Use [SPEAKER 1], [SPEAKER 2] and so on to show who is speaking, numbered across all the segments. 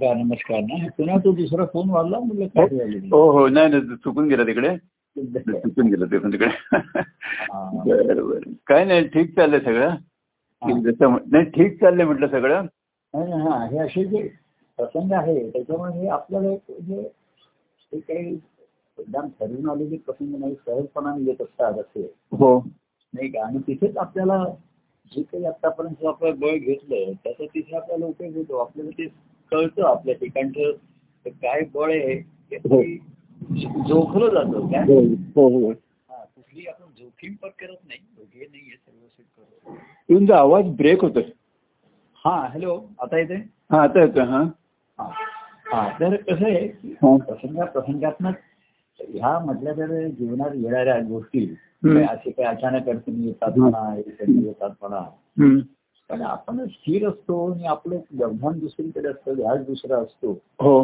[SPEAKER 1] नमस्कार नाही पुन्हा तो दुसरा फोन वाढला म्हणलं काय झालं
[SPEAKER 2] हो हो नाही नाही चुकून गेला तिकडे चुकून गेलं ते पण तिकडे
[SPEAKER 1] हा.
[SPEAKER 2] बरं बरं काय नाही ठीक चाललंय सगळं की जसं म्हण- नाही ठीक चाललंय म्हटलं सगळं
[SPEAKER 1] नाही, नाही, हा, हे असे जे प्रसंग आहे त्याच्यामुळे हे आपल्याला एक जे हे काही एकदम ठरवून आलेले प्रसंग नाही सहजपणाने येत असतात असे
[SPEAKER 2] हो
[SPEAKER 1] नाही का आणि तिथेच आपल्याला जे काही आतापर्यंत आपलं बळ घेतलं त्याचा तिथे आपल्याला उपयोग होतो आपल्याला ते कळतं आपल्या ठिकाणचं ते काय बळ आहे ते
[SPEAKER 2] हो.
[SPEAKER 1] जोखलं जातं काय
[SPEAKER 2] हो हो
[SPEAKER 1] हा, कुठली आपण जोखीम पण करत नाही हे नाही आहे सर्वसेट करतो
[SPEAKER 2] तुमचा आवाज ब्रेक होतो
[SPEAKER 1] हा हॅलो आता येते
[SPEAKER 2] हा आता येतो हा
[SPEAKER 1] हा हा, तर कसं आहे की
[SPEAKER 2] हा.
[SPEAKER 1] प्रसंगा प्रसंगात्मक ह्या म्हटल्या तर जीवनात येणाऱ्या गोष्टी
[SPEAKER 2] हम्म.
[SPEAKER 1] काय असे काय अचानक अडचणी येतात म्हणा हे कधी येतात म्हणा
[SPEAKER 2] हम्म.
[SPEAKER 1] पण आपण स्थिर असतो आणि आपलं व्यवधान दुसरीकडे असतं ध्यास दुसरा असतो
[SPEAKER 2] हो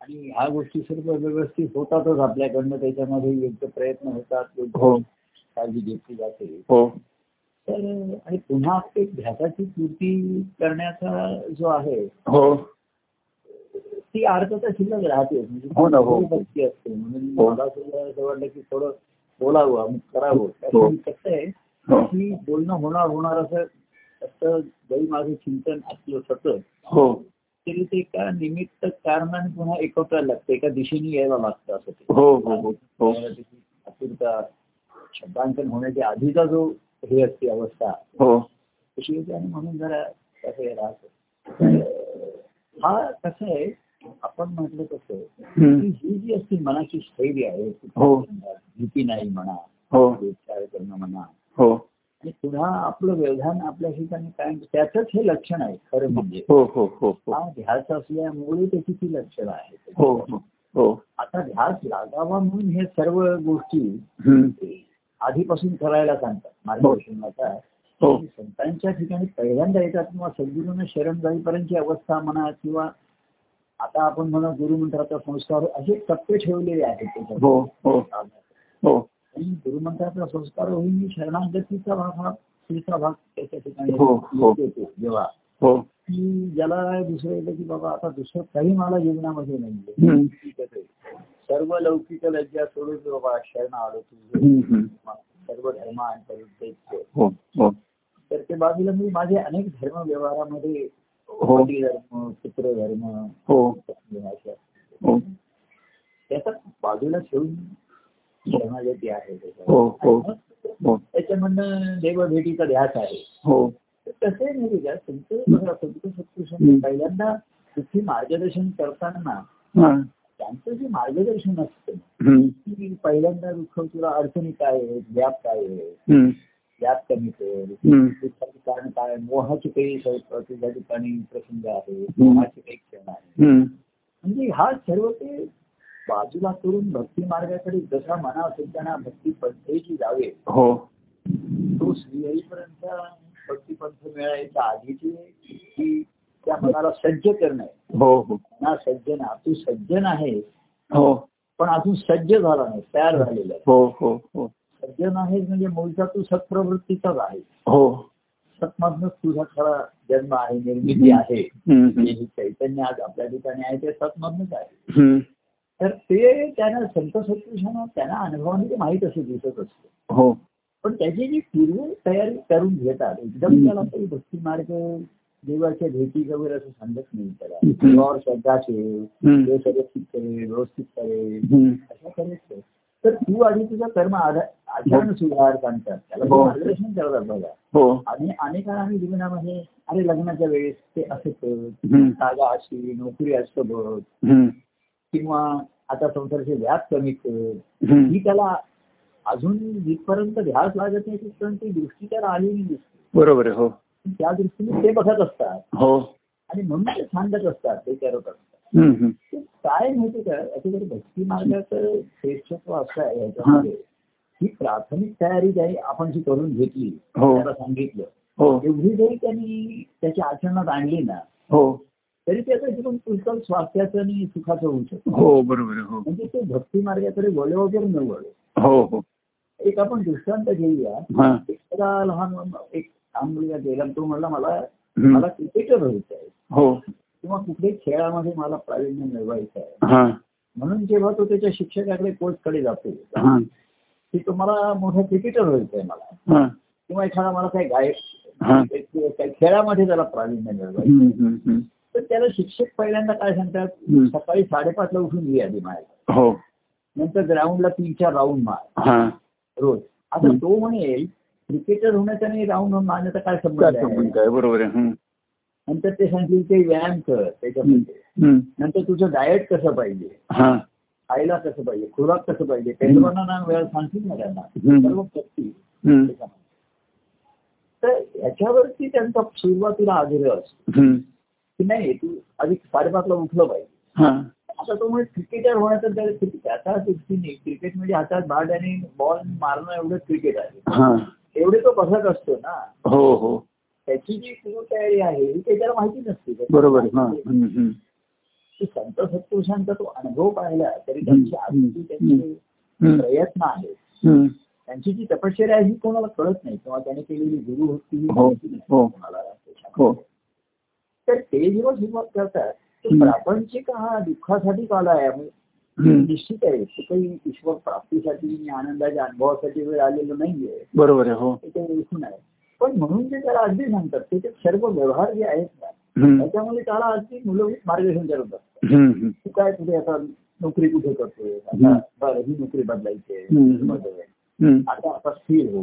[SPEAKER 1] आणि ह्या गोष्टी सर्व व्यवस्थित होतातच आपल्याकडनं त्याच्यामध्ये योग्य प्रयत्न होतात योग्य
[SPEAKER 2] हो
[SPEAKER 1] काळजी घेतली जाते
[SPEAKER 2] हो
[SPEAKER 1] तर आणि पुन्हा एक ध्यासाची पूर्ती करण्याचा जो आहे
[SPEAKER 2] हो
[SPEAKER 1] ती अर्थाचा शिल्लक राहते म्हणजे
[SPEAKER 2] हो ना, हो.
[SPEAKER 1] भक्ती असते म्हणून
[SPEAKER 2] हो.
[SPEAKER 1] मला सुद्धा असं वाटलं की थोडं बोलावं आणि करावं
[SPEAKER 2] हो.
[SPEAKER 1] कारण कसं आहे
[SPEAKER 2] हो
[SPEAKER 1] की बोलणं होणार होणार असं असं जरी माझं चिंतन असलं सतत
[SPEAKER 2] हो
[SPEAKER 1] तरी ते एका निमित्त कारणाने पुन्हा एकवटायला लागतं एका दिशेने यायला लागतं असं ते
[SPEAKER 2] हो हो हो हो
[SPEAKER 1] त्याची आतुरता शब्दांकन होण्याच्या आधीचा जो हे असते अवस्था
[SPEAKER 2] हो
[SPEAKER 1] तशी होती आणि म्हणून जरा कसं हे राहतं तर हा कसं आहे आपण म्हटलं तसं
[SPEAKER 2] हम्म.
[SPEAKER 1] की ही जी असते मनाची स्थैर्य आहे
[SPEAKER 2] हो.
[SPEAKER 1] भीती नाही म्हणा
[SPEAKER 2] हो
[SPEAKER 1] विचार करणं म्हणा
[SPEAKER 2] हो
[SPEAKER 1] आणि पुन्हा आपलं व्यवधान आपल्या ठिकाणी काय त्याचंच हे लक्षण आहे खरं म्हणजे
[SPEAKER 2] हो हो हो हो
[SPEAKER 1] हा ध्यास असल्यामुळे त्याची ती लक्षणं आहेत
[SPEAKER 2] हो हो हो
[SPEAKER 1] आता ध्यास लागावा म्हणून हे सर्व गोष्टी
[SPEAKER 2] हम्म.
[SPEAKER 1] ते आधीपासून करायला सांगतात मार्गदर्शनाचा
[SPEAKER 2] हो
[SPEAKER 1] संतांच्या ठिकाणी पहिल्यांदा येतात किंवा सद्गुरूंना शरण जाईपर्यंतची अवस्था म्हणा किंवा आता आपण म्हणा गुरुमंत्राचा संस्कार असे टप्पे ठेवलेले आहेत त्याच्यामध्ये.
[SPEAKER 2] हो हो हो
[SPEAKER 1] आणि गुरुमंत्राचा संस्कार होईल मी शरणागतीचा भाग हा पुढचा भाग त्याच्या ठिकाणी
[SPEAKER 2] हो, हो.
[SPEAKER 1] येतो जेव्हा
[SPEAKER 2] हो
[SPEAKER 1] की ज्याला दुसरं येतं की बाबा आता दुसरं काही मला जीवनामध्ये नाही
[SPEAKER 2] हम्म.
[SPEAKER 1] सर्व लौकिक लज्जा सोडून बाबा शरण आलो तुझं
[SPEAKER 2] हम्म, हम्म.
[SPEAKER 1] सर्व धर्म परित्यज्य
[SPEAKER 2] हो हो
[SPEAKER 1] तर ते बाजूला मी माझे अनेक धर्म व्यवहारामध्ये
[SPEAKER 2] हो.
[SPEAKER 1] पती धर्म पुत्र धर्म
[SPEAKER 2] हो
[SPEAKER 1] अशा.
[SPEAKER 2] हो
[SPEAKER 1] त्याचा बाजूला ठेवून शरणागती आहे त्याच्यात.
[SPEAKER 2] हो, हो.
[SPEAKER 1] आणि मग
[SPEAKER 2] हो
[SPEAKER 1] त्याच्यामधनं देवभेटीचा ध्यास आहे
[SPEAKER 2] हो
[SPEAKER 1] तर कसं आहे माहिती का संत बघा, संत सत्पुरुषांनी
[SPEAKER 2] हम्म.
[SPEAKER 1] पहिल्यांदा तिथे मार्गदर्शन करताना
[SPEAKER 2] हा.
[SPEAKER 1] त्यांचं जे मार्गदर्शन असतं
[SPEAKER 2] हम्म.
[SPEAKER 1] की पहिल्यांदा दुःख तुला अडचणी काय आहेत व्याप काय आहे
[SPEAKER 2] हम्म.
[SPEAKER 1] व्याप कमी कर
[SPEAKER 2] हम्म.
[SPEAKER 1] दुःखाचे कारण काय मोहाचे काही सं- तुझ्या ठिकाणी प्रसंग आहे
[SPEAKER 2] हम्म.
[SPEAKER 1] मोहाचे काही क्षण आहे
[SPEAKER 2] हम्म.
[SPEAKER 1] म्हणजे हा सर्व ते बाजूला करून भक्ती मार्गाकडे जसा मना असेल त्यांना भक्ती पंथेची जावे
[SPEAKER 2] हो
[SPEAKER 1] तो श्रीहरीपर्यंत भक्ती पंथ मिळायच्या आधीची जी त्या मनाला सज्ज करणं आहे
[SPEAKER 2] हो हो
[SPEAKER 1] ना सज्जन हा. तू सज्जन आहे
[SPEAKER 2] हो
[SPEAKER 1] पण अजून सज्ज झाला नाही तयार झालेला आहे
[SPEAKER 2] हो हो हो
[SPEAKER 1] सज्जन आहेस म्हणजे मूळचा तू सत्प्रवृत्तीचाच आहे
[SPEAKER 2] हो
[SPEAKER 1] सत्मधनच तुझा खरा जन्म आहे निर्मिती आहे
[SPEAKER 2] हम्म.
[SPEAKER 1] जे हे चैतन्य आज आपल्या ठिकाणी आहे ते सत्मधनच आहे
[SPEAKER 2] हम्म.
[SPEAKER 1] तर ते त्यांना संत सत्पुरुषांना त्यांना अनुभवाने ते माहीत असं दिसत असतं
[SPEAKER 2] हो
[SPEAKER 1] पण त्याची जी पूर्व तयारी करून घेतात एकदम
[SPEAKER 2] हम्म.
[SPEAKER 1] त्याला काही भक्ती मार्ग देवाच्या भेटी वगैरे असं सांगत नाही त्याला
[SPEAKER 2] हम्म.
[SPEAKER 1] देवावर श्रद्धा ठेव
[SPEAKER 2] हम्म.
[SPEAKER 1] देव संरक्षित करे व्यवस्थित करे
[SPEAKER 2] हम्म.
[SPEAKER 1] अशा करायचं तर तू आधी तुझा कर्म आधा- आचरण सुधार सांगतात त्याला
[SPEAKER 2] हो.
[SPEAKER 1] ते मार्गदर्शन करतात बघा
[SPEAKER 2] हो
[SPEAKER 1] आणि अनेकांना आम्ही जीवनामध्ये अरे लग्नाच्या वेळेस ते असं कर
[SPEAKER 2] हम्म.
[SPEAKER 1] जागा अशी नोकरी असतं बघ
[SPEAKER 2] हम्म.
[SPEAKER 1] किंवा आता संसाराचे व्याप कमी कर
[SPEAKER 2] हम्म.
[SPEAKER 1] ही त्याला अजून जिथपर्यंत ध्यास लागत नाही तिथपर्यंत ती दृष्टी त्याला आलेली नसते
[SPEAKER 2] बरोबर आहे हो
[SPEAKER 1] पण त्या दृष्टीने ते बघत असतात
[SPEAKER 2] हो
[SPEAKER 1] आणि म्हणून ते सांगत असतात ते करत असतात
[SPEAKER 2] हम्म. हम्म.
[SPEAKER 1] ते काय माहिती का अतिकडे भक्ती मार्गाचं श्रेष्ठत्व असं आहे याच्यामध्ये ही प्राथमिक तयारी जी आपण जी करून घेतली
[SPEAKER 2] हो.
[SPEAKER 1] त्याला सांगितलं
[SPEAKER 2] हो
[SPEAKER 1] एवढी जरी त्यांनी त्याच्या आचरणात आणली ना
[SPEAKER 2] हो
[SPEAKER 1] तरी त्याचं जीवन पुष्कळ स्वास्थ्याचं आणि सुखाचं होऊ शकतं
[SPEAKER 2] हो बरोबर आहे हो
[SPEAKER 1] म्हणजे ते भक्ती मार्गाकडे वळे वगैरे न वळे
[SPEAKER 2] हो हो
[SPEAKER 1] एक आपण दृष्टांत घेऊया
[SPEAKER 2] हा
[SPEAKER 1] एखादा लहान मुल- एक लहान मुलगा गेला तो म्हणला मला
[SPEAKER 2] हम्म.
[SPEAKER 1] मला क्रिकेटर व्हायचं आहे
[SPEAKER 2] हो
[SPEAKER 1] किंवा कुठल्याही खेळामध्ये मला प्रावीण्य मिळवायचं आहे
[SPEAKER 2] हा
[SPEAKER 1] म्हणून जेव्हा तो त्याच्या शिक्षकाकडे कोचकडे जातो
[SPEAKER 2] हा
[SPEAKER 1] की तुम्हाला मोठा क्रिकेटर व्हायचं आहे मला
[SPEAKER 2] हा
[SPEAKER 1] किंवा एखादा मला काही
[SPEAKER 2] हा.
[SPEAKER 1] गायक काही- काही खेळामध्ये त्याला प्रावीण्य मिळवायचं
[SPEAKER 2] हम्म, हम्म, हम्म.
[SPEAKER 1] तर त्याला शिक्षक पहिल्यांदा काय सांगतात
[SPEAKER 2] हम्म.
[SPEAKER 1] सकाळी साडेपाचला उठून ये आधी मार
[SPEAKER 2] हो
[SPEAKER 1] नंतर ग्राउंडला तीन चार राऊंड मार
[SPEAKER 2] हा
[SPEAKER 1] रोज आता
[SPEAKER 2] हम्म.
[SPEAKER 1] तो म्हणेल क्रिकेटर होण्याचा आणि राऊंड मारण्याचा काय
[SPEAKER 2] काय
[SPEAKER 1] संबंध आहे
[SPEAKER 2] संबंध आहे बरोबर आहे हम्म.
[SPEAKER 1] नंतर ते सांगतील ते व्यायाम कर त्याच्यामध्ये
[SPEAKER 2] हम्म.
[SPEAKER 1] नंतर तुझं डाएट कसं पाहिजे
[SPEAKER 2] हा
[SPEAKER 1] खायला कसं पाहिजे खुराक कसं पाहिजे पैलवानांना वेळ सांगतील ना त्यांना
[SPEAKER 2] हम्म.
[SPEAKER 1] सर्व पत्ती
[SPEAKER 2] हम्म.
[SPEAKER 1] तर याच्यावरती त्यांचा सुरुवातीला आग्रह असतो
[SPEAKER 2] हम्म.
[SPEAKER 1] की नाही तू आधी साडेपाचला उठलं पाहिजे
[SPEAKER 2] हा
[SPEAKER 1] आता तो म्हणजे क्रिकेटर होण्याचं त्याला क्रिकेट त्याच्या दृष्टीने क्रिकेट म्हणजे हातात बॅट आणि बॉल मारणं एवढं क्रिकेट आहे
[SPEAKER 2] हा
[SPEAKER 1] एवढे तो बसत असतो ना
[SPEAKER 2] हो हो
[SPEAKER 1] त्याची जी पूर्व तयारी आहे ही काही त्याला माहिती नसते
[SPEAKER 2] बरोबर आहे. हा हम्म, हम्म.
[SPEAKER 1] की संत सत्पुरुषांचा तो अनुभव पाहिला तरी त्यांची आजची त्यांचे
[SPEAKER 2] हम्म.
[SPEAKER 1] प्रयत्न आहेत
[SPEAKER 2] हम्म.
[SPEAKER 1] त्यांची जी तपश्चर्या आहे ही कोणाला कळत नाही किंवा त्याने केलेली गुरु होती ही
[SPEAKER 2] हो,
[SPEAKER 1] माहिती नाही
[SPEAKER 2] हो.
[SPEAKER 1] कोणाला त्याच्यामध्ये.
[SPEAKER 2] हो
[SPEAKER 1] तर ते जेव्हा सुरुवात करतात तर
[SPEAKER 2] हम्म.
[SPEAKER 1] प्रापंचिक हा दुःखासाठी आला आहे म्हणजे
[SPEAKER 2] हम्म.
[SPEAKER 1] निश्चित आहे तो काही ईश्वर प्राप्तीसाठी आणि आनंदाच्या अनुभवासाठी वेळ आलेलो नाहीये
[SPEAKER 2] बरोबर आहे हो
[SPEAKER 1] ते काही एकूण आहे पण म्हणून जे त्याला अगदी सांगतात ते ते सर्व व्यवहार जे आहेत ना
[SPEAKER 2] हम्म.
[SPEAKER 1] त्याच्यामुळे त्याला अगदी मूलभूत मार्गदर्शन करत असतात
[SPEAKER 2] हम्म, हम्म.
[SPEAKER 1] तू काय पुढे आता नोकरी कुठे करतोय
[SPEAKER 2] हम्म.
[SPEAKER 1] आता बरं ही नोकरी बदलायची आहे.
[SPEAKER 2] हम्म.
[SPEAKER 1] बदल आहे.
[SPEAKER 2] हम्म.
[SPEAKER 1] आता आता स्थिर हो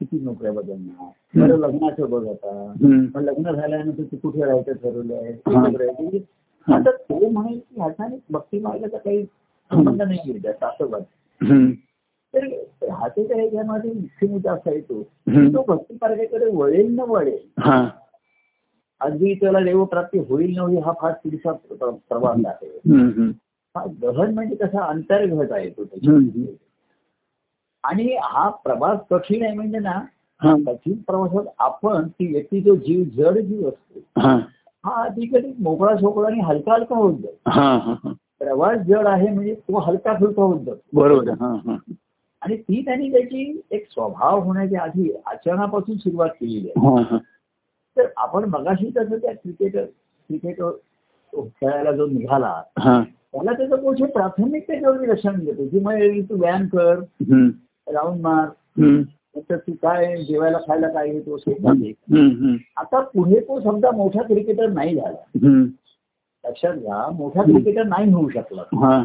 [SPEAKER 1] किती नोकऱ्या बदलणार
[SPEAKER 2] हम्म.
[SPEAKER 1] बरं लग्नाचं बघ आता
[SPEAKER 2] हम्म.
[SPEAKER 1] पण लग्न झाल्यानंतर तू कुठे राहायचं ठरवलं आहे
[SPEAKER 2] हा.
[SPEAKER 1] कुठे राहायचं? म्हणजे
[SPEAKER 2] हा.
[SPEAKER 1] आता तो म्हणेल की ह्याचा आणि भक्ती मार्गाचा काही संबंध नाहीये जास्त असं वाटतं.
[SPEAKER 2] हम्म.
[SPEAKER 1] तर ह्याच्याच्या ह्याच्यामध्ये मुख्य मुद्दा असा येतो की
[SPEAKER 2] हम्म.
[SPEAKER 1] तो भक्ती मार्गाकडे वळेल न वळेल
[SPEAKER 2] हा
[SPEAKER 1] अगदी त्याला देवप्राप्ती होईल न होईल हा फार पुढचा प्र- प्रवास आहे
[SPEAKER 2] हम्म, हम्म.
[SPEAKER 1] हा गहन म्हणजे कसा अंतर्घट आहे तो
[SPEAKER 2] हम्म.
[SPEAKER 1] त्याच्यामध्ये आणि हा प्रवास कठीण आहे म्हणजे ना
[SPEAKER 2] हा
[SPEAKER 1] कठीण प्रवासात आपण ती व्यक्ती जो जीव जड जीव असतो
[SPEAKER 2] हा
[SPEAKER 1] हा अधिकच मोकळा सोकळा आणि हलका हलका होत जातो
[SPEAKER 2] हा हा हा.
[SPEAKER 1] प्रवास जड आहे म्हणजे तो हलका फुलका होत जातो
[SPEAKER 2] बरोबर आहे. हा हा
[SPEAKER 1] आणि ती त्यांनी त्याची एक स्वभाव होण्याच्या आधी आचरणापासून सुरुवात केलेली आहे
[SPEAKER 2] हा हा
[SPEAKER 1] तर आपण मगाशी तसं त्या क्रिकेटर क्रिकेट खेळायला जो निघाला
[SPEAKER 2] हा
[SPEAKER 1] त्याला त्याचं कोणते प्राथमिक त्याच्यावर लक्षण देतो की मग तू व्यायाम कर
[SPEAKER 2] हम्म.
[SPEAKER 1] राऊंड मार
[SPEAKER 2] हम्म.
[SPEAKER 1] नंतर तू काय जेवायला खायला काय घेतो शेतात
[SPEAKER 2] हम्म.
[SPEAKER 1] ये.
[SPEAKER 2] हम्म.
[SPEAKER 1] आता पुढे तो समजा मोठा क्रिकेटर नाही झाला
[SPEAKER 2] हम्म.
[SPEAKER 1] लक्षात घ्या मोठा क्रिकेटर नाही होऊ शकला
[SPEAKER 2] हा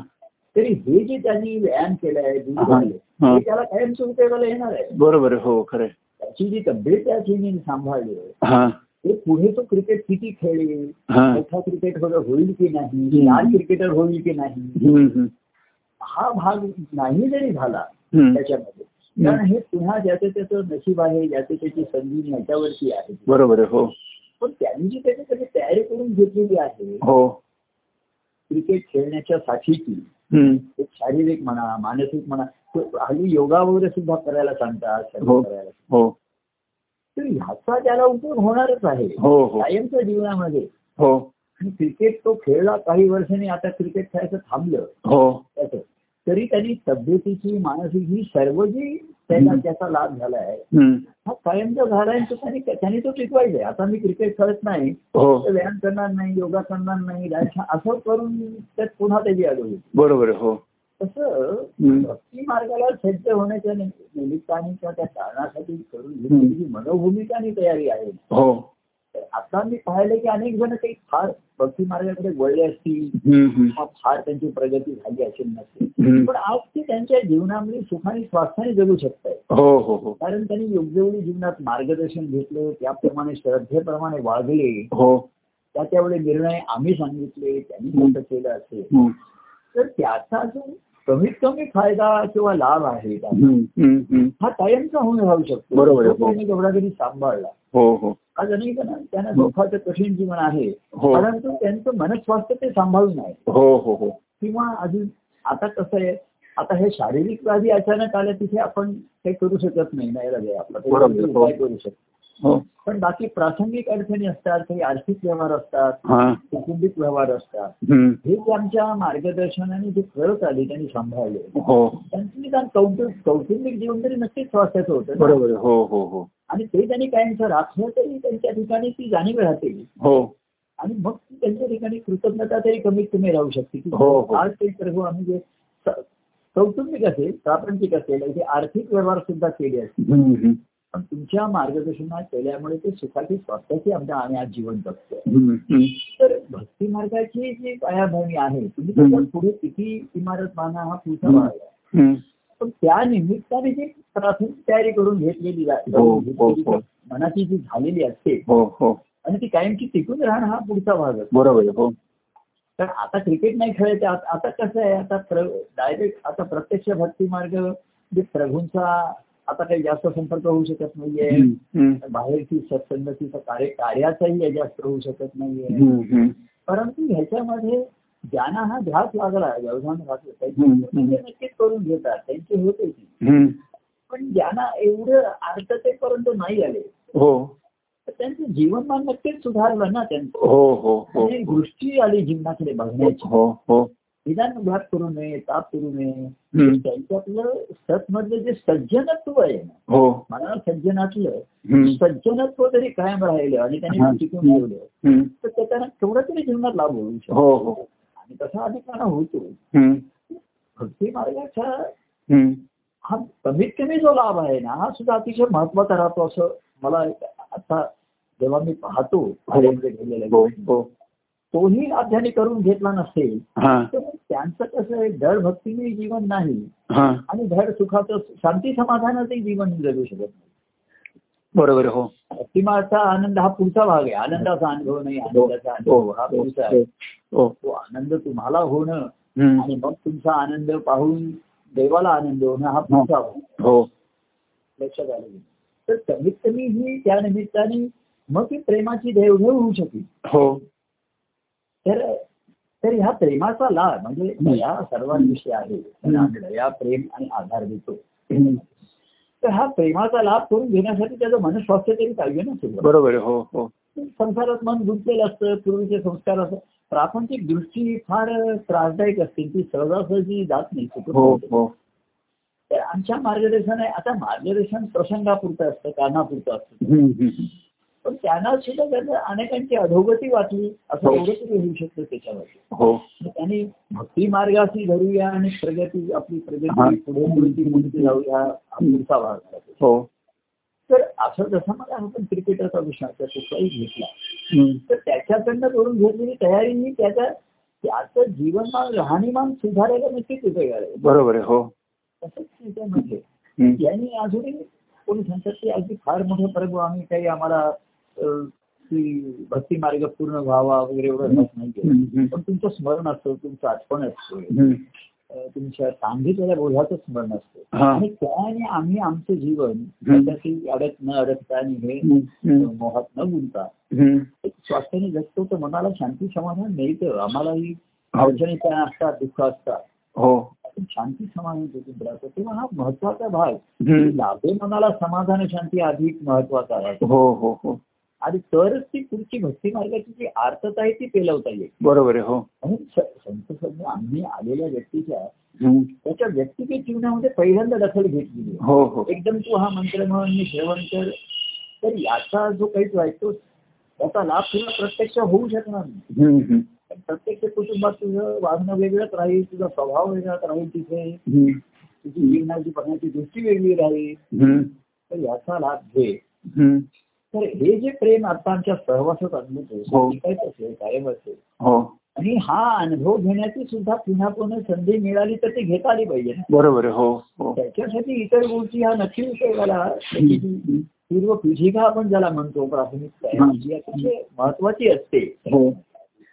[SPEAKER 1] तरी हे जे त्यांनी व्यायाम केलाय दूध
[SPEAKER 2] हा.
[SPEAKER 1] वाढले,
[SPEAKER 2] हा.
[SPEAKER 1] ते त्याला कायम उपयोगाला येणार आहे
[SPEAKER 2] बरोबर आहे. हो खरं आहे.
[SPEAKER 1] त्याची जी तब्येत त्याची मी सांभाळली आहे,
[SPEAKER 2] हा
[SPEAKER 1] ते पुढे तो क्रिकेट किती खेळेल
[SPEAKER 2] हा
[SPEAKER 1] मोठा क्रिकेट होईल की नाही
[SPEAKER 2] हम्म.
[SPEAKER 1] लहान क्रिकेटर होईल की नाही
[SPEAKER 2] हम्म. हम्म.
[SPEAKER 1] हा भाग नाही जरी झाला
[SPEAKER 2] हम्म.
[SPEAKER 1] त्याच्यामध्ये कारण हे पुन्हा ज्याचं त्याचं नशीब आहे ज्याचं त्याची संधी ह्याच्यावरती आहे
[SPEAKER 2] बरोबर आहे. हो
[SPEAKER 1] पण त्यांनी जी त्याची सगळी तयारी करून घेतलेली आहे
[SPEAKER 2] हो
[SPEAKER 1] क्रिकेट खेळण्याच्या साठीची
[SPEAKER 2] हम्म.
[SPEAKER 1] एक शारीरिक म्हणा मानसिक म्हणा तो हल्ली योगा वगैरे सुद्धा करायला सांगतात सर्व
[SPEAKER 2] हो.
[SPEAKER 1] करायला
[SPEAKER 2] हो
[SPEAKER 1] तर ह्याचा त्याला उपयोग होणारच आहे
[SPEAKER 2] हो हो
[SPEAKER 1] कायमच्या जीवनामध्ये
[SPEAKER 2] हो
[SPEAKER 1] आणि क्रिकेट तो खेळला काही वर्षांनी आता क्रिकेट खेळायचं थांबलं
[SPEAKER 2] हो
[SPEAKER 1] त्याचं तरी त्यांनी तब्येतीची मानसिक ही सर्व जी त्याला
[SPEAKER 2] हम्म.
[SPEAKER 1] त्याचा लाभ झाला आहे
[SPEAKER 2] हम्म.
[SPEAKER 1] हा कायमचा झाला आहे तो त्यांनी त्यांनी तो टिकवायचा आहे. आता मी क्रिकेट खेळत नाही
[SPEAKER 2] हो
[SPEAKER 1] तर व्यायाम करणार नाही योगा करणार नाही डान्स असं करून त्यात पुन्हा त्याची आलो होईल
[SPEAKER 2] बरोबर आहे. हो
[SPEAKER 1] तसं
[SPEAKER 2] हम्म.
[SPEAKER 1] भक्ती मार्गाला सज्ज होण्याच्या नि- निमित्ताने किंवा त्या कारणासाठी करून घेतलेली जी मनोभूमिका आणि तयारी आहे
[SPEAKER 2] हो
[SPEAKER 1] तर आता मी पाहिलं की अनेक जण काही फार भक्ती मार्गाकडे वळले असतील
[SPEAKER 2] हम्म. हम्म.
[SPEAKER 1] किंवा फार त्यांची प्रगती झाली असेल नसेल
[SPEAKER 2] हम्म.
[SPEAKER 1] पण आज ते त्यांच्या जीवनामध्ये सुखाने स्वास्थ्याने जगू शकत आहे
[SPEAKER 2] हो हो हो
[SPEAKER 1] कारण त्यांनी योग्य वेळी जीवनात मार्गदर्शन घेतलं त्याप्रमाणे श्रद्धेप्रमाणे वागले
[SPEAKER 2] हो
[SPEAKER 1] त्या त्यावेळी निर्णय आम्ही सांगितले त्यांनी कसं केलं असेल
[SPEAKER 2] हम्म.
[SPEAKER 1] तर त्याचा जो कमीत कमी फायदा किंवा लाभ आहे त्याचा,
[SPEAKER 2] हम्म. हम्म. हम्म.
[SPEAKER 1] हा कायमचा होऊन राहू शकतो
[SPEAKER 2] बरोबर आहे.
[SPEAKER 1] तो त्यांनी तेवढा तरी सांभाळला
[SPEAKER 2] हो हो
[SPEAKER 1] आज अनेक जण- त्यांना
[SPEAKER 2] हो.
[SPEAKER 1] दुःखाचं कठीण जीवन आहे
[SPEAKER 2] हो.
[SPEAKER 1] परंतु त्यांचं मनस्वास्थ्य ते सांभाळून आहे
[SPEAKER 2] हो हो हो
[SPEAKER 1] किंवा अजून आता कसं आहे आता हे शारीरिक व्याधी अचानक आल्या तिथे आपण काही करू शकत नाही नाही राजे आपला काही
[SPEAKER 2] बरोबर. हो.
[SPEAKER 1] उपाय करू शकतो
[SPEAKER 2] हो
[SPEAKER 1] पण बाकी प्रासंगिक अडचणी असतात काही आर्थिक व्यवहार असतात
[SPEAKER 2] हा
[SPEAKER 1] कौटुंबिक व्यवहार असतात
[SPEAKER 2] हम्म.
[SPEAKER 1] हे जे आमच्या मार्गदर्शनाने जे करत आले त्यांनी सांभाळले
[SPEAKER 2] हो
[SPEAKER 1] त्यांचं निदान कौटु- कौटुंबिक जीवन तरी नक्कीच स्वास्थ्याचं होतं ना.
[SPEAKER 2] बरोबर आहे. हो हो हो
[SPEAKER 1] आणि ते त्यांनी कायमचं राखलं तरी त्यांच्या ठिकाणी ती जाणीव राहते
[SPEAKER 2] हो
[SPEAKER 1] आणि मग ती त्यांच्या ठिकाणी कृतज्ञता तरी कमीत कमी राहू शकते की
[SPEAKER 2] हो, हो.
[SPEAKER 1] आज ते सर्व आम्ही जे स- कौटुंबिक असेल प्रापंचिक असेल इथे आर्थिक व्यवहार सुद्धा केले असतील
[SPEAKER 2] हम्म, हम्म.
[SPEAKER 1] पण तुमच्या मार्गदर्शनात केल्यामुळे ते सुखाची स्वास्थ्याची आमच्या आम्ही आज जीवन जगतो
[SPEAKER 2] हम्म, हम्म.
[SPEAKER 1] तर भक्ती मार्गाची जी पायाभरणी आहे तुम्ही
[SPEAKER 2] हम्म.
[SPEAKER 1] त्याच्यात पुढे किती इमारत बांधा हा पुढचा
[SPEAKER 2] हम्म.
[SPEAKER 1] भाग आहे
[SPEAKER 2] हम्म.
[SPEAKER 1] पण त्या निमित्ताने जी प्राथमिक तयारी करून घेतलेली जा-
[SPEAKER 2] हो, हो,
[SPEAKER 1] घेतलेली
[SPEAKER 2] हो.
[SPEAKER 1] मनाची जी झालेली असते
[SPEAKER 2] हो हो
[SPEAKER 1] आणि ती कायमची टिकून राहणं हा पुढचा भाग असतो
[SPEAKER 2] बरोबर आहे, हो
[SPEAKER 1] कारण आता क्रिकेट नाही खेळायचं आत- आता कसं आहे आता डायरेक्ट आता प्रत्यक्ष भक्ती मार्ग जे प्रभूंचा आता काही जास्त संपर्क होऊ शकत नाहीये
[SPEAKER 2] हम्म, हम्म.
[SPEAKER 1] बाहेरची सत्संगतीचं कार्य कार्याचाही जास्त होऊ शकत नाहीये
[SPEAKER 2] हम्म, हम्म.
[SPEAKER 1] परंतु ह्याच्यामध्ये ज्यांना हा ध्यास लागला व्यवधान घातलं
[SPEAKER 2] हम्म,
[SPEAKER 1] त्यांची
[SPEAKER 2] हम्म.
[SPEAKER 1] ते नक्कीच करून घेतात त्यांची होते ती
[SPEAKER 2] हम्म.
[SPEAKER 1] पण ज्यांना एवढं आर्थतेपर्यंत नाही आले
[SPEAKER 2] हो
[SPEAKER 1] तर त्यांचं जीवनमान नक्कीच सुधारलं ना त्यांचं
[SPEAKER 2] हो हो हो
[SPEAKER 1] आणि दृष्टी आली जीवनाकडे बघण्याची
[SPEAKER 2] हो हो
[SPEAKER 1] निदान उघात करू नये ताप करू नये
[SPEAKER 2] हम्म.
[SPEAKER 1] त्यांच्यातलं सतमधलं जे सज्जनत्व आहे ना
[SPEAKER 2] हो
[SPEAKER 1] मला सज्जनातलं
[SPEAKER 2] हम्म.
[SPEAKER 1] सज्जनत्व जरी कायम राहिलं आणि
[SPEAKER 2] हा.
[SPEAKER 1] त्यांनी टिकून ठेवलं
[SPEAKER 2] हम्म.
[SPEAKER 1] तर त्याचा तेवढा तरी जीवनात लाभ होऊ शकतो
[SPEAKER 2] हो हो
[SPEAKER 1] आणि तसा अधिकार होतो
[SPEAKER 2] हम्म.
[SPEAKER 1] भक्ती मार्गाचा
[SPEAKER 2] हम्म.
[SPEAKER 1] हा कमीत कमी जो लाभ आहे ना हा सुद्धा अतिशय महत्वाचा राहतो असं मला एक आता जेव्हा मी पाहतो आर्यमध्ये गेलेल्या
[SPEAKER 2] हो
[SPEAKER 1] गोष्टी,
[SPEAKER 2] हो
[SPEAKER 1] तोही अध्याने करून घेतला नसेल
[SPEAKER 2] हा
[SPEAKER 1] तर मग त्यांचं कसं आहे धड भक्तीने जीवन नाही
[SPEAKER 2] हा
[SPEAKER 1] आणि धड सुखाचं शांती समाधानाचंही जीवन जगू शकत नाही
[SPEAKER 2] बरोबर आहे, हो
[SPEAKER 1] भक्तिमाचा आनंद हा पुढचा भाग आहे आनंदाचा अनुभव नाही आनंदाचा अनुभव हा पुढचा आहे
[SPEAKER 2] हो
[SPEAKER 1] तो आनंद तुम्हाला होणं
[SPEAKER 2] हम्म.
[SPEAKER 1] आणि मग तुमचा आनंद पाहून देवाला आनंद होणं हा पुढचा भाग
[SPEAKER 2] हो
[SPEAKER 1] लक्षात आलं की नाही. तर कमीत कमी ही त्या निमित्ताने मग ती प्रेमाची देवघेव होऊ शकेल
[SPEAKER 2] हो
[SPEAKER 1] तर तर ह्या प्रेमाचा लाभ म्हणजे दया सर्वांविषयी आहे त्याला आम्ही दया प्रेम आणि आधार देतो
[SPEAKER 2] हम्म.
[SPEAKER 1] तर हा प्रेमाचा लाभ करून घेण्यासाठी त्याचं मनस्वास्थ्य तरी पाहिजे ना सुरुवात
[SPEAKER 2] बरोबर आहे, हो हो
[SPEAKER 1] संसारात मन गुंतलेलं असतं पूर्वीचे संस्कार असतात प्रापंचिक दृष्टी फार त्रासदायक असते ती सहजासहजी जात नाही
[SPEAKER 2] हो
[SPEAKER 1] चुकून
[SPEAKER 2] हो
[SPEAKER 1] तर आमच्या मार्गदर्शन आहे आता मार्गदर्शन प्रसंगापुरतं असतं कारणापुरतं असतं
[SPEAKER 2] हम्म, हम्म.
[SPEAKER 1] पण त्यांना सुद्धा त्याचं अनेकांची अधोगती वाटली असं
[SPEAKER 2] हो.
[SPEAKER 1] एवढं तरी होऊ शकतं त्याच्यावर
[SPEAKER 2] हो
[SPEAKER 1] त्यांनी भक्ती मार्गाशी धरूया आणि प्रगती आपली
[SPEAKER 2] हा.
[SPEAKER 1] प्रगती पुढे मुलती मुलती जाऊया हा पुढचा भाग आहे.
[SPEAKER 2] हो
[SPEAKER 1] तर असं जसं मला आपण क्रिकेटरचा विषय आता कुठलाही घेतला
[SPEAKER 2] हम्म.
[SPEAKER 1] तर त्याच्याकडनं करून घेतलेली तयारी ही त्याच्या त्याचं जीवनमान राहणीमान सुधारायला नक्कीच उपयोग आहे
[SPEAKER 2] बरोबर आहे, हो
[SPEAKER 1] तसंच त्याच्यामध्ये
[SPEAKER 2] हम्म.
[SPEAKER 1] यांनी अजूनही कोणी सांगतात की अगदी फार मोठे प्रभू आम्ही काही आम्हाला अं, की भक्ती मार्ग पूर्ण व्हावा वगैरे एवढं रस नाहीये
[SPEAKER 2] हम्म, हम्म.
[SPEAKER 1] पण तुमचं स्मरण असतं तुमचं आठवण असते
[SPEAKER 2] हम्म.
[SPEAKER 1] अं, तुमच्या सांगितलेल्या बोधाचं स्मरण असतं
[SPEAKER 2] हा.
[SPEAKER 1] आणि त्याने आम्ही आमचं जीवन त्याच्याशी अडत न अडकता आणि हे
[SPEAKER 2] हम्म, हम्म.
[SPEAKER 1] अं, मोहात न गुंता
[SPEAKER 2] हम्म.
[SPEAKER 1] एक स्वास्थ्याने जगतो तर मनाला शांती समाधान मिळतं आम्हालाही
[SPEAKER 2] हो.
[SPEAKER 1] अडचणी त्या असतात दुःख असतात
[SPEAKER 2] हो
[SPEAKER 1] पण शांती समाधान जगून राहतं तेव्हा हा महत्वाचा भाग
[SPEAKER 2] हम्म.
[SPEAKER 1] लाभे मनाला समाधान शांती अधिक महत्वाचा आहे
[SPEAKER 2] हो हो हो
[SPEAKER 1] आणि तरच ती पुढची भक्ती मार्गाची जी आर्थता आहे ती पेलवता येईल
[SPEAKER 2] बरोबर आहे, हो
[SPEAKER 1] म्हणून स- संत संघ आम्ही आलेल्या व्यक्तीच्या
[SPEAKER 2] हम्म.
[SPEAKER 1] त्याच्या व्यक्तिगत जीवनामध्ये पहिल्यांदा दखल घेतली
[SPEAKER 2] हो हो
[SPEAKER 1] एकदम तू हा मंत्र म्हणून मी श्रवण कर तर याचा जो काही तो आहे तो त्याचा लाभ तुला प्रत्यक्ष होऊ शकणार नाही
[SPEAKER 2] हम्म, हम्म.
[SPEAKER 1] पण प्रत्यक्ष कुटुंबात तुझं वागणं वेगळंच राहील तुझा स्वभाव वेगळाच राहील तिथे
[SPEAKER 2] हम्म.
[SPEAKER 1] तुझी जीवनाची बघण्याची दृष्टी वेगळी राहील
[SPEAKER 2] हम्म.
[SPEAKER 1] तर याचा लाभ घे
[SPEAKER 2] हम्म.
[SPEAKER 1] तर हे जे प्रेम आता आमच्या सहवासात अनुभवतो
[SPEAKER 2] हो.
[SPEAKER 1] शिकायचं असेल कायम असेल
[SPEAKER 2] हो
[SPEAKER 1] आणि हा अनुभव घेण्याची सुद्धा पुन्हा पुन्हा संधी मिळाली तर ती घेता आली पाहिजे ना
[SPEAKER 2] बरोबर आहे, हो हो
[SPEAKER 1] त्याच्यासाठी इतर गोष्टी हा नक्की उपयोगाला त्याची जी
[SPEAKER 2] हम्म.
[SPEAKER 1] पूर्व पिढिका आपण ज्याला म्हणतो प्राथमिक
[SPEAKER 2] हा.
[SPEAKER 1] तयारी जी अतिशय महत्वाची असते
[SPEAKER 2] हो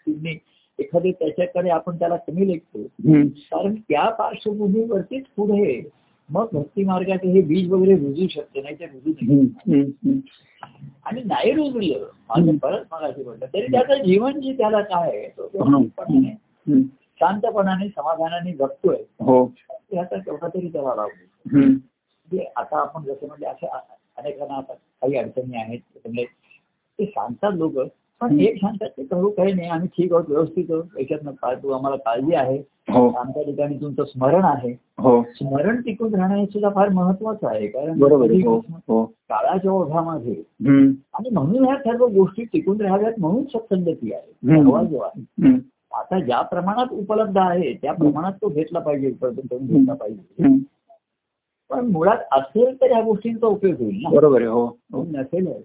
[SPEAKER 1] तुम्ही एखादे त्याच्याकडे आपण त्याला कमी लेखतो
[SPEAKER 2] हम्म.
[SPEAKER 1] कारण त्या पार्श्वभूमीवरतीच पुढे मग भक्ती मार्गाचे हे बीज वगैरे रुजू शकते नाही ते रुजू नाही
[SPEAKER 2] हम्म. हम्म. हम्म.
[SPEAKER 1] आणि नाही रुजलं माझं परत मागाशी म्हटलं तरी त्याचं जीवन जी त्याला काय आहे, तो व्यवस्थितपणाने,
[SPEAKER 2] हम्म.
[SPEAKER 1] शांतपणाने समाधानाने जगतोय
[SPEAKER 2] हो
[SPEAKER 1] त्याचा तेवढा तरी त्याला लाभ होईल.
[SPEAKER 2] हम्म.
[SPEAKER 1] म्हणजे आता आपण जसं म्हणजे अशा अनेकांना आता काही अडचणी आहेत म्हणजे ते सांगतात लोक पण एक सांगतात की प्रभू काही नाही आम्ही ठीक आहोत व्यवस्थित आहोत याच्यातनं काय तू आम्हाला काळजी आहे
[SPEAKER 2] हो
[SPEAKER 1] आमच्या ठिकाणी तुमचं स्मरण आहे
[SPEAKER 2] हो
[SPEAKER 1] स्मरण टिकून राहणं हे सुद्धा फार महत्वाचं आहे कारण
[SPEAKER 2] बरोबर आहे. हो हो
[SPEAKER 1] काळाच्या ओघामध्ये
[SPEAKER 2] हम्म,
[SPEAKER 1] आणि म्हणून ह्या सर्व गोष्टी टिकून राहाव्यात म्हणून सत्संगती आहे
[SPEAKER 2] हम्म.
[SPEAKER 1] जेव्हा जेव्हा
[SPEAKER 2] हम्म,
[SPEAKER 1] आता ज्या प्रमाणात उपलब्ध आहे त्या प्रमाणात तो घेतला पाहिजे उपयोग करून घेतला पाहिजे
[SPEAKER 2] हम्म.
[SPEAKER 1] पण मुळात असेल तर ह्या गोष्टींचा उपयोग होईल ना
[SPEAKER 2] बरोबर आहे हो हो
[SPEAKER 1] नसेल
[SPEAKER 2] हो.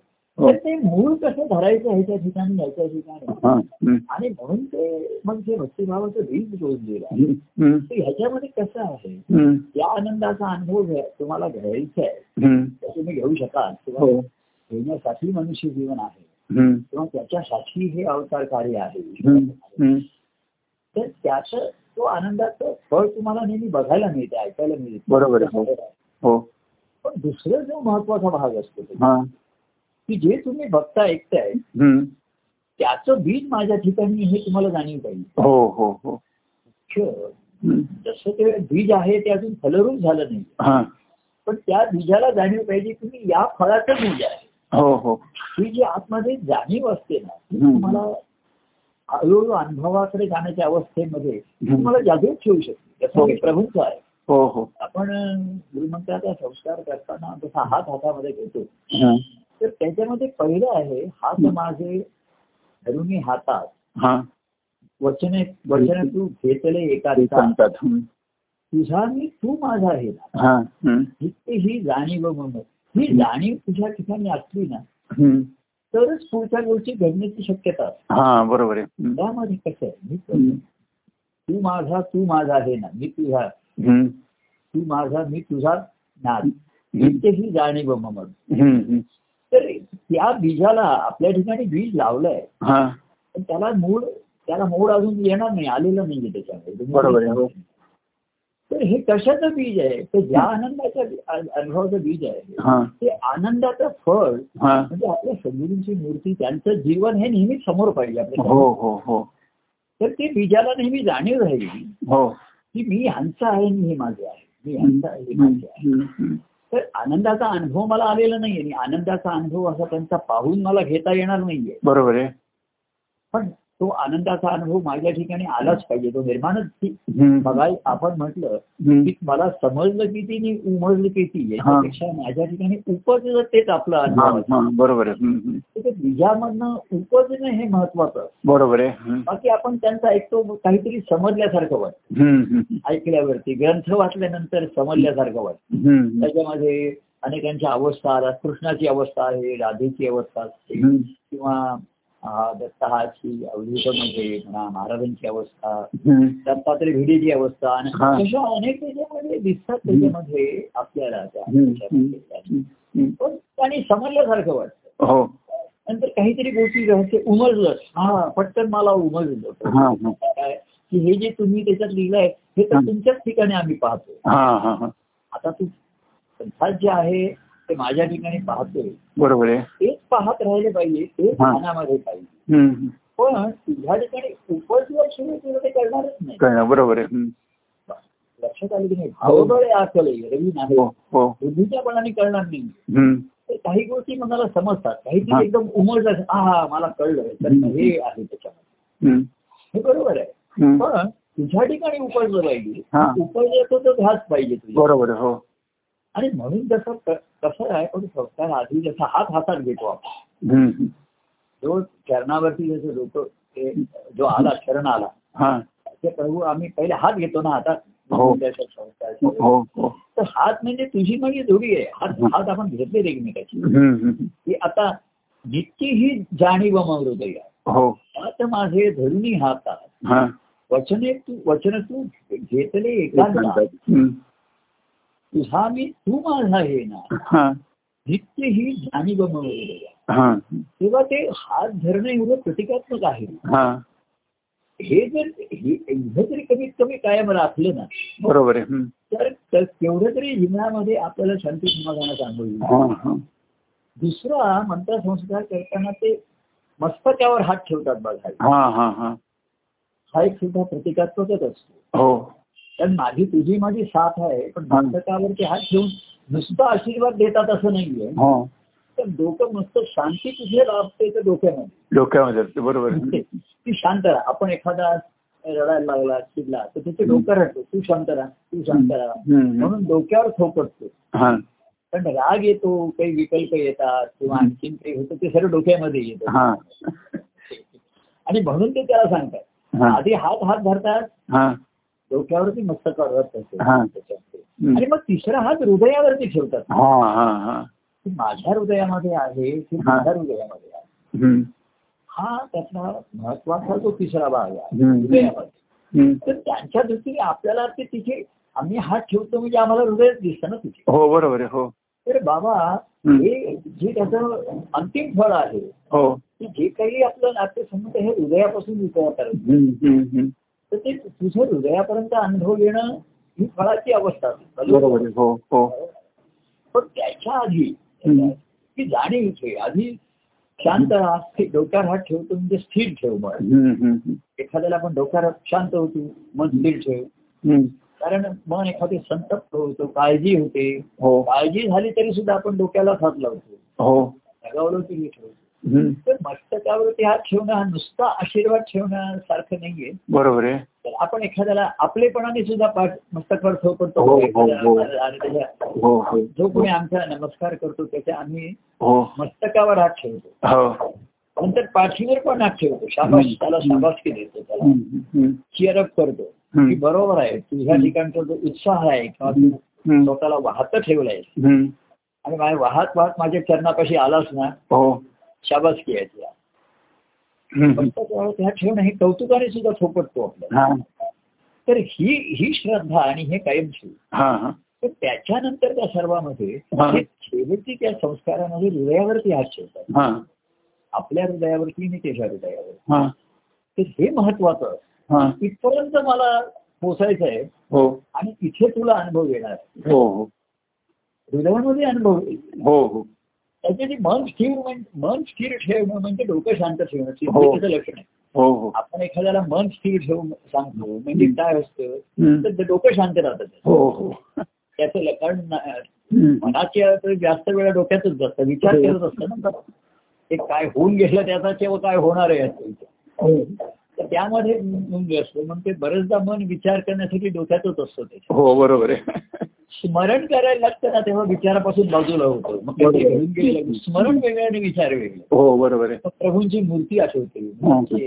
[SPEAKER 1] तर ते मूळ कसं धरायचं ह्याच्या ठिकाणी ह्याच्या ठिकाणी
[SPEAKER 2] हा, हम्म,
[SPEAKER 1] आणि म्हणून ते मग जे भक्तिभावाचं बीज रोजलेलं आहे
[SPEAKER 2] हम्म, हम्म,
[SPEAKER 1] तर ह्याच्यामध्ये कसं आहे
[SPEAKER 2] हम्म,
[SPEAKER 1] या आनंदाचा अनुभव घ्या- तुम्हाला घ्यायचा आहे
[SPEAKER 2] हम्म.
[SPEAKER 1] तर तुम्ही घेऊ शकाल किंवा
[SPEAKER 2] हो
[SPEAKER 1] घेण्यासाठी मनुष्य जीवन आहे
[SPEAKER 2] हम्म,
[SPEAKER 1] किंवा त्याच्यासाठी हे अवतार कार्य
[SPEAKER 2] हम्म,
[SPEAKER 1] आहे
[SPEAKER 2] हम्म.
[SPEAKER 1] तर त्याचं तो आनंदाचं फळ तुम्हाला नेहमी बघायला मिळते ऐकायला मिळते
[SPEAKER 2] बरोबर आहे, हो. हो
[SPEAKER 1] पण दुसरं जो महत्वाचा भाग असतो तो,
[SPEAKER 2] हा
[SPEAKER 1] की जे तुम्ही बघता ऐकताय
[SPEAKER 2] हम्म.
[SPEAKER 1] त्याचं बीज माझ्या ठिकाणी हे तुम्हाला जाणीव पाहिजे
[SPEAKER 2] हो हो हो
[SPEAKER 1] क्ष-
[SPEAKER 2] हम्म.
[SPEAKER 1] जसं ते बीज आहे ते अजून फलरूप झालं नाही
[SPEAKER 2] हा
[SPEAKER 1] पण त्या बीजाला जाणीव पाहिजे तुम्ही या फळाचं बीज आहे
[SPEAKER 2] हो हो
[SPEAKER 1] ही जी आतमध्ये जाणीव असते ना ती
[SPEAKER 2] हम्म.
[SPEAKER 1] तुम्हाला हळूहळू अनुभवाकडे जाण्याच्या अवस्थेमध्ये ती तुम्हाला जागृत ठेवू शकते
[SPEAKER 2] हो.
[SPEAKER 1] जसं की प्रभूंच आहे
[SPEAKER 2] हो हो
[SPEAKER 1] आपण गुरुमंत्राचा संस्कार करताना जसा हात हातामध्ये घेतो
[SPEAKER 2] हा
[SPEAKER 1] तर त्याच्यामध्ये पहिलं आहे हात माझे धरून हातात
[SPEAKER 2] हा
[SPEAKER 1] वचने वचने तू घेतले एका दिवसात.
[SPEAKER 2] सांगतात हम्म.
[SPEAKER 1] तुझा मी तू माझा आहे ना
[SPEAKER 2] हा हम्म.
[SPEAKER 1] ही- ही जाणीव म्हणून ही जाणीव तुझ्या ठिकाणी असली ना
[SPEAKER 2] हम्म.
[SPEAKER 1] तरच पुढच्या गोष्टी घडण्याची शक्यता असते
[SPEAKER 2] हा बरोबर आहे हम्म.
[SPEAKER 1] त्यामध्ये कसं आहे मी
[SPEAKER 2] हम्म.
[SPEAKER 1] तू- तू माझा तू माझा आहे ना मी तुझा
[SPEAKER 2] हम्म.
[SPEAKER 1] तू माझा मी तुझा ना
[SPEAKER 2] हम्म.
[SPEAKER 1] ही जाणीव मग
[SPEAKER 2] हम्म. हम्म.
[SPEAKER 1] तर त्या बीजाला आपल्या ठिकाणी बीज लावलंय
[SPEAKER 2] हा
[SPEAKER 1] पण त्याला मूळ त्याला मूळ अजून येणार नाही आलेलं नाहीये त्याच्यामध्ये
[SPEAKER 2] बरोबर आहे, हो.
[SPEAKER 1] तर हे कशाचं बीज आहे तर ज्या आनंदाच्या अनुभवाचं बीज आहे
[SPEAKER 2] हा
[SPEAKER 1] ते आनंदाचं फळ
[SPEAKER 2] हा
[SPEAKER 1] म्हणजे आपल्या सद्गुरूंची मूर्ती त्यांचं जीवन हे नेहमी समोर पाहिजे
[SPEAKER 2] हो
[SPEAKER 1] आपल्या
[SPEAKER 2] हो हो
[SPEAKER 1] तर ते बीजाला नेहमी जाणीव राहिली
[SPEAKER 2] हो
[SPEAKER 1] की मी ह्यांचं आहे आणि हे माझे आहे मी ह्यांचं आहे हे
[SPEAKER 2] हम्म.
[SPEAKER 1] माझे आहे
[SPEAKER 2] हम्म. हम्म.
[SPEAKER 1] तर आनंदाचा अनुभव मला आलेला नाहीये आणि आनंदाचा अनुभव असा त्यांचा पाहून मला घेता येणार नाहीये
[SPEAKER 2] बरोबर आहे
[SPEAKER 1] पण तो आनंदाचा अनुभव माझ्या ठिकाणी आलाच पाहिजे तो निर्माणच ती-
[SPEAKER 2] हम्म.
[SPEAKER 1] बघा आपण म्हटलं
[SPEAKER 2] हम्म.
[SPEAKER 1] की मला समजलं किती आणि उमजलं किती याच्यापेक्षा माझ्या ठिकाणी उपजलं तेच आपलं
[SPEAKER 2] हा,
[SPEAKER 1] अनुभव
[SPEAKER 2] हा, बरोबर आहे हम्म. हम्म.
[SPEAKER 1] तर ते बीजामधनं उपजणं हे महत्वाचं असतं.
[SPEAKER 2] बरोबर आहे हम्म.
[SPEAKER 1] बाकी आपण त्यांचा ऐकतो काहीतरी समजल्यासारखं वाटतं
[SPEAKER 2] हम्म. हम्म.
[SPEAKER 1] ऐकल्यावरती ग्रंथ वाचल्यानंतर समजल्यासारखं वाटतं
[SPEAKER 2] हम्म. त्याच्यामध्ये
[SPEAKER 1] त्याच्यामध्ये अनेकांच्या अवस्था आल्या कृष्णाची अवस्था आहे राधेची अवस्था असते
[SPEAKER 2] हम्म.
[SPEAKER 1] किंवा अं, दत्ताची अवधूतमध्ये म्हणा महाराजांची अवस्था
[SPEAKER 2] हम्म.
[SPEAKER 1] दत्तात्रय भिडेची अवस्था आणि
[SPEAKER 2] हा.
[SPEAKER 1] अशा अनेक त्याच्यामध्ये दिसतात
[SPEAKER 2] हम्म.
[SPEAKER 1] त्याच्यामध्ये आपल्याला त्या
[SPEAKER 2] हम्म.
[SPEAKER 1] त्याच्यामध्ये.
[SPEAKER 2] हम्म. हम्म.
[SPEAKER 1] पण आणि समजल्यासारखं वाटतं
[SPEAKER 2] हो
[SPEAKER 1] नंतर काहीतरी गोष्टी रहस्य उमजलंच हा पटकन मला उमजलं
[SPEAKER 2] हा हा
[SPEAKER 1] काय की हे जे तुम्ही त्याच्यात लिहिलंय हे तर
[SPEAKER 2] हा.
[SPEAKER 1] तुमच्याच ठिकाणी आम्ही पाहतो
[SPEAKER 2] हा हा हा
[SPEAKER 1] आता तू संसार जे आहे ते माझ्या ठिकाणी पाहतोय
[SPEAKER 2] बरोबर आहे
[SPEAKER 1] तेच पाहत राहिले पाहिजे तेच
[SPEAKER 2] हा.
[SPEAKER 1] मनामध्ये पाहिजे
[SPEAKER 2] हम्म. हम्म.
[SPEAKER 1] पण तुझ्या ठिकाणी उपजल्याशिवाय तुला ते करणारच नाही
[SPEAKER 2] कळलं बरोबर आहे हम्म.
[SPEAKER 1] लक्षात आलं की नाही भावबळे आकले रवी नाही
[SPEAKER 2] हो हो
[SPEAKER 1] बुद्धीच्या बळाने कळणार नाही
[SPEAKER 2] हम्म.
[SPEAKER 1] तर काही गोष्टी मनाला समजतात
[SPEAKER 2] हा.
[SPEAKER 1] काहीतरी एकदम उमजतात हा हा मला कळलं तर
[SPEAKER 2] हम्म.
[SPEAKER 1] हे आहे त्याच्यामध्ये
[SPEAKER 2] हम्म.
[SPEAKER 1] हे बरोबर आहे
[SPEAKER 2] हम्म.
[SPEAKER 1] पण तुझ्या ठिकाणी उपजलं पाहिजे
[SPEAKER 2] हा.
[SPEAKER 1] उपजायचं तर ध्यास पाहिजे तुझ्या
[SPEAKER 2] बरोबर आहे, हो
[SPEAKER 1] आणि म्हणून जसं क- कसं आहे पण संस्कार आधी जसा हात हातात घेतो आपण
[SPEAKER 2] हम्म. हम्म.
[SPEAKER 1] जो चरणावरती जसं लोक ते जो आला शरण आला
[SPEAKER 2] हा
[SPEAKER 1] ते प्रभू आम्ही पहिले हात घेतो ना हातात
[SPEAKER 2] हो.
[SPEAKER 1] त्याच्या संस्काराचे.
[SPEAKER 2] हो हो
[SPEAKER 1] तर हात म्हणजे तुझी माझी जोडी आहे हात
[SPEAKER 2] हा.
[SPEAKER 1] हात आपण घेतलेले एकमेकाची
[SPEAKER 2] हम्म. हम्म.
[SPEAKER 1] की आता जितकी ही जाणीव ममृदय
[SPEAKER 2] हो
[SPEAKER 1] हात माझे धरुणी हातात
[SPEAKER 2] हा
[SPEAKER 1] वचने तू वचन तू घेतले एकांता
[SPEAKER 2] हम्म.
[SPEAKER 1] तुझा मी तू माझा हे ना
[SPEAKER 2] हा
[SPEAKER 1] जितकी ही जाणीव ममृदय
[SPEAKER 2] हा
[SPEAKER 1] तेव्हा ते हात धरणं एवढं प्रतिकात्मक आहे
[SPEAKER 2] हा
[SPEAKER 1] हे जर हे एवढं जरी कमीत कमी कायम राखलं ना
[SPEAKER 2] बरोबर आहे हम्म.
[SPEAKER 1] तर तर तेवढं तरी जीवनामध्ये आपल्याला शांती समाधानाचा अनुभव येईल
[SPEAKER 2] हा हा
[SPEAKER 1] दुसरा मंत्रसंस्कार करताना ते मस्तकावर हात ठेवतात बघा
[SPEAKER 2] हा हा हा
[SPEAKER 1] हा एक सुद्धा प्रतिकात्मकच असतो
[SPEAKER 2] हो
[SPEAKER 1] कारण माझी तुझी माझी साथ आहे पण
[SPEAKER 2] हा.
[SPEAKER 1] मस्तकावरती हात ठेवून नुसता आशीर्वाद देतात असं नाहीये
[SPEAKER 2] हो
[SPEAKER 1] तर डोकं मस्त शांती कुठे लाभते तर डोक्यामध्ये
[SPEAKER 2] डोक्यामध्ये असते, बरोबर आहे.
[SPEAKER 1] ती शांत राहा आपण एखादा रडायला लागला चिडला तर त्याचे डोकं रडतो तू शांत राहा तू शांत राहा
[SPEAKER 2] हम्म.
[SPEAKER 1] म्हणून डोक्यावर थोपटतो
[SPEAKER 2] हा
[SPEAKER 1] पण राग येतो काही विकल्प येतात किंवा आणखीन काही होतं ते सर्व डोक्यामध्ये येतं
[SPEAKER 2] हा
[SPEAKER 1] आणि म्हणून ते त्याला सांगतात
[SPEAKER 2] हा.
[SPEAKER 1] आधी हात हात धरतात
[SPEAKER 2] हा
[SPEAKER 1] डोक्यावरती मस्त करत असते
[SPEAKER 2] हा.
[SPEAKER 1] त्याच्यावरती.
[SPEAKER 2] हम्म.
[SPEAKER 1] आणि मग तिसरा हात हृदयावरती ठेवतात
[SPEAKER 2] हा हा हा
[SPEAKER 1] की माझ्या हृदयामध्ये आहे की
[SPEAKER 2] हा.
[SPEAKER 1] माझ्या हृदयामध्ये आहे
[SPEAKER 2] हम्म.
[SPEAKER 1] हा त्यातला महत्वाचा जो तिसरा भाग आहे
[SPEAKER 2] हम्म.
[SPEAKER 1] हृदयामध्ये
[SPEAKER 2] हम्म.
[SPEAKER 1] तर त्यांच्या दृष्टीने आपल्याला ते तिथे आम्ही हात ठेवतो म्हणजे आम्हाला हृदयच दिसतं ना तिथे
[SPEAKER 2] हो बरोबर आहे हो
[SPEAKER 1] तर बाबा
[SPEAKER 2] हम्म.
[SPEAKER 1] हे जे त्याचं अंतिम फळ आहे
[SPEAKER 2] हो
[SPEAKER 1] की जे काही आपलं नातेसंबंध हे हृदयापासून विचार करत
[SPEAKER 2] हम्म, हम्म, हम्म.
[SPEAKER 1] तर ते तुझ्या हृदयापर्यंत अनुभव येणं ही फळाची अवस्था असते.
[SPEAKER 2] बरोबर आहे हो हो
[SPEAKER 1] पण त्याच्या आधी
[SPEAKER 2] हम्म.
[SPEAKER 1] ती जाणीव इथे आधी शांत राहा स्थिर- डोक्यावर हात ठेवतो म्हणजे स्थिर ठेव मन
[SPEAKER 2] हम्म, हम्म,
[SPEAKER 1] एखाद्याला आपण डोक्यावर शांत होतो मन स्थिर ठेव
[SPEAKER 2] हम्म.
[SPEAKER 1] कारण मन एखादी संतप्त होतो काळजी होते
[SPEAKER 2] हो
[SPEAKER 1] काळजी झाली तरी सुद्धा आपण डोक्याला हात लावतो
[SPEAKER 2] हो
[SPEAKER 1] लगावलं तरी ठेवतो
[SPEAKER 2] हम्म.
[SPEAKER 1] तर मस्तकावरती हात ठेवणं हा नुसता आशीर्वाद ठेवण्यासारखं नाहीये
[SPEAKER 2] बरोबर आहे
[SPEAKER 1] तर आपण एखाद्याला आपलेपणाने सुद्धा पाठ मस्तकावर ठेवतो
[SPEAKER 2] हो, हो, हो.
[SPEAKER 1] आणि त्याच्या-
[SPEAKER 2] हो हो
[SPEAKER 1] जो कोणी आमचा नमस्कार करतो त्याच्या आम्ही
[SPEAKER 2] हो
[SPEAKER 1] मस्तकावर हात ठेवतो
[SPEAKER 2] हो
[SPEAKER 1] नंतर पाठीवर पण हात ठेवतो शाबाश त्याला शाबासकी देतो त्याला
[SPEAKER 2] हम्म, हम्म,
[SPEAKER 1] चिअर अप करतो
[SPEAKER 2] हम्म.
[SPEAKER 1] की बरोबर आहे तुझ्या ठिकाणचा जो उत्साह आहे किंवा तू
[SPEAKER 2] हम्म,
[SPEAKER 1] स्वतःला वाहत ठेवलाय
[SPEAKER 2] हम्म.
[SPEAKER 1] आणि माझ्या वाहत वाहत माझ्या चरणापाशी आलास ना
[SPEAKER 2] हो
[SPEAKER 1] शाबासकी आहे तुला
[SPEAKER 2] हम्म.
[SPEAKER 1] मस्तकावर त्या ठेवणं हे कौतुकाने सुद्धा थोपटतो आपल्याला
[SPEAKER 2] हा
[SPEAKER 1] तर ही ही श्रद्धा आणि हे कायमची
[SPEAKER 2] हा हा
[SPEAKER 1] तर त्याच्यानंतर त्या सर्वामध्ये
[SPEAKER 2] हा.
[SPEAKER 1] ते शेवटी त्या संस्कारामध्ये हृदयावरती हात ठेवतात
[SPEAKER 2] हा
[SPEAKER 1] आपल्या हृदयावरती आणि त्याच्या हृदयावर
[SPEAKER 2] हा
[SPEAKER 1] तर हे महत्वाचं
[SPEAKER 2] हा
[SPEAKER 1] इथपर्यंत मला पोचायचं आहे
[SPEAKER 2] हो
[SPEAKER 1] आणि इथे तुला अनुभव येणार आहे.
[SPEAKER 2] हो हो
[SPEAKER 1] हृदयामध्ये अनुभव येईल
[SPEAKER 2] हो हो
[SPEAKER 1] त्याच्यासाठी मन स्थिर म्हण- मन स्थिर ठेवणं म्हणजे डोकं शांत ठेवणं
[SPEAKER 2] हो.
[SPEAKER 1] त्याचं लक्षण आहे
[SPEAKER 2] हो हो
[SPEAKER 1] आपण एखाद्याला मन स्थिर ठेवून सांगतो म्हणजे काय असतं
[SPEAKER 2] हम्म.
[SPEAKER 1] तर ते डोकं शांत राहतं त्याचं.
[SPEAKER 2] हो हो
[SPEAKER 1] त्याचं ल- कारण ना-
[SPEAKER 2] हम्म.
[SPEAKER 1] मनाच्या तर जास्त वेळा डोक्यातच जातं विचार
[SPEAKER 2] हो.
[SPEAKER 1] करत असतं ना ते काय होऊन गेलं त्याचा किंवा काय होणार आहे याचा विचार.
[SPEAKER 2] हो
[SPEAKER 1] तर त्यामध्ये गुंग असतो मग ते बरेचदा मन विचार करण्यासाठी डोक्यातच असतो ते
[SPEAKER 2] हो बरोबर आहे
[SPEAKER 1] स्मरण करायला लागतं ना तेव्हा विचारापासून बाजूला होतो मग ते
[SPEAKER 2] बरोबर.
[SPEAKER 1] घेऊन गेलेलं स्मरण वेगळं आणि विचार वेगळे
[SPEAKER 2] हो बरोबर आहे
[SPEAKER 1] मग प्रभूंची मूर्ती आठवते त्यांची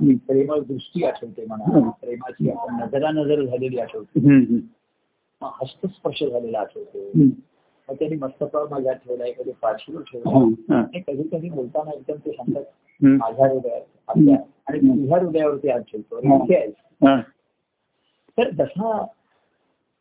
[SPEAKER 2] हम्म.
[SPEAKER 1] प्रेम दृष्टी आठवते म्हणा
[SPEAKER 2] हम्म.
[SPEAKER 1] प्रेमाची आपण नजरानजर झालेली आठवते
[SPEAKER 2] हम्म, हम्म.
[SPEAKER 1] मग हस्तस्पर्श झालेला आठवतो
[SPEAKER 2] हम्म.
[SPEAKER 1] मग त्यांनी मस्तकावर माझ्या ठेवलाय कधी पाठीवर ठेवला
[SPEAKER 2] हं, हं.
[SPEAKER 1] आणि कधी कधी बोलताना एकदम ते सांगतात
[SPEAKER 2] हो, हम्म. हो.
[SPEAKER 1] माझ्या हृदयावर आपल्या आणि तुझ्या हृदयावरती हात ठेवतो अरे
[SPEAKER 2] हं.
[SPEAKER 1] इथे आहेस.
[SPEAKER 2] हं.
[SPEAKER 1] तर जसा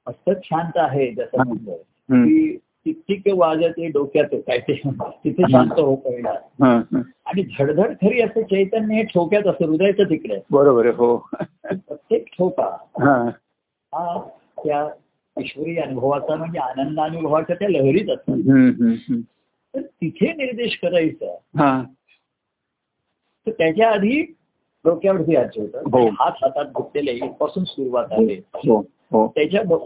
[SPEAKER 1] मस्तक शांत आहे जसं
[SPEAKER 2] हं.
[SPEAKER 1] म्हणलं
[SPEAKER 2] हं.
[SPEAKER 1] की कित्येक वाजते डोक्याचं काय ते तिथे शांत हो पहिला
[SPEAKER 2] हं, हं.
[SPEAKER 1] आणि धडधड खरी असते चैतन्य हे ठोक्यात असतं हृदयाचं तिकडे असतं.
[SPEAKER 2] बरोबर आहे हो
[SPEAKER 1] प्रत्येक ठोका
[SPEAKER 2] हं.
[SPEAKER 1] हा त्या ईश्वरी अनुभवाचा म्हणजे आनंद अनुभवाच्या त्या लहरीत असतात
[SPEAKER 2] हं, हं, हं.
[SPEAKER 1] तर तिथे निर्देश करायचा
[SPEAKER 2] हं.
[SPEAKER 1] तर त्याच्या आधी डोक्यावरती हात ठेवतात
[SPEAKER 2] हो.
[SPEAKER 1] आणि हात हातात घेतलेले इथपासून सुरुवात आहे
[SPEAKER 2] हो हो
[SPEAKER 1] त्याच्या ब-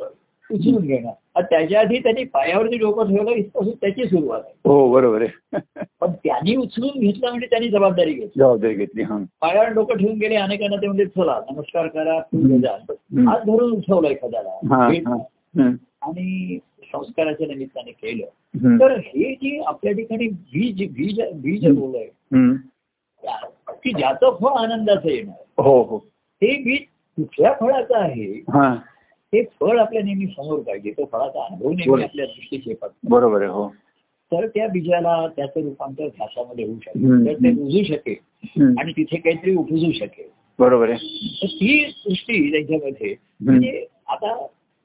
[SPEAKER 1] उचलून घेणं आणि त्याच्या आधी त्यांनी पायावरती डोकं ठेवलं इथपासून त्याची सुरुवात आहे
[SPEAKER 2] हो बरोबर आहे
[SPEAKER 1] पण त्यांनी उचलून घेतलं म्हणजे त्यांनी जबाबदारी घेतली
[SPEAKER 2] जबाबदारी घेतली हा
[SPEAKER 1] पायावर डोकं ठेवून गेले अनेकांना ते म्हणजे चला नमस्कार करा पुढे जा
[SPEAKER 2] हम्म.
[SPEAKER 1] हात धरून उठवलं एखाद्याला भेट-
[SPEAKER 2] हम्म
[SPEAKER 1] आणि संस्काराच्या निमित्ताने केलं तर हे जे आपल्या ठिकाणी बीज बीज बीज रोल आहे
[SPEAKER 2] हम्म.
[SPEAKER 1] त्या- की ज्याचं फळ आनंदाचं येणार
[SPEAKER 2] हो हो
[SPEAKER 1] ते बीज कुठल्या फळाचं आहे
[SPEAKER 2] हा
[SPEAKER 1] ते फळ आपल्या नेहमी समोर पाहिजे तो फळाचा अनुभव नेहमी
[SPEAKER 2] बरोबर.
[SPEAKER 1] आपल्या दृष्टीत येतात
[SPEAKER 2] बरोबर आहे हो
[SPEAKER 1] तर त्या बीजाला त्याचं रूपांतर घासामध्ये होऊ
[SPEAKER 2] हम्म.
[SPEAKER 1] शकेल तर ते रुजू शकेल
[SPEAKER 2] हम्म.
[SPEAKER 1] आणि तिथे काहीतरी उपजू शकेल
[SPEAKER 2] बरोबर आहे
[SPEAKER 1] तर ती दृष्टी त्यांच्यामध्ये म्हणजे आता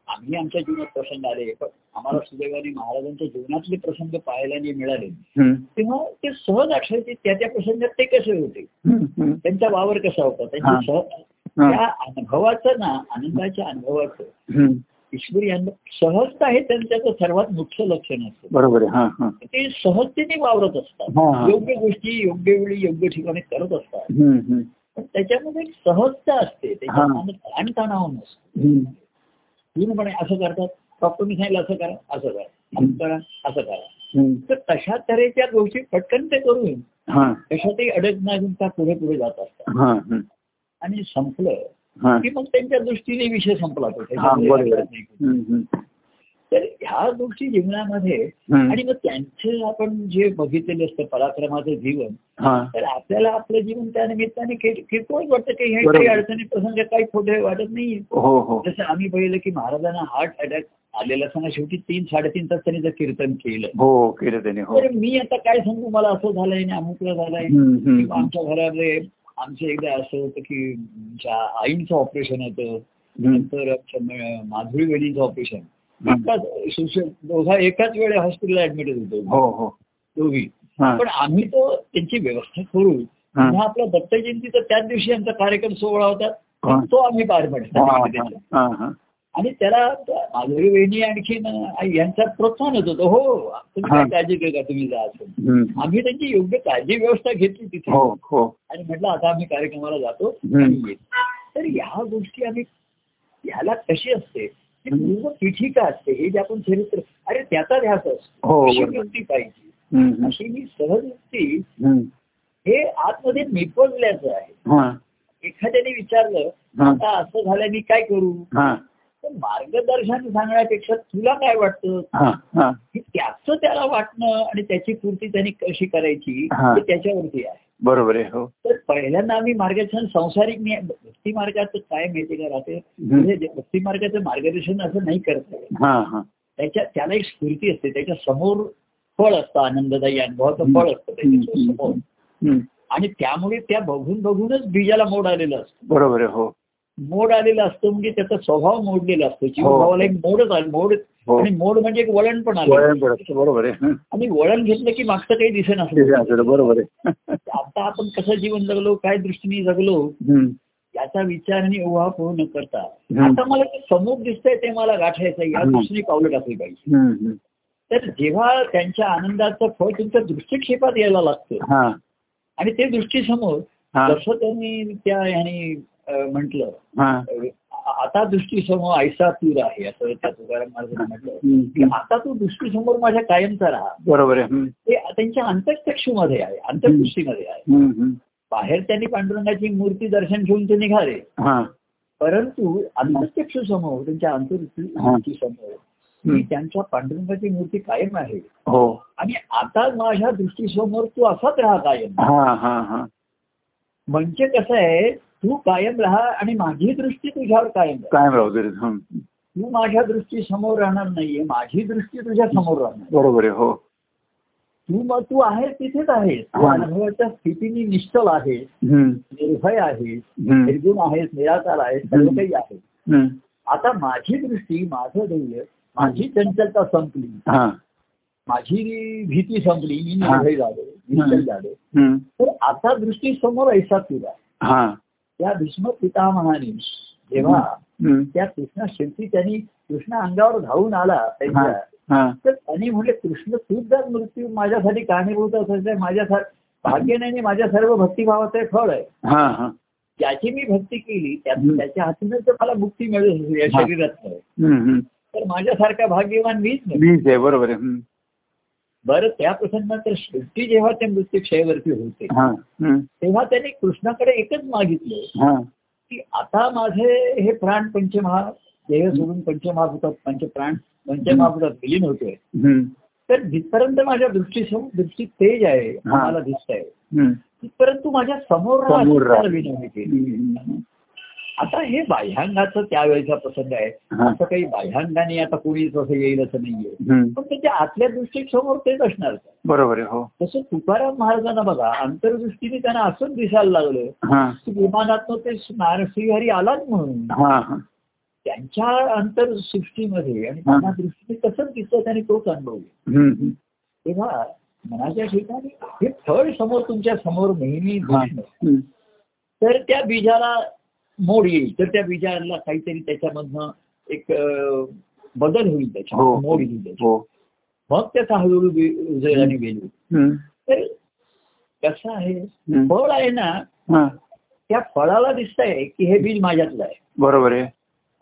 [SPEAKER 1] आम्ही आमच्या जीवनात प्रसंग आले पण आम्हाला सुदैवाने महाराजांच्या जीवनातले प्रसंग पाहायला जे मिळाले
[SPEAKER 2] हम्म.
[SPEAKER 1] तेव्हा ते सहज आठवायचे त्या त्या प्रसंगात ते कसे होते
[SPEAKER 2] हम्म. हम्म.
[SPEAKER 1] त्यांचा वावर कसा होता
[SPEAKER 2] हा.
[SPEAKER 1] त्यांची सहज त्या अनुभवाचं ना आनंदाच्या अनुभवाचं
[SPEAKER 2] हम्म.
[SPEAKER 1] ईश्वरी यांना सहजता हे त्यांच्याचं सर्वात मुख्य लक्षण असतं
[SPEAKER 2] बरोबर आहे हा हा
[SPEAKER 1] ते सहजतेने वावरत
[SPEAKER 2] हा, हा.
[SPEAKER 1] असतात योग्य गोष्टी योग्य वेळी योग्य ठिकाणी करत असतात
[SPEAKER 2] हम्म. हम्म.
[SPEAKER 1] पण त्याच्यामध्ये एक सहजता असते
[SPEAKER 2] हा.
[SPEAKER 1] त्याच्यामध्ये आणि तणाव नसतो
[SPEAKER 2] हम्म.
[SPEAKER 1] पूर्णपणे असं करतात डॉक्टरनी सांगितलं असं करा असं करा असं करा असं करा
[SPEAKER 2] हम्म.
[SPEAKER 1] तर तशा तऱ्हेच्या गोष्टी पटकन ते करून
[SPEAKER 2] हा
[SPEAKER 1] कशातही अडकण्याकरता पुढे पुढे जात असतात
[SPEAKER 2] हा हा,
[SPEAKER 1] आणि संपलं
[SPEAKER 2] हा
[SPEAKER 1] की मग त्यांच्या दृष्टीने विषय संपला तो
[SPEAKER 2] हा,
[SPEAKER 1] त्याच्यामध्ये
[SPEAKER 2] बरोबर.
[SPEAKER 1] अडचण नाही.
[SPEAKER 2] हम्म, हम्म.
[SPEAKER 1] तर ह्या गोष्टी जीवनामध्ये
[SPEAKER 2] हम्म.
[SPEAKER 1] आणि मग त्यांचे आपण जे बघितलेले असतं पराक्रमाचं जीवन
[SPEAKER 2] हा
[SPEAKER 1] तर आपल्याला आपलं जीवन त्या निमित्ताने किर- किरकोळ वाटतं की हे
[SPEAKER 2] बरोबर.
[SPEAKER 1] काही अडचणी प्रसंग काही खोटे वाटत नाही
[SPEAKER 2] हो हो
[SPEAKER 1] जसं आम्ही पाहिलं की महाराजांना हार्ट अटॅक आलेला असताना शेवटी तीन साडेतीन तास त्यांनी जर कीर्तन केलं
[SPEAKER 2] हो केलं त्याने हो
[SPEAKER 1] तर मी आता काय सांगू मला असं झालंय आणि अमुकला झालंय
[SPEAKER 2] हम्म, हम्म.
[SPEAKER 1] किंवा आमच्या घरामध्ये आमचं एकदा असं होतं की आमच्या आईंचं ऑपरेशन होतं
[SPEAKER 2] हम्म.
[SPEAKER 1] नंतर आमच्या म- माधुरी वहिनीचं ऑपरेशन
[SPEAKER 2] हम्म.
[SPEAKER 1] एकाच सुश- दोघा एकाच वेळे हॉस्पिटलला ऍडमिट होतो
[SPEAKER 2] हो हो
[SPEAKER 1] दोघी
[SPEAKER 2] हा
[SPEAKER 1] पण आम्ही तो त्यांची व्यवस्था करू
[SPEAKER 2] हा.
[SPEAKER 1] पुन्हा आपला दत्त जयंतीचा त्याच दिवशी आमचा कार्यक्रम सोहळा होता
[SPEAKER 2] हा.
[SPEAKER 1] तो आम्ही पार
[SPEAKER 2] हा,
[SPEAKER 1] पडला
[SPEAKER 2] हा, हा.
[SPEAKER 1] आणि त्याला माधुरी वहिनी आणखीन आई यांचा प्रोत्साहन होत होतं हो तुम्ही
[SPEAKER 2] हा.
[SPEAKER 1] काय काळजी करा तुम्ही जा असं
[SPEAKER 2] हम्म.
[SPEAKER 1] आम्ही त्यांची योग्य काळजी व्यवस्था घेतली तिथे
[SPEAKER 2] हो हो
[SPEAKER 1] आणि म्हटलं आता आम्ही कार्यक्रमाला जातो
[SPEAKER 2] हम्म.
[SPEAKER 1] आणि येऊ. तर ह्या गोष्टी आम्ही ह्याला कशी असते ती
[SPEAKER 2] हम्म.
[SPEAKER 1] पूर्ण पीठिका असते हे जे आपण चरित्र अरे त्याचा ध्यास असतो
[SPEAKER 2] हो,
[SPEAKER 1] अशी
[SPEAKER 2] बरोबर.
[SPEAKER 1] वृत्ती पाहिजे
[SPEAKER 2] हम्म,
[SPEAKER 1] अशी ही सहज वृत्ती
[SPEAKER 2] हम्म.
[SPEAKER 1] हे आतमध्ये निपजल्याचं आहे
[SPEAKER 2] हा
[SPEAKER 1] एखाद्याने विचारलं
[SPEAKER 2] हा.
[SPEAKER 1] आता असं झालं मी काय करू
[SPEAKER 2] हा
[SPEAKER 1] तर मार्गदर्शन सांगण्यापेक्षा तुला काय वाटतं
[SPEAKER 2] हा हा
[SPEAKER 1] की त्याचं त्याला वाटणं आणि त्याची पूर्ती त्याने कशी करायची
[SPEAKER 2] हा.
[SPEAKER 1] हे त्याच्यावरती आहे
[SPEAKER 2] बरोबर आहे हो
[SPEAKER 1] तर पहिल्यांदा आम्ही मार्गदर्शन संसारिक न्याय- भक्ती मार्गाचं काय माहिती का राहते
[SPEAKER 2] हम्म.
[SPEAKER 1] म्हणजे जे भक्ती मार्गाचं मार्गदर्शन असं नाही करत
[SPEAKER 2] हा हा
[SPEAKER 1] त्याच्या त्याला एक स्फूर्ती असते त्याच्या समोर फळ असतं आनंददायी अनुभवाचं फळ असतं त्याच्या
[SPEAKER 2] हम्म,
[SPEAKER 1] समोर
[SPEAKER 2] हम्म.
[SPEAKER 1] आणि त्यामुळे त्या बघून बघूनच बीजाला मोड आलेला असतो
[SPEAKER 2] बरोबर आहे हो
[SPEAKER 1] मोड आलेला असतो म्हणजे त्याचा स्वभाव मोडलेला असतो जीवभावाला एक मोडच आला मोड
[SPEAKER 2] हो.
[SPEAKER 1] आणि मोड म्हणजे एक वळण पण आलं
[SPEAKER 2] वळण पडत बरोबर आहे हं.
[SPEAKER 1] आणि वळण घेतलं की मागचं काही दिसेन
[SPEAKER 2] ठीक आहे,
[SPEAKER 1] असलं
[SPEAKER 2] असं बरोबर आहे
[SPEAKER 1] आता आपण कसं जीवन जगलो काय दृष्टीने जगलो
[SPEAKER 2] हम्म.
[SPEAKER 1] याचा विचार आणि ओहापोह न करता
[SPEAKER 2] हम्म.
[SPEAKER 1] आता मला ते समोर दिसतंय ते मला गाठायचं आहे, या
[SPEAKER 2] हम्म.
[SPEAKER 1] दृष्टीने पावलं टाकली पाहिजे
[SPEAKER 2] हम्म, हम्म.
[SPEAKER 1] तर जेव्हा त्यांच्या आनंदाचं फळ तुमच्या दृष्टिक्षेपात यायला लागतं
[SPEAKER 2] हा
[SPEAKER 1] आणि ते दृष्टीसमोर
[SPEAKER 2] हा
[SPEAKER 1] जसं त्यांनी त्या ह्यानी म्हटलं
[SPEAKER 2] हा
[SPEAKER 1] आता दृष्टीसमोर ऐसा तूर आहे असं त्या तुकाराम महाराजांनी म्हटलं की
[SPEAKER 2] हम्म.
[SPEAKER 1] आता तू दृष्टीसमोर माझ्या कायमचा राहा
[SPEAKER 2] बरोबर आहे हम्म.
[SPEAKER 1] ते त्यांच्या अंतचक्षूमध्ये आहे अंतदृष्टीमध्ये आहे
[SPEAKER 2] हम्म, हम्म.
[SPEAKER 1] बाहेर त्यांनी पांडुरंगाची मूर्ती दर्शन घेऊन ते निघाले
[SPEAKER 2] हा परंतु
[SPEAKER 1] परंतु अंतचक्षू समोर त्यांच्या अंतदृष्टी समोर
[SPEAKER 2] हम्म.
[SPEAKER 1] की त्यांच्या पांडुरंगाची मूर्ती कायम आहे
[SPEAKER 2] हो
[SPEAKER 1] आणि आता माझ्या दृष्टीसमोर तू असाच राहा कायम
[SPEAKER 2] हा हा हा
[SPEAKER 1] म्हणजे कसं आहे तू कायम राहा आणि माझी दृष्टी तुझ्यावर कायम राहा
[SPEAKER 2] कायम राहू दे हम्म.
[SPEAKER 1] तू माझ्या दृष्टी समोर राहणार नाहीये माझी दृष्टी तुझ्या समोर राहणार
[SPEAKER 2] बरोबर आहे हो
[SPEAKER 1] तू मग तू आहे तिथेच आहे तू
[SPEAKER 2] हा.
[SPEAKER 1] अनुभवाच्या स्थितीने निश्चल आहे
[SPEAKER 2] हम्म.
[SPEAKER 1] निर्भय आहे
[SPEAKER 2] हम्म.
[SPEAKER 1] निर्गुण आहेस निराकार आहे सर्व
[SPEAKER 2] हम्म.
[SPEAKER 1] काही आहे
[SPEAKER 2] हम्म.
[SPEAKER 1] आता माझी दृष्टी माझं ध्येय माझी चंचलता संपली
[SPEAKER 2] हा
[SPEAKER 1] माझी भीती संपली मी
[SPEAKER 2] हा.
[SPEAKER 1] निर्भय झालो निश्चल झालो
[SPEAKER 2] हम्म.
[SPEAKER 1] तर आता दृष्टी समोर ऐसा तुला
[SPEAKER 2] हा
[SPEAKER 1] त्या भीष्म पितामहाने जेव्हा
[SPEAKER 2] हम्म.
[SPEAKER 1] त्या कृष्णा शेवटी त्यांनी कृष्ण अंगावर धावून आला
[SPEAKER 2] हा
[SPEAKER 1] त्यांच्या
[SPEAKER 2] हा
[SPEAKER 1] तर त्यांनी म्हटले कृष्ण तूच जर मृत्यू माझ्यासाठी कारणीभूत असायचं माझ्या भाग्यने माझ्या सर्व भक्तिभावाचं फळ आहे
[SPEAKER 2] हा हा
[SPEAKER 1] ज्याची मी भक्ती केली त्या-
[SPEAKER 2] हम्म.
[SPEAKER 1] त्याच्या हातूनच तर मला मुक्ती मिळत होती या
[SPEAKER 2] हा.
[SPEAKER 1] शरीरात
[SPEAKER 2] हम्म, हम्म.
[SPEAKER 1] तर माझ्यासारखा भाग्यवान मीच नाही
[SPEAKER 2] वीज आहे बरोबर आहे हम्म.
[SPEAKER 1] बरं त्या प्रसंगात तर शेवटी जेव्हा ते मृत्यू क्षयवरती होते
[SPEAKER 2] हा हम्म.
[SPEAKER 1] तेव्हा त्यांनी कृष्णाकडे एकच मागितलं
[SPEAKER 2] हा
[SPEAKER 1] की आता माझे हे प्राण पंचमहा देह सोडून पंचमहाभूतात पंचप्राण पंचमहाभूतात विलीन होते
[SPEAKER 2] हम्म.
[SPEAKER 1] तर जिथपर्यंत माझ्या दृष्टीसमोर दृष्टी तेज आहे मला दिसत आहे
[SPEAKER 2] हम्म.
[SPEAKER 1] तिथपर्यंत तू माझ्या समोर राहा,
[SPEAKER 2] समोर राहा.
[SPEAKER 1] तिथपर्यंत विनंती केली.
[SPEAKER 2] हम्म.
[SPEAKER 1] आता हे बाह्यांगाचा त्यावेळेचा प्रसंग आहे
[SPEAKER 2] हा.
[SPEAKER 1] असं काही बाह्यांगाने आता कोणीच असं येईल असं नाहीये
[SPEAKER 2] हम्म.
[SPEAKER 1] पण त्याच्या आतल्या दृष्टीसमोर तेच असणार
[SPEAKER 2] बरोबर आहे हो
[SPEAKER 1] तसं तुकाराम महाराजांना बघा अंतर्दृष्टीने त्यांना असंच दिसायला लागलं
[SPEAKER 2] हा
[SPEAKER 1] की विमानातनं ते नार- श्रीहरी आलाच म्हणून
[SPEAKER 2] हा हा.
[SPEAKER 1] त्यांच्या अंतरसृष्टीमध्ये आणि त्यांना दृष्टीने कसं दिसतं त्याने तोच अनुभव घेतला.
[SPEAKER 2] हम्म.
[SPEAKER 1] तेव्हा मनाच्या ठिकाणी हे फळ समोर तुमच्या समोर नेहमी
[SPEAKER 2] हा.
[SPEAKER 1] दिसणं
[SPEAKER 2] हम्म.
[SPEAKER 1] तर त्या बीजाला मोड येईल तर त्या बीजाला काहीतरी त्याच्यामधनं एक अं, बदल होईल त्याच्या
[SPEAKER 2] हो.
[SPEAKER 1] मोड येईल त्याच्यात.
[SPEAKER 2] हो
[SPEAKER 1] मग त्याचा हळूहळू बी- उजळला आणि गेली
[SPEAKER 2] हम्म.
[SPEAKER 1] तर कसं आहे
[SPEAKER 2] हम्म.
[SPEAKER 1] फळ आहे ना
[SPEAKER 2] हा
[SPEAKER 1] त्या फळाला दिसतंय की हे बीज माझ्यातलं आहे
[SPEAKER 2] बरोबर आहे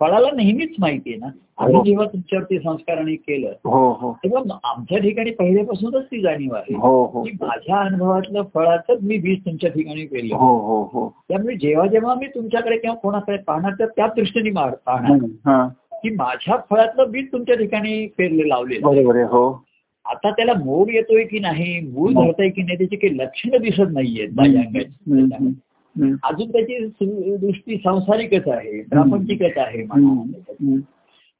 [SPEAKER 1] फळाला नेहमीच माहिती आहे ना आम्ही
[SPEAKER 2] हो.
[SPEAKER 1] जेव्हा तुमच्यावरती संस्काराने केलं
[SPEAKER 2] हो हो
[SPEAKER 1] तेव्हा आमच्या ठिकाणी पहिल्यापासूनच ती जाणीव आहे
[SPEAKER 2] हो हो
[SPEAKER 1] की माझ्या अनुभवातलं फळाचंच मी बीज तुमच्या ठिकाणी पेरलं
[SPEAKER 2] हो हो हो
[SPEAKER 1] त्यामुळे जेव्हा जेव्हा मी तुमच्याकडे किंवा कोणाकडे पाहणार तर त्या दृष्टीने मार- पाहणार
[SPEAKER 2] हम्म, हा.
[SPEAKER 1] की माझ्या फळातलं बीज तुमच्या ठिकाणी पेरले लावलेलं आहे.
[SPEAKER 2] बरोबर आहे हो
[SPEAKER 1] आता त्याला मोड येतोय की नाही मूळ
[SPEAKER 2] हम्म.
[SPEAKER 1] धरताय की नाही त्याची काही लक्षणं दिसत नाहीयेत माझ्या
[SPEAKER 2] हम्म,
[SPEAKER 1] अंगाची
[SPEAKER 2] हम्म, हम्म,
[SPEAKER 1] अजून त्याची सु- दृष्टी सांसारिकच आहे प्रापंचिकच आहे
[SPEAKER 2] हम्म,
[SPEAKER 1] म्हणा.
[SPEAKER 2] हम्म.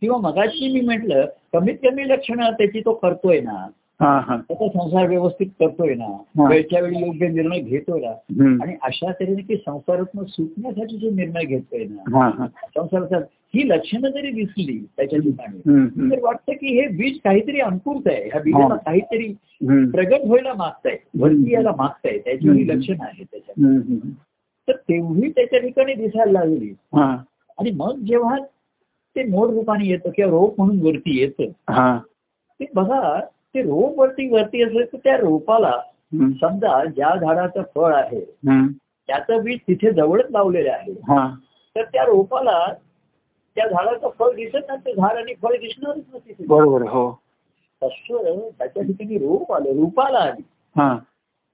[SPEAKER 1] किंवा मगाशी मी म्हटलं कमीत कमी लक्षणं त्याची तो करतोय ना
[SPEAKER 2] हा हा
[SPEAKER 1] त्याचा संसार व्यवस्थित करतोय ना
[SPEAKER 2] हा.
[SPEAKER 1] वेळच्या वेळी योग्य निर्णय घेतोय ना
[SPEAKER 2] हम्म.
[SPEAKER 1] आणि अशा तऱ्हेने की संसारातून सुटण्यासाठी जो निर्णय घेतोय ना
[SPEAKER 2] हा हा
[SPEAKER 1] संसाराचा ही लक्षणं जरी दिसली त्याच्या ठिकाणी
[SPEAKER 2] हम्म, हम्म,
[SPEAKER 1] तर वाटतं की हे बीज काहीतरी अंकुरत आहे ह्या बीजाला
[SPEAKER 2] हा.
[SPEAKER 1] काहीतरी
[SPEAKER 2] हम्म,
[SPEAKER 1] प्रगट व्हायला मागताय वरती यायला मागताय त्याची ही
[SPEAKER 2] हम्म.
[SPEAKER 1] लक्षणं आहेत त्याच्यात
[SPEAKER 2] हम्म, हम्म.
[SPEAKER 1] तर तेवढी त्याच्या ठिकाणी दिसायला लागली
[SPEAKER 2] हा
[SPEAKER 1] आणि मग जेव्हा ते मोड रूपाने येतं किंवा रोप म्हणून वरती येतं
[SPEAKER 2] हा
[SPEAKER 1] ते बघा ते रोप वरती वरती असलं तर त्या रोपाला
[SPEAKER 2] हम्म,
[SPEAKER 1] समजा ज्या झाडाचं फळ आहे
[SPEAKER 2] हम्म.
[SPEAKER 1] त्याचं बीज तिथे जवळच लावलेलं आहे
[SPEAKER 2] हा
[SPEAKER 1] तर त्या रोपाला त्या झाडाचं फळ दिसत ना ते झाड आणि फळ दिसणारच ना तिथे
[SPEAKER 2] बरोबर आहे, हो
[SPEAKER 1] तसं त्याच्या ठिकाणी रोप आलं रूपाला आली
[SPEAKER 2] हा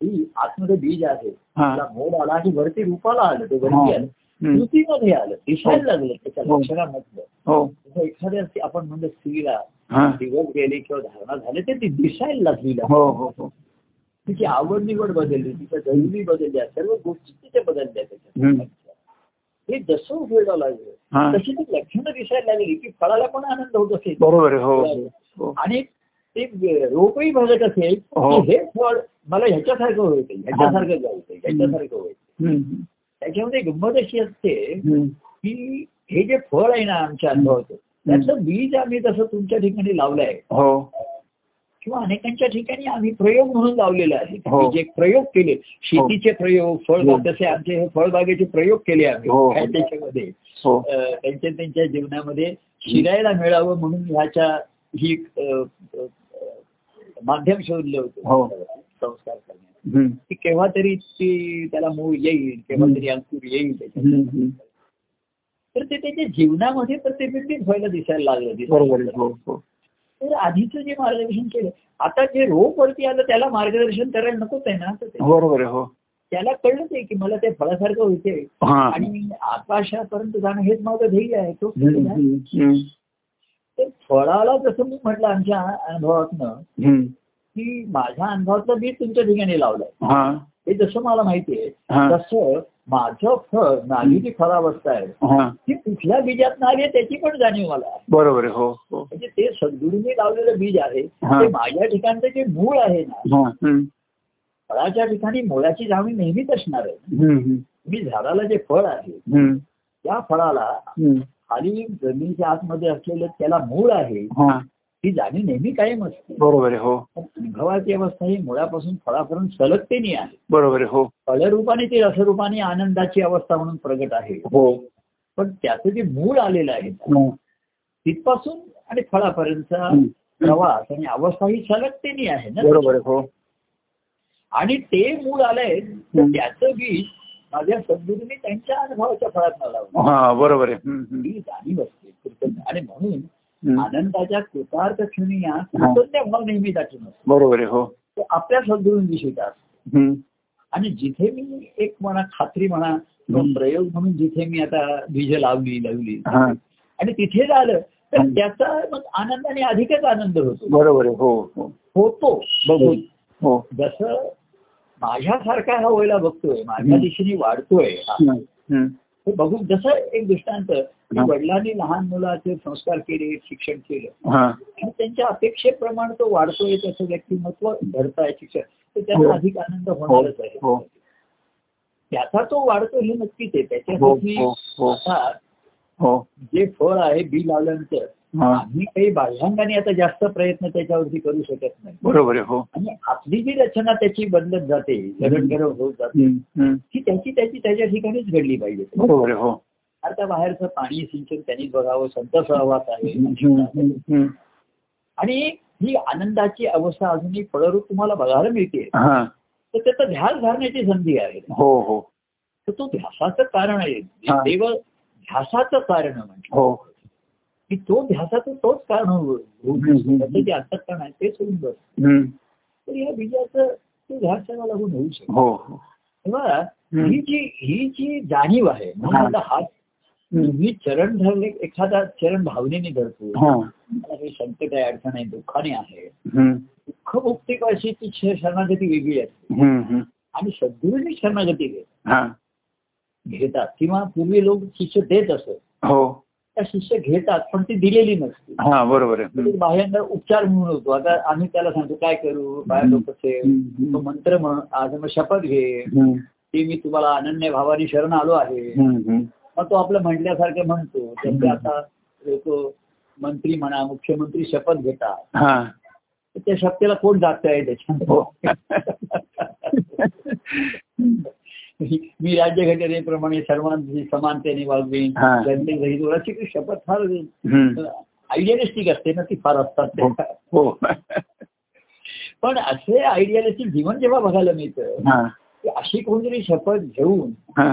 [SPEAKER 1] ही आतमध्ये बीज आहे
[SPEAKER 2] हा
[SPEAKER 1] त्याला मोड आला आणि वरती रूपाला आलं ते वरती
[SPEAKER 2] हा.
[SPEAKER 1] आलं
[SPEAKER 2] हम्म.
[SPEAKER 1] कृतीमध्ये आलं दिसायला लागलं त्याच्या
[SPEAKER 2] हो.
[SPEAKER 1] लक्षणामधलं
[SPEAKER 2] हो
[SPEAKER 1] जसं एखाद्या स्त्री- आपण म्हणतो स्त्रीला
[SPEAKER 2] हा
[SPEAKER 1] दिवस गेले किंवा धारणा झाले ते ती दिसायला लागली ना.
[SPEAKER 2] हो हो हो
[SPEAKER 1] तिची आवड निवड बदलली तिच्या जरुरी बदलल्या सर्व गोष्टी तिथे बदलल्या
[SPEAKER 2] हम्म.
[SPEAKER 1] त्याच्यात हे जसं उपयोगाला लागलं
[SPEAKER 2] हा
[SPEAKER 1] तशी ती लक्षणं दिसायला लागली की फळाला पण आनंद होत असेल
[SPEAKER 2] बरोबर आहे, हो हो, हो
[SPEAKER 1] आणि ते रोपही बघत असेल
[SPEAKER 2] हो.
[SPEAKER 1] की हे फळ मला ह्याच्यासारखं होईल ह्याच्यासारखं जायचं ह्याच्यासारखं होईल
[SPEAKER 2] हम्म,
[SPEAKER 1] त्याच्यामध्ये गंमत अशी असते
[SPEAKER 2] हम्म.
[SPEAKER 1] की हे जे फळ आहे ना आमच्या अनुभवाचं त्याचं बीज आम्ही तसं तुमच्या ठिकाणी लावलं आहे
[SPEAKER 2] हो
[SPEAKER 1] किंवा अनेकांच्या ठिकाणी आम्ही प्रयोग म्हणून लावलेले आहे
[SPEAKER 2] हो.
[SPEAKER 1] की जे प्रयोग केले शेतीचे प्रयोग फळबाग जसे आमचे हे फळबागेचे प्रयोग केले आम्ही
[SPEAKER 2] हो.
[SPEAKER 1] काय त्याच्यामध्ये
[SPEAKER 2] हो
[SPEAKER 1] अं, त्यांच्या त्यांच्या जीवनामध्ये शिरायला मिळावं म्हणून ह्याच्या ही एक, अं, अं, अं, माध्यम शोधलं
[SPEAKER 2] हो.
[SPEAKER 1] होतं संस्कार करण्याचं
[SPEAKER 2] हम्म,
[SPEAKER 1] की केव्हा तरी ती त्याला मूळ येईल केव्हा
[SPEAKER 2] हम्म.
[SPEAKER 1] तरी अंकुर येईल त्याच्यात
[SPEAKER 2] हम्म, हम्म.
[SPEAKER 1] तर ते त्याच्या जीवनामध्ये प्रतिबिंबित व्हायला दिसायला लागलं
[SPEAKER 2] बरोबर
[SPEAKER 1] दिसायला
[SPEAKER 2] आहे, हो हो
[SPEAKER 1] तर आधीचं जे मार्गदर्शन केलं आता जे रोप वरती आलं त्याला मार्गदर्शन करायला नकोच आहे ना तर ते-
[SPEAKER 2] बरोबर आहे, हो
[SPEAKER 1] त्याला कळलंच आहे की मला ते फळासारखं होते
[SPEAKER 2] हा
[SPEAKER 1] आणि आकाशापर्यंत जाणं हेच माझं ध्येय आहे तो
[SPEAKER 2] हम्म, हम्म, हम्म,
[SPEAKER 1] तर फळाला जसं मी म्हटलं आमच्या अनुभवातनं
[SPEAKER 2] हम्म.
[SPEAKER 1] की माझ्या अनुभवातलं मी तुमच्या ठिकाणी लावलंय
[SPEAKER 2] हा
[SPEAKER 1] हे जसं मला माहिती आहे
[SPEAKER 2] हा
[SPEAKER 1] तसं माझं फळ माझी जी फळावस्था आहे
[SPEAKER 2] हा
[SPEAKER 1] ती कुठल्या बीजात आली आहे त्याची पण जाणीव मला आहे
[SPEAKER 2] बरोबर आहे, हो हो
[SPEAKER 1] म्हणजे ते सद्गुरूंनी लावलेलं बीज आहे
[SPEAKER 2] हा.
[SPEAKER 1] ते माझ्या ठिकाणचं जे मूळ आहे ना
[SPEAKER 2] हा हम्म,
[SPEAKER 1] फळाच्या ठिकाणी मुळाची जाणीव नेहमीच असणार आहे
[SPEAKER 2] हम्म, हम्म,
[SPEAKER 1] मी झाडाला जे फळ आहे
[SPEAKER 2] हम्म,
[SPEAKER 1] त्या फळाला
[SPEAKER 2] हम्म.
[SPEAKER 1] खाली जमिनीच्या आतमध्ये असलेलं त्याला मूळ आहे
[SPEAKER 2] हा
[SPEAKER 1] ही जाणीव नेहमी कायम असते
[SPEAKER 2] बरोबर आहे, हो
[SPEAKER 1] पण अनुभवाची अवस्था ही मुळापासून फळापर्यंत सलगतेने आहे
[SPEAKER 2] बरोबर आहे, हो
[SPEAKER 1] फळरूपाने ती रसरूपाने आनंदाची अवस्था म्हणून प्रगट आहे
[SPEAKER 2] हो
[SPEAKER 1] पण त्याचं जे मूळ आलेलं आहे
[SPEAKER 2] हम्म,
[SPEAKER 1] तिथपासून आणि फळापर्यंतचा
[SPEAKER 2] हम्म.
[SPEAKER 1] प्रवास आणि अवस्था ही सलगतेने आहे ना
[SPEAKER 2] बरोबर आहे, हो
[SPEAKER 1] आणि ते मूळ आलंय तर त्याचं बीज माझ्या सद्गुरूंनी त्यांच्या अनुभवाच्या फळात लावलं
[SPEAKER 2] हा बरोबर आहे हम्म, हम्म,
[SPEAKER 1] ही जाणीव असते कृतज्ञ आणि म्हणून
[SPEAKER 2] हम्म.
[SPEAKER 1] आनंदाच्या कृतार्थ क्षणी या कृतज्ञ भाव नेहमी दाटून असतो
[SPEAKER 2] बरोबर आहे, हो
[SPEAKER 1] तो आपल्या सद्गुरूंविषयीचा असतो
[SPEAKER 2] हम्म,
[SPEAKER 1] आणि जिथे मी एक म्हणा खात्री म्हणा किंवा प्रयोग म्हणून जिथे मी आता बीज लावली लावली
[SPEAKER 2] हा
[SPEAKER 1] आणि तिथे झालं तर
[SPEAKER 2] हम्म.
[SPEAKER 1] त्याचा मग आनंदाने अधिकच आनंद होतो
[SPEAKER 2] बरोबर आहे, हो हो
[SPEAKER 1] होतो बघून
[SPEAKER 2] हो
[SPEAKER 1] जसं माझ्यासारखा हा व्हायला बघतोय माझ्या दिशेने वाढतोय हा.
[SPEAKER 2] हम्म, हम्म.
[SPEAKER 1] हे बघून जसं एक दृष्टांत की
[SPEAKER 2] हा.
[SPEAKER 1] वडिलांनी लहान मुलाचे संस्कार केले शिक्षण केलं
[SPEAKER 2] हा
[SPEAKER 1] आणि त्यांच्या अपेक्षेप्रमाणे तो वाढतोय त्याचं व्यक्तिमत्व घडताय शिक्षण तर
[SPEAKER 2] हो.
[SPEAKER 1] त्याचा अधिक आनंद
[SPEAKER 2] हो
[SPEAKER 1] होणारच आहे
[SPEAKER 2] हो
[SPEAKER 1] त्याचा तो वाढतो हे नक्कीच आहे
[SPEAKER 2] हो
[SPEAKER 1] त्याच्यासाठी
[SPEAKER 2] हो हो
[SPEAKER 1] आता
[SPEAKER 2] हो
[SPEAKER 1] जे फळ आहे बी लावल्यानंतर
[SPEAKER 2] हा
[SPEAKER 1] आम्ही काही बाह्यांगाने आता जास्त प्रयत्न त्याच्यावरती करू शकत नाही
[SPEAKER 2] बरोबर आहे, हो
[SPEAKER 1] आणि आपली जी रचना त्याची बदलत जाते घडण होत जाते
[SPEAKER 2] हम्म, हम्म.
[SPEAKER 1] ती त्याची त्याची त्याच्या ठिकाणीच घडली पाहिजे
[SPEAKER 2] बरोबर आहे, हो
[SPEAKER 1] आता बाहेरचं पाणी सिंचन त्यांनी बघावं संत सहवास
[SPEAKER 2] हम्म,
[SPEAKER 1] आहे
[SPEAKER 2] हम्म, हम्म.
[SPEAKER 1] आणि ही आनंदाची अवस्था अजूनही फळरूप तुम्हाला बघायला मिळते
[SPEAKER 2] हा
[SPEAKER 1] तर त्याचा ध्यास धरण्याची संधी आहे
[SPEAKER 2] हो हो
[SPEAKER 1] तर तो ध्यासाचं कारण आहे
[SPEAKER 2] हा.
[SPEAKER 1] देव ध्यासाचं कारण म्हणजे
[SPEAKER 2] हो
[SPEAKER 1] की तो ध्यासाचं तोच कारण हो- होऊ- होऊ
[SPEAKER 2] हम्म, हम्म,
[SPEAKER 1] नये.
[SPEAKER 2] हम्म.
[SPEAKER 1] त्याचं जे असत कारण आहे ते सोडून बस
[SPEAKER 2] हम्म.
[SPEAKER 1] तर या बीजाचं ते ध्यास त्याला लागून होऊ शकतो
[SPEAKER 2] हो हो.
[SPEAKER 1] तेव्हा ही जी ही जी जाणीव आहे
[SPEAKER 2] हा.
[SPEAKER 1] म्हणजे आता हात
[SPEAKER 2] हम्म. हो.
[SPEAKER 1] मी चरण धरले एखादा चरण भावनेने धरतो
[SPEAKER 2] हा.
[SPEAKER 1] मला हे संकट आहे अडचण आहे दुःखाने आहे
[SPEAKER 2] हम्म.
[SPEAKER 1] दुःख मुक्ती कशी ती श- शरणागती वेगळी असते
[SPEAKER 2] हम्म. हम्म.
[SPEAKER 1] आणि सद्गुरूंनी शरणागती घे-
[SPEAKER 2] हा.
[SPEAKER 1] घेतात किंवा पूर्वी लोक शिष्य देत असत
[SPEAKER 2] हो
[SPEAKER 1] त्या शिष्य घेतात पण ती दिलेली नसते
[SPEAKER 2] हा बरोबर आहे
[SPEAKER 1] तरी
[SPEAKER 2] हम्म.
[SPEAKER 1] बाह्यांना उपचार म्हणून होतो आता आम्ही त्याला सांगतो काय करू बाहेर लोक
[SPEAKER 2] हम्म.
[SPEAKER 1] तो मंत्र म्हण आज मग शपथ घे
[SPEAKER 2] हम्म.
[SPEAKER 1] की मी तुम्हाला अनन्य भावाने शरण आलो आहे
[SPEAKER 2] हम्म. हम्म.
[SPEAKER 1] मग तो आपलं म्हटल्यासारखं म्हणतो
[SPEAKER 2] हम्म.
[SPEAKER 1] जसे आता लोक मंत्री म्हणा मुख्यमंत्री शपथ घेतात
[SPEAKER 2] हा
[SPEAKER 1] तर त्या शपथेला कोण जागत आहे
[SPEAKER 2] हो
[SPEAKER 1] त्याच्यामध्ये मी राज्यघटनेप्रमाणे सर्वांची समानतेने वागवीन
[SPEAKER 2] हा.
[SPEAKER 1] जनतेसहित अशी ती शपथ फार
[SPEAKER 2] हम्म.
[SPEAKER 1] आयडियलिस्टिक असते ना ती फार असतात
[SPEAKER 2] हो.
[SPEAKER 1] त्या.
[SPEAKER 2] हो
[SPEAKER 1] पण असे आयडियलिस्टिक जीवन जेव्हा बघायला मिळतं
[SPEAKER 2] हा
[SPEAKER 1] की अशी कोणतरी शपथ घेऊन
[SPEAKER 2] हा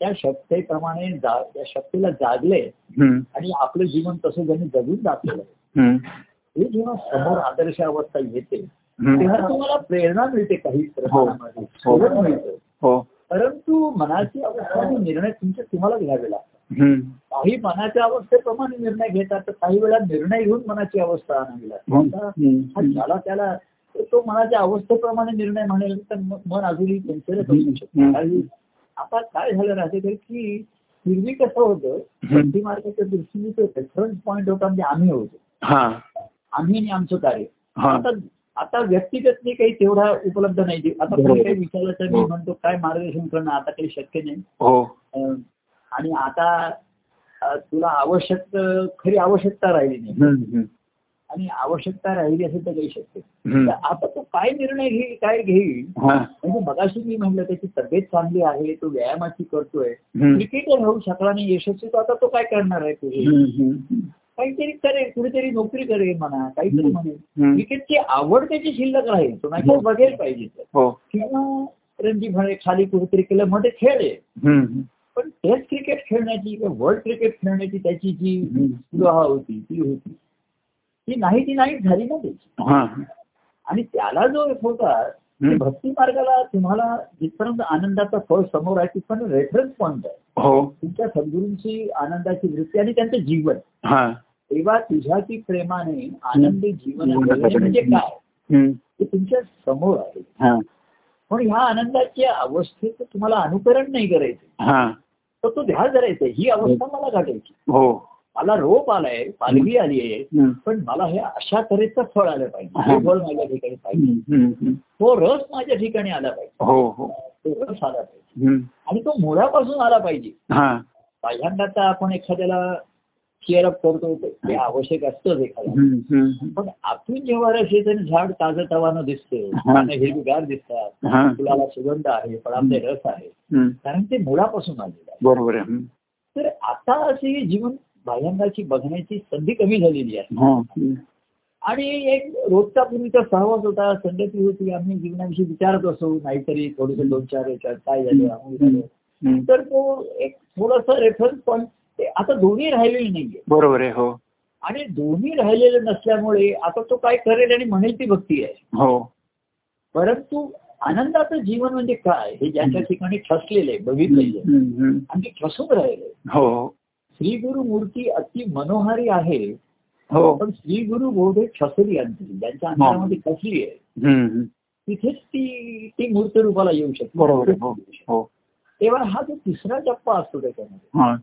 [SPEAKER 1] त्या शपथेप्रमाणे जा त्या शपथेला जागले
[SPEAKER 2] हम्म.
[SPEAKER 1] आणि आपलं जीवन तसं ज्यांनी जगून दाखवलं
[SPEAKER 2] हम्म.
[SPEAKER 1] हे जेव्हा समोर आदर्श अवस्था येते तेव्हा
[SPEAKER 2] हम्म.
[SPEAKER 1] तुम्हाला प्रेरणा मिळते काही प्रमाणामध्ये
[SPEAKER 2] हो.
[SPEAKER 1] सोडत मिळतं
[SPEAKER 2] हो
[SPEAKER 1] परंतु मनाची अवस्था आणि निर्णय तुमचे तुम्हाला घ्यावे लागतात
[SPEAKER 2] हम्म.
[SPEAKER 1] काही मनाच्या अवस्थेप्रमाणे निर्णय घेतात तर काही वेळा निर्णय घेऊन मनाची अवस्था आणावी
[SPEAKER 2] हो.
[SPEAKER 1] लागते
[SPEAKER 2] Hmm.
[SPEAKER 1] आता हा
[SPEAKER 2] हम्म.
[SPEAKER 1] ज्याला त्याला तो मनाच्या अवस्थेप्रमाणे निर्णय म्हणेल तर म- मन अजूनही चंचलच असू शकतं
[SPEAKER 2] हम्म.
[SPEAKER 1] काही- आता काय झालं राहते तर की पूर्वी कसं होतं
[SPEAKER 2] हम्म.
[SPEAKER 1] भक्ती मार्गाच्या दृष्टीने तो रेफरन्स पॉईंट होता म्हणजे आम्ही होतो
[SPEAKER 2] हा
[SPEAKER 1] आम्ही आणि आमचं कार्य
[SPEAKER 2] हा.
[SPEAKER 1] आता आता व्यक्तिगत मी काही तेवढा उपलब्ध नाही आता
[SPEAKER 2] बरोबर.
[SPEAKER 1] कोणी काही विचारलं तर मी
[SPEAKER 2] हो.
[SPEAKER 1] म्हणतो काय मार्गदर्शन करणं आता काही शक्य नाही
[SPEAKER 2] हो
[SPEAKER 1] अं, आणि आता अं, तुला आवश्यक अं, खरी आवश्यकता राहिली नाही
[SPEAKER 2] हम्म.
[SPEAKER 1] आणि आवश्यकता राहिली असेल तर काही शक्य
[SPEAKER 2] हम्म.
[SPEAKER 1] तर आता तो काय निर्णय घेईल काय घेईल
[SPEAKER 2] हा
[SPEAKER 1] म्हणजे मगाशी मी म्हणलं त्याची तब्येत चांगली आहे तो व्यायामाची करतोय
[SPEAKER 2] हम्म.
[SPEAKER 1] क्रिकेटर होऊ शकला नाही यशस्वी तर आता तो काय करणार आहे पुढे
[SPEAKER 2] हम्म. हम्म.
[SPEAKER 1] काहीतरी करेल कुठेतरी नोकरी करेल म्हणा काहीतरी
[SPEAKER 2] हम्म.
[SPEAKER 1] म्हणेल
[SPEAKER 2] हम्म.
[SPEAKER 1] क्रिकेटची आवड त्याची शिल्लक राहील तो नाहीतर
[SPEAKER 2] हम्म.
[SPEAKER 1] बघेल पाहिजे तर.
[SPEAKER 2] हो
[SPEAKER 1] किंवा रणजी म्हणे खाली कुठेतरी केलं मध्ये खेळेल
[SPEAKER 2] हम्म.
[SPEAKER 1] पण टेस्ट क्रिकेट खेळण्याची किंवा वर्ल्ड क्रिकेट खेळण्याची त्याची जी
[SPEAKER 2] हम्म.
[SPEAKER 1] सुराहा होती ती होती ती नाही ती नाही झाली ना त्याची
[SPEAKER 2] हा
[SPEAKER 1] आणि त्याला जो होता
[SPEAKER 2] हम्म.
[SPEAKER 1] भक्ती मार्गाला तुम्हाला जिथपर्यंत आनंदाचा फळ समोर आहे तिथपर्यंत रेफरन्स पॉईंट आहे
[SPEAKER 2] हो
[SPEAKER 1] तुमच्या सद्गुरूंची आनंदाची वृत्ती आणि त्यांचं जीवन
[SPEAKER 2] हा
[SPEAKER 1] तेव्हा तुझ्या ती प्रेमाने आनंदी जीवन जगणे म्हणजे काय
[SPEAKER 2] हम्म.
[SPEAKER 1] ते तुमच्या समोर आहे
[SPEAKER 2] हा
[SPEAKER 1] पण ह्या आनंदाच्या अवस्थेचं तुम्हाला अनुकरण नाही करायचं
[SPEAKER 2] हा
[SPEAKER 1] तर तो ध्यास धरायचा ही अवस्था मला गाठायची
[SPEAKER 2] हो
[SPEAKER 1] मला रोप आलाय पालवी आली आहे
[SPEAKER 2] हम्म.
[SPEAKER 1] पण मला हे अशा तऱ्हेचं फळ आलं पाहिजे हे फळ माझ्या ठिकाणी पाहिजे
[SPEAKER 2] हम्म. हम्म.
[SPEAKER 1] तो रस माझ्या ठिकाणी आला पाहिजे
[SPEAKER 2] हो हो
[SPEAKER 1] तो रस आला पाहिजे
[SPEAKER 2] हम्म.
[SPEAKER 1] आणि तो मुळापासून आला पाहिजे
[SPEAKER 2] हा
[SPEAKER 1] पहिल्यांदा तर आपण एखाद्याला चेअर अप करतो ते आवश्यक असतंच एखाद्याला
[SPEAKER 2] हम्म. हम्म.
[SPEAKER 1] पण आतून जेव्हा रस येते आणि झाड ताजं तवानं दिसते पानं हिरवीगार दिसतात
[SPEAKER 2] हा
[SPEAKER 1] फुलाला सुगंध आहे फळामध्ये रस आहे
[SPEAKER 2] हम्म.
[SPEAKER 1] कारण ते मुळापासून आलेलं आहे
[SPEAKER 2] बरोबर आहे हम्म.
[SPEAKER 1] तर आता अशी जीवन भायंगाची बघण्याची संधी कमी झालेली आहे
[SPEAKER 2] हा हम्म.
[SPEAKER 1] आणि एक रोजचा पूर्वीचा सहवास होता संगती होती आम्ही जीवनाविषयी विचारत असो नाहीतरी थोडेसे दोन चार याच्यात काय झालं अमुक झालं.
[SPEAKER 2] हम्म.
[SPEAKER 1] तर तो एक थोडासा रेफरन्स पॉईंट आता दोन्ही राहिलेले नाहीये
[SPEAKER 2] बरोबर आहे हो
[SPEAKER 1] आणि दोन्ही राहिलेले नसल्यामुळे आता तो काय करेल आणि म्हणेल ती भक्ती आहे
[SPEAKER 2] हो
[SPEAKER 1] परंतु आनंदाचं जीवन म्हणजे काय हे ज्याच्या ठिकाणी ठसलेलं आहे बघितलेलं आहे
[SPEAKER 2] हम्म. हम्म.
[SPEAKER 1] आणि ते ठसून राहिलंय
[SPEAKER 2] हो
[SPEAKER 1] श्री गुरु मूर्ती अति मनोहारी आहे
[SPEAKER 2] हो
[SPEAKER 1] पण श्री गुरु बोध हे ठसली अंतरी ज्यांच्या अंतरामध्ये ठसली आहे
[SPEAKER 2] हम्म. हम्म.
[SPEAKER 1] तिथेच ती ती मूर्त रूपाला येऊ शकते
[SPEAKER 2] बरोबर आहे हो हो
[SPEAKER 1] तेव्हा हा जो तिसरा टप्पा असतो त्याच्यामध्ये
[SPEAKER 2] हा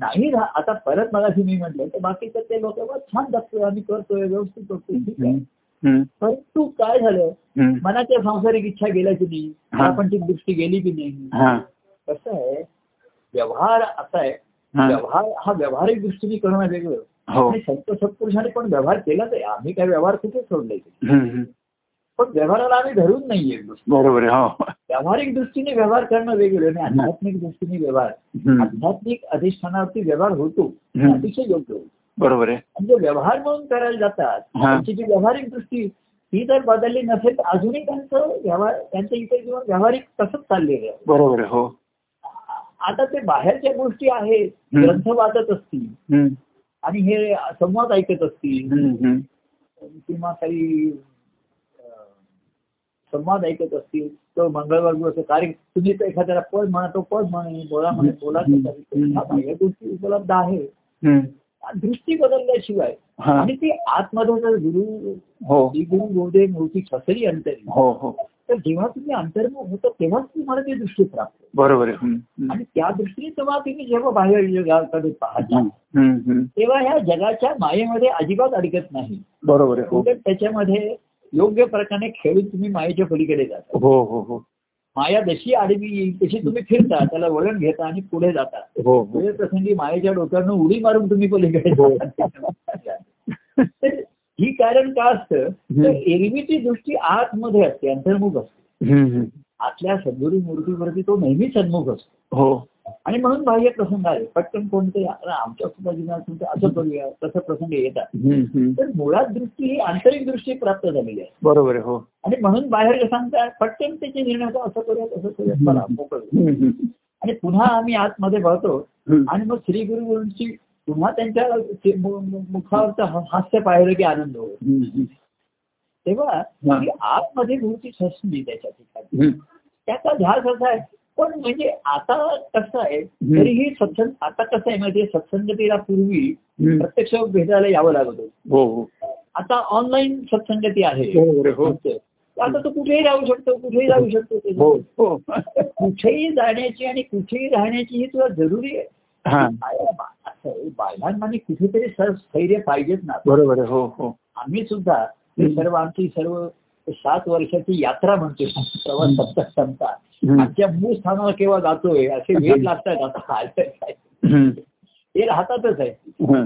[SPEAKER 1] नाही रा- आता परत मला मी म्हटलं तर बाकी तर ते लोक छान जगतोय आम्ही करतोय व्यवस्थित करतोय ठीक आहे
[SPEAKER 2] हम्म. हम्म.
[SPEAKER 1] परंतु काय झालं
[SPEAKER 2] हम्म.
[SPEAKER 1] मनाच्या संसारिक इच्छा गेल्या की नाही
[SPEAKER 2] हा.
[SPEAKER 1] आपण ती दृष्टी गेली की नाही
[SPEAKER 2] हा
[SPEAKER 1] कसं आहे व्यवहार असा आहे
[SPEAKER 2] हा
[SPEAKER 1] व्यवहार हा व्यावहारिक दृष्टीने करणं वेगळं
[SPEAKER 2] हो
[SPEAKER 1] आणि संत सत्पुरुषाने पण व्यवहार केलाच आहे आम्ही काय व्यवहार कुठे सोडले
[SPEAKER 2] हम्म. हम्म.
[SPEAKER 1] पण व्यवहाराला आम्ही धरून नाहीये गोष्ट.
[SPEAKER 2] बरोबर आहे हो
[SPEAKER 1] व्यावहारिक दृष्टीने व्यवहार करणं वेगळं आणि आध्यात्मिक दृष्टीने व्यवहार
[SPEAKER 2] हम्म.
[SPEAKER 1] आध्यात्मिक अधिष्ठानावरती व्यवहार होतो
[SPEAKER 2] हम्म.
[SPEAKER 1] अतिशय योग्य होतो
[SPEAKER 2] बरोबर आहे
[SPEAKER 1] आणि जे व्यवहार म्हणून करायला जातात
[SPEAKER 2] हा.
[SPEAKER 1] त्यांची जी व्यावहारिक दृष्टी ती जर बदलली नसेल तर अजूनही त्यांचं व्यवहार त्यांचं इतर जीवन व्यावहारिक तसंच चाललेलं आहे
[SPEAKER 2] बरोबर आहे हो
[SPEAKER 1] आता ते बाहेरच्या गोष्टी आहेत
[SPEAKER 2] हम्म.
[SPEAKER 1] ग्रंथ वाचत असतील
[SPEAKER 2] हम्म.
[SPEAKER 1] आणि हे संवाद ऐकत असतील
[SPEAKER 2] हम्म, हम्म.
[SPEAKER 1] किंवा काही अं, संवाद ऐकत असतील तो मंगळवार दिवस कार्य तुम्ही तर एखाद्याला पद म्हणा तो पद म्हणे बोला म्हणे बोला ते
[SPEAKER 2] हम्म.
[SPEAKER 1] करा. हा, बाह्य गोष्टी उपलब्ध आहेत
[SPEAKER 2] हम्म.
[SPEAKER 1] आणि दृष्टी बदलल्याशिवाय
[SPEAKER 2] हा.
[SPEAKER 1] आणि ते आतमध्ये जर गुरु
[SPEAKER 2] हो
[SPEAKER 1] श्री गुरु गोदे मूर्ती खसरी अंतरी
[SPEAKER 2] हो हो
[SPEAKER 1] तर जेव्हा तुम्ही अंतर्मुख होता तेव्हाच तुम्हाला ती दृष्टी प्राप्त होते.
[SPEAKER 2] बरोबर आहे हम्म, हम्म.
[SPEAKER 1] आणि त्या दृष्टीने तेव्हा तुम्ही जेव्हा बाहेर जगाकडे पाहता
[SPEAKER 2] हम्म, हम्म, हम्म.
[SPEAKER 1] तेव्हा ह्या जगाच्या मायेमध्ये अजिबात अडकत नाही
[SPEAKER 2] बरोबर आहे हो
[SPEAKER 1] उलट त्याच्यामध्ये योग्य प्रकारे खेळून तुम्ही मायेच्या पलीकडे जाता
[SPEAKER 2] हो हो हो
[SPEAKER 1] माया जशी आडवी येईल तशी तुम्ही फिरता त्याला वळण घेता आणि पुढे जाता
[SPEAKER 2] हो हो
[SPEAKER 1] वेळ प्रसंगी मायेच्या डोक्यानं उडी मारून तुम्ही पलीकडे जाता. तर ही कारण का असतं तर एरवीची दृष्टी आतमध्ये असते अंतर्मुख असते
[SPEAKER 2] हम्म, हम्म.
[SPEAKER 1] आतल्या सद्गुरू मूर्तीवरती तो नेहमी सन्मुख असतो
[SPEAKER 2] हो
[SPEAKER 1] आणि म्हणून बाह्य प्रसंग आले पटकन कोणते आता आमच्या सुद्धा जीवनात तुमचं असं करूया तसं प्रसंग येतात
[SPEAKER 2] हम्म, हम्म.
[SPEAKER 1] तर मुळात दृष्टी ही आंतरिक दृष्टी प्राप्त झालेली आहे
[SPEAKER 2] बरोबर आहे हो
[SPEAKER 1] आणि म्हणून बाहेर सांगता पटकन त्याचे निर्णय होतात, असं करूया तसं करूया चला मोकळं होऊ.
[SPEAKER 2] हम्म, हम्म.
[SPEAKER 1] आणि पुन्हा आम्ही आतमध्ये बघतो
[SPEAKER 2] हम्म.
[SPEAKER 1] आणि मग श्री गुरु गुरूंची पुन्हा त्यांच्या ते मु- मु- मुखावरचं ह- हास्य पाहिलं की आनंद होतो
[SPEAKER 2] हम्म,
[SPEAKER 1] तेव्हा
[SPEAKER 2] हा.
[SPEAKER 1] ती आतमध्ये गुरुची ससली त्याच्या ठिकाणी
[SPEAKER 2] हम्म.
[SPEAKER 1] त्याचा ध्यास असा आहे पण म्हणजे आता कसं आहे तरीही सत्संग आता कसं आहे म्हणजे सत्संगतीला पूर्वी
[SPEAKER 2] हम्म.
[SPEAKER 1] प्रत्यक्ष भेटायला यावं लागत होतं
[SPEAKER 2] हो हो
[SPEAKER 1] आता ऑनलाईन सत्संगती आहे
[SPEAKER 2] बरोबर आहे, हो.
[SPEAKER 1] आता तो कुठेही राहू शकतो कुठेही जाऊ शकतो ते.
[SPEAKER 2] हो हो
[SPEAKER 1] तर कुठेही जाण्याची आणि कुठेही राहण्याची ही तुला जरुरी आहे
[SPEAKER 2] हा
[SPEAKER 1] काय बा- असं आहे, बायलांना आणि कुठेतरी सर स्थैर्य पाहिजेत ना
[SPEAKER 2] बरोबर आहे हो हो
[SPEAKER 1] आम्ही सुद्धा ते सर्व आमची सर्व सात वर्षाची यात्रा म्हणतो प्रवास सप्ताह संपता
[SPEAKER 2] हम्म.
[SPEAKER 1] आमच्या मूळ स्थानाला केव्हा जातोय असे वेध लागतात आता आलं काय.
[SPEAKER 2] हम्म.
[SPEAKER 1] ते राहतातच आहे
[SPEAKER 2] हम्म.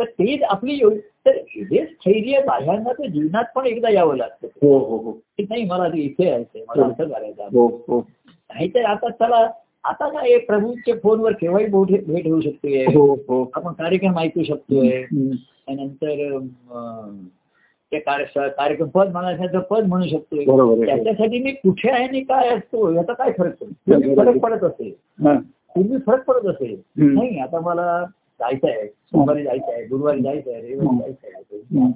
[SPEAKER 1] तर तेच आपली यो- तर हे स्थैर्य बाह्यांना तर जीवनात पण एकदा यावं लागतं
[SPEAKER 2] हो हो हो
[SPEAKER 1] की नाही मला ते इथे यायचंय मला असं करायचं आहे.
[SPEAKER 2] हो हो
[SPEAKER 1] नाहीतर आता चला आता काय आहे, प्रभूंच्या फोनवर केव्हाही मोठे भेट होऊ शकते
[SPEAKER 2] हो हो
[SPEAKER 1] आपण कार्यक्रम ऐकू शकतोय
[SPEAKER 2] हम्म.
[SPEAKER 1] त्यानंतर अम, ते कार्य- कार्यक्रम पद मला त्याचं पद म्हणू
[SPEAKER 2] बरोबर
[SPEAKER 1] शकतोय
[SPEAKER 2] आहे.
[SPEAKER 1] त्याच्यासाठी मी कुठे आहे आणि काय असतो याचा काय फरक पडतो पूर्वी
[SPEAKER 2] बरोबर आहे.
[SPEAKER 1] फरक पडत असेल
[SPEAKER 2] हा.
[SPEAKER 1] पूर्वी फरक पडत असेल
[SPEAKER 2] हम्म.
[SPEAKER 1] नाही आता मला जायचं आहे सोमवारी जायचं आहे गुरुवारी जायचं आहे रविवारी जायचं आहे
[SPEAKER 2] हम्म.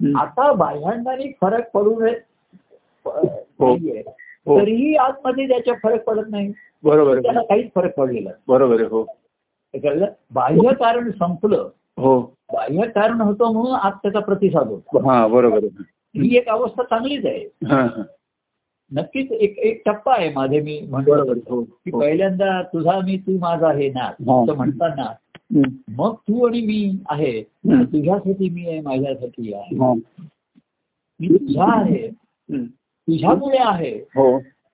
[SPEAKER 2] हम्म.
[SPEAKER 1] आता बाह्यांनी फरक पडू नये प- नाहीये.
[SPEAKER 2] हो.
[SPEAKER 1] तरीही आतमध्ये त्याच्या फरक पडत नाही
[SPEAKER 2] बरोबर आहे
[SPEAKER 1] त्याला काहीच फरक पडलेला नाही.
[SPEAKER 2] बरोबर आहे हो
[SPEAKER 1] हे कळलं बाह्य कारण संपलं
[SPEAKER 2] हो
[SPEAKER 1] बाह्य कारण होतं म्हणून आत त्याचा प्रतिसाद होता
[SPEAKER 2] हा बरोबर आहे
[SPEAKER 1] ही एक अवस्था चांगलीच आहे
[SPEAKER 2] हा, हा.
[SPEAKER 1] नक्कीच एक एक टप्पा आहे माझे मी
[SPEAKER 2] बरोबर
[SPEAKER 1] म्हणतो
[SPEAKER 2] आहे, हो
[SPEAKER 1] की
[SPEAKER 2] हो.
[SPEAKER 1] पहिल्यांदा तुझा मी तू माझा हे ना
[SPEAKER 2] हा.
[SPEAKER 1] असं म्हणताना
[SPEAKER 2] हम्म.
[SPEAKER 1] मग तू आणि मी आहे
[SPEAKER 2] हम्म.
[SPEAKER 1] तुझ्यासाठी मी आहे माझ्यासाठी आहे
[SPEAKER 2] हा.
[SPEAKER 1] मी तुझा आहे
[SPEAKER 2] हम्म.
[SPEAKER 1] तुझ्यामुळे आहे
[SPEAKER 2] हो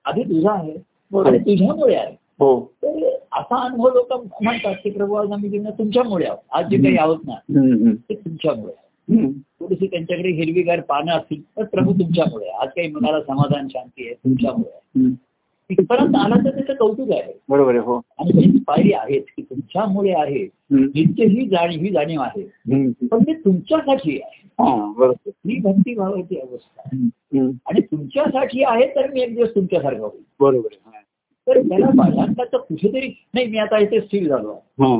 [SPEAKER 1] आधी तुझा आहे
[SPEAKER 2] बरोबर.
[SPEAKER 1] आणि तुझ्यामुळे आहे
[SPEAKER 2] हो
[SPEAKER 1] तर असा अनुभव लोक म्हणतात की प्रभू आज आम्ही जीवनात तुमच्यामुळे आहोत आज जे काही आहोत ना
[SPEAKER 2] हम्म, हम्म.
[SPEAKER 1] ते तुमच्यामुळे आहे.
[SPEAKER 2] हम्म.
[SPEAKER 1] थोडीशी त्यांच्याकडे हिरवीगार पानं असतील तर प्रभू तुमच्यामुळे आहे. आज काही मनाला समाधान शांती आहे तुमच्यामुळे आहे
[SPEAKER 2] हम्म.
[SPEAKER 1] तिथपर्यंत आला तर त्याचं कौतुक आहे
[SPEAKER 2] बरोबर आहे हो
[SPEAKER 1] आणि ही पायरी आहेत की तुमच्यामुळे आहे
[SPEAKER 2] हम्म.
[SPEAKER 1] नित्य ही जाणीव ही जाणीव आहे
[SPEAKER 2] हम्म.
[SPEAKER 1] पण ते तुमच्यासाठी आहे
[SPEAKER 2] हा, बरोबर
[SPEAKER 1] ही भक्तिभावाची अवस्था
[SPEAKER 2] हम्म. हम्म.
[SPEAKER 1] आणि तुमच्यासाठी आहे तर मी एक दिवस तुमच्यासारखा होईल
[SPEAKER 2] बरोबर आहे हा.
[SPEAKER 1] तर त्याला बाळांना तर कुठेतरी नाही मी आता इथे स्थिर झालो आहे.
[SPEAKER 2] हा.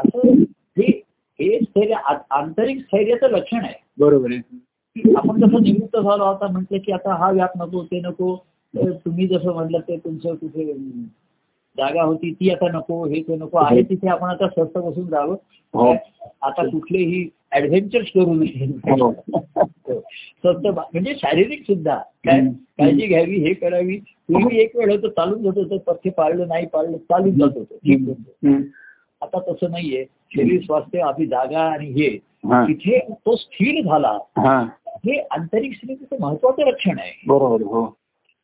[SPEAKER 1] असं हे हे स्थैर्य आ- आंतरिक स्थैर्याचं लक्षण आहे
[SPEAKER 2] बरोबर आहे
[SPEAKER 1] की आपण कसं निवृत्त झालो आता म्हटलं की आता हा व्याप नको ते नको तर तुम्ही जसं म्हटलं ते तुमचं कुठे अं, जागा होती ती आता नको हे ते नको आहे तिथे आपण आता स्वस्त बसून
[SPEAKER 2] हो.
[SPEAKER 1] जावं आता कुठलेही ऍडव्हेंचर्स करू नये
[SPEAKER 2] हो.
[SPEAKER 1] स्वस्त बा- म्हणजे शारीरिक सुद्धा काय
[SPEAKER 2] हम्म.
[SPEAKER 1] काळजी घ्यावी हे करावी पूर्वी एक वेळ होतं चालून जात होतं पथ्य पाळलं नाही पाळलं चालून जात होतं ठीक होतं
[SPEAKER 2] हम्म.
[SPEAKER 1] आता तसं नाहीये शरीर स्वास्थ्य आपली जागा आणि हे
[SPEAKER 2] हा.
[SPEAKER 1] तिथे तो स्थिर झाला
[SPEAKER 2] हा.
[SPEAKER 1] हे आंतरिक स्थितीचं महत्वाचं लक्षण आहे
[SPEAKER 2] बरोबर आहे, हो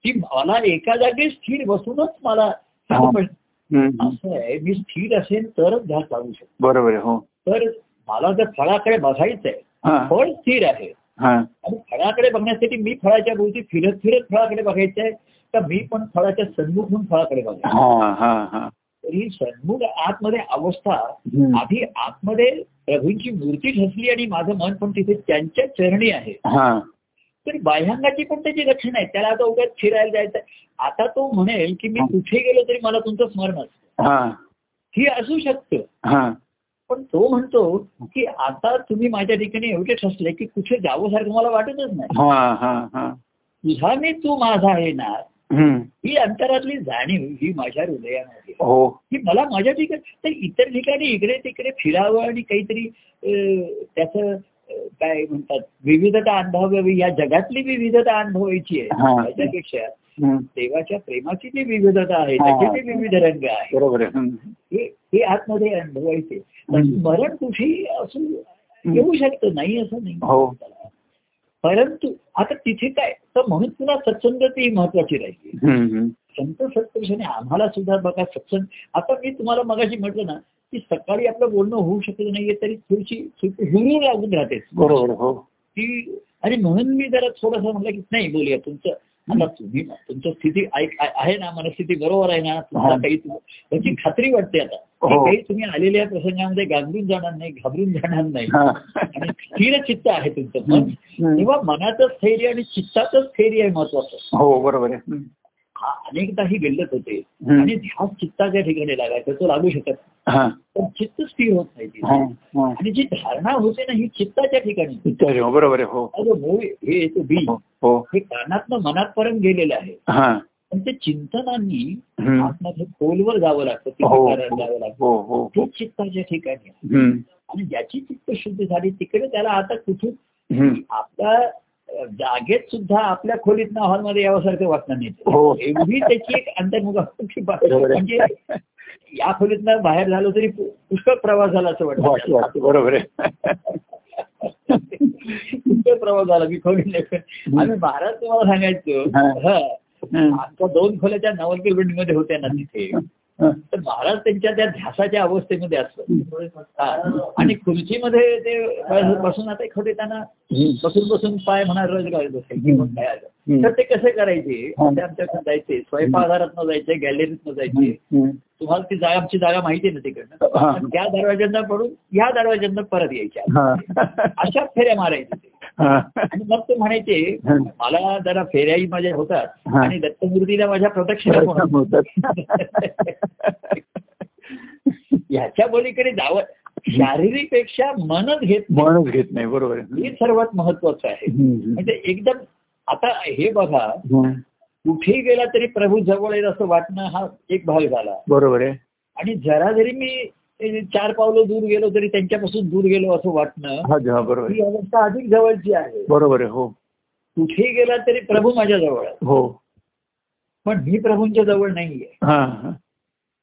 [SPEAKER 1] की मला एका जागी स्थिर बसूनच मला
[SPEAKER 2] हा.
[SPEAKER 1] पण
[SPEAKER 2] हम्म.
[SPEAKER 1] असं आहे मी स्थिर असेल तरच ध्यास लागू शकतो
[SPEAKER 2] बरोबर आहे हो
[SPEAKER 1] तर मला जर फळाकडे बघायचंय
[SPEAKER 2] हा
[SPEAKER 1] फळ स्थिर आहे
[SPEAKER 2] हा
[SPEAKER 1] आणि फळाकडे बघण्यासाठी मी फळाच्या भोवती फिरत फिरत फळाकडे बघायचंय का मी पण फळाच्या सन्मुख होऊन फळाकडे बघायचं
[SPEAKER 2] हा हा हा
[SPEAKER 1] तर ही सन्मुख आतमध्ये अवस्था
[SPEAKER 2] हम्म.
[SPEAKER 1] आधी आतमध्ये प्रभूंची मूर्ती ठसली आणि माझं मन पण तिथे त्यांच्या चरणी आहे
[SPEAKER 2] हा
[SPEAKER 1] तर बाह्यांगाची पण त्याची लक्षण आहे त्याला आता उगाच फिरायला जायचं आता तो म्हणेल की मी कुठे गेलो तरी मला तुमचं स्मरण असतं
[SPEAKER 2] हा
[SPEAKER 1] ही असू शकतं
[SPEAKER 2] हा
[SPEAKER 1] पण तो म्हणतो की आता तुम्ही माझ्या ठिकाणी एवढे ठसले की कुठे जावंसारखं मला वाटतच नाही
[SPEAKER 2] हा हा हा
[SPEAKER 1] तुझा मी तू माझा आहे ना
[SPEAKER 2] हम्म.
[SPEAKER 1] ही अंतरातली जाणीव ही माझ्या हृदयामध्ये आहे.
[SPEAKER 2] हो
[SPEAKER 1] की मला माझ्या ठिकाणी तर इतर ठिकाणी इकडे तिकडे फिरावं आणि काहीतरी त्याच काय म्हणतात विविधता अनुभवावी या जगातली विविधता अनुभवायची
[SPEAKER 2] हा.
[SPEAKER 1] आहे त्याच्यापेक्षा
[SPEAKER 2] हम्म.
[SPEAKER 1] देवाच्या प्रेमाची जी विविधता आहे त्याचे जे विविध रंग आहे
[SPEAKER 2] बरोबर आहे हम्म.
[SPEAKER 1] हे हे आतमध्ये अनुभवायचे पण
[SPEAKER 2] हम्म.
[SPEAKER 1] स्मरण कुठेही असू येऊ शकतं नाही असं नाही
[SPEAKER 2] हो
[SPEAKER 1] परंतु आता तिथे काय तर म्हणून पुन्हा सत्संगती महत्वाची राहिली
[SPEAKER 2] हम्म, हम्म.
[SPEAKER 1] संत सत्पुरुषाने आम्हाला सुद्धा बघा सत्संग आता मी तुम्हाला मगाशी म्हटलं ना की सकाळी आपलं बोलणं होऊ शकत नाहीये तरी थोडीशी हुरू लागून राहते
[SPEAKER 2] बरोबर हो
[SPEAKER 1] की आणि म्हणून मी जरा थोडस म्हटलं की नाही बोलूया तुमचं आता तुम्ही तुमचं स्थिती ऐक- आ- आहे ना मनस्थिती बरोबर आहे ना तुमचा
[SPEAKER 2] हा.
[SPEAKER 1] काही तुम- याची खात्री वाटते आता की
[SPEAKER 2] हो.
[SPEAKER 1] काही तुम्ही आलेल्या प्रसंगामध्ये गांगरून जाणार नाही घाबरून जाणार नाही
[SPEAKER 2] हा.
[SPEAKER 1] आणि स्थिर चित्त आहे तुमचं मन
[SPEAKER 2] हम्म.
[SPEAKER 1] तेव्हा मनाचं स्थैर्य आणि चित्ताचं स्थैर्य आहे महत्वाचं
[SPEAKER 2] हो बरोबर आहे हम्म.
[SPEAKER 1] हा अनेकदा ही गल्लत होते
[SPEAKER 2] हम्म.
[SPEAKER 1] आणि ध्यास चित्ताच्या ठिकाणी लागायचा तो लागू शकत
[SPEAKER 2] हा, हो,
[SPEAKER 1] पण चित्त स्थिर होत नाही तिथे.
[SPEAKER 2] हा, हा.
[SPEAKER 1] आणि जी धारणा होते ना ही चित्ताच्या ठिकाणी
[SPEAKER 2] इत्यादी हो, बरोबर आहे हो
[SPEAKER 1] हा जो मूळ हे येतो बी
[SPEAKER 2] हो, हो
[SPEAKER 1] हे कानातनं मनातपर्यंत गेलेलं आहे
[SPEAKER 2] हा
[SPEAKER 1] पण ते चिंतनांनी
[SPEAKER 2] हम्म.
[SPEAKER 1] आतमध्ये खोलवर जावं लागतं
[SPEAKER 2] हो हो
[SPEAKER 1] तिथे जावं लागतं
[SPEAKER 2] हो हो
[SPEAKER 1] ते चित्ताच्या ठिकाणी आहे.
[SPEAKER 2] हम्म,
[SPEAKER 1] आणि ज्याची चित्त शुद्ध झाली तिकडे त्याला आता कुठून
[SPEAKER 2] हम्म.
[SPEAKER 1] आपल्या अं, जागेत सुद्धा आपल्या खोलीत हॉलमध्ये यावंसारखं वाटणार
[SPEAKER 2] हो.
[SPEAKER 1] नाही एवढी त्याची एक अंतर्मुखाची बाब-
[SPEAKER 2] बरोबर आहे.
[SPEAKER 1] म्हणजे या खोलीतनं बाहेर झालो तरी पु- पुष्कळ प्रवास झाला असं
[SPEAKER 2] वाट-
[SPEAKER 1] वाटतं
[SPEAKER 2] वाट- बरोबर आहे
[SPEAKER 1] पुष्कळ प्रवास झाला मी खोली आम्ही महाराज तुम्हाला
[SPEAKER 2] हा.
[SPEAKER 1] सांगायचो हा
[SPEAKER 2] हम्म.
[SPEAKER 1] आमच्या दोन खोल्या त्या नवलकीर बिल्डिंगमध्ये होत्या ना तिथे
[SPEAKER 2] हा.
[SPEAKER 1] तर महाराज त्यांच्या त्या ध्यासाच्या अवस्थेमध्ये असत हा. आणि खुर्चीमध्ये ते बसून आता खोटे त्यांना
[SPEAKER 2] हम्म.
[SPEAKER 1] बसून बसून पाय म्हणा रज घालत असायचे मग काय आलं.
[SPEAKER 2] हम्म.
[SPEAKER 1] तर ते कसे करायचे
[SPEAKER 2] हा.
[SPEAKER 1] ते आमच्याकडे जायचे स्वयंपाकघरात जायचे गॅलरीतनं जायचे
[SPEAKER 2] हम्म.
[SPEAKER 1] तुम्हाला ती जागा आमची जागा माहिती आहे ना तिकडनं
[SPEAKER 2] हा.
[SPEAKER 1] पण त्या दरवाज्यांना पडून या दरवाज्यांना परत यायच्या
[SPEAKER 2] हा.
[SPEAKER 1] अशा फेऱ्या मारायचे ते
[SPEAKER 2] हा.
[SPEAKER 1] आणि मग ते म्हणायचे
[SPEAKER 2] हा.
[SPEAKER 1] मला जरा फेऱ्याही माझ्या होतात
[SPEAKER 2] हा.
[SPEAKER 1] आणि दत्तमूर्तीला माझ्या प्रदक्षिणा पण होतात. ह्याच्या पलीकडे जावं शारीरिकपेक्षा मनच घेत नाही.
[SPEAKER 2] म्हणूनच घेत नाही बरोबर आहे
[SPEAKER 1] हे सर्वात महत्वाचं आहे
[SPEAKER 2] हम्म.
[SPEAKER 1] म्हणजे एकदम आता हे बघा
[SPEAKER 2] हम्म.
[SPEAKER 1] कुठेही गेला तरी प्रभू जवळ येईल असं वाटणं हा एक भाग झाला
[SPEAKER 2] बरोबर आहे
[SPEAKER 1] आणि जरा जरी मी ए, चार पावलं दूर गेलो तरी त्यांच्यापासून दूर गेलो असं वाटणं
[SPEAKER 2] हा हा, बरोबर आहे
[SPEAKER 1] ही अवस्था अधिक जवळची आहे
[SPEAKER 2] बरोबर आहे हो
[SPEAKER 1] कुठेही गेला तरी प्रभू माझ्या जवळ आहे
[SPEAKER 2] हो
[SPEAKER 1] पण मी प्रभूंच्या जवळ नाहीये
[SPEAKER 2] हा हा.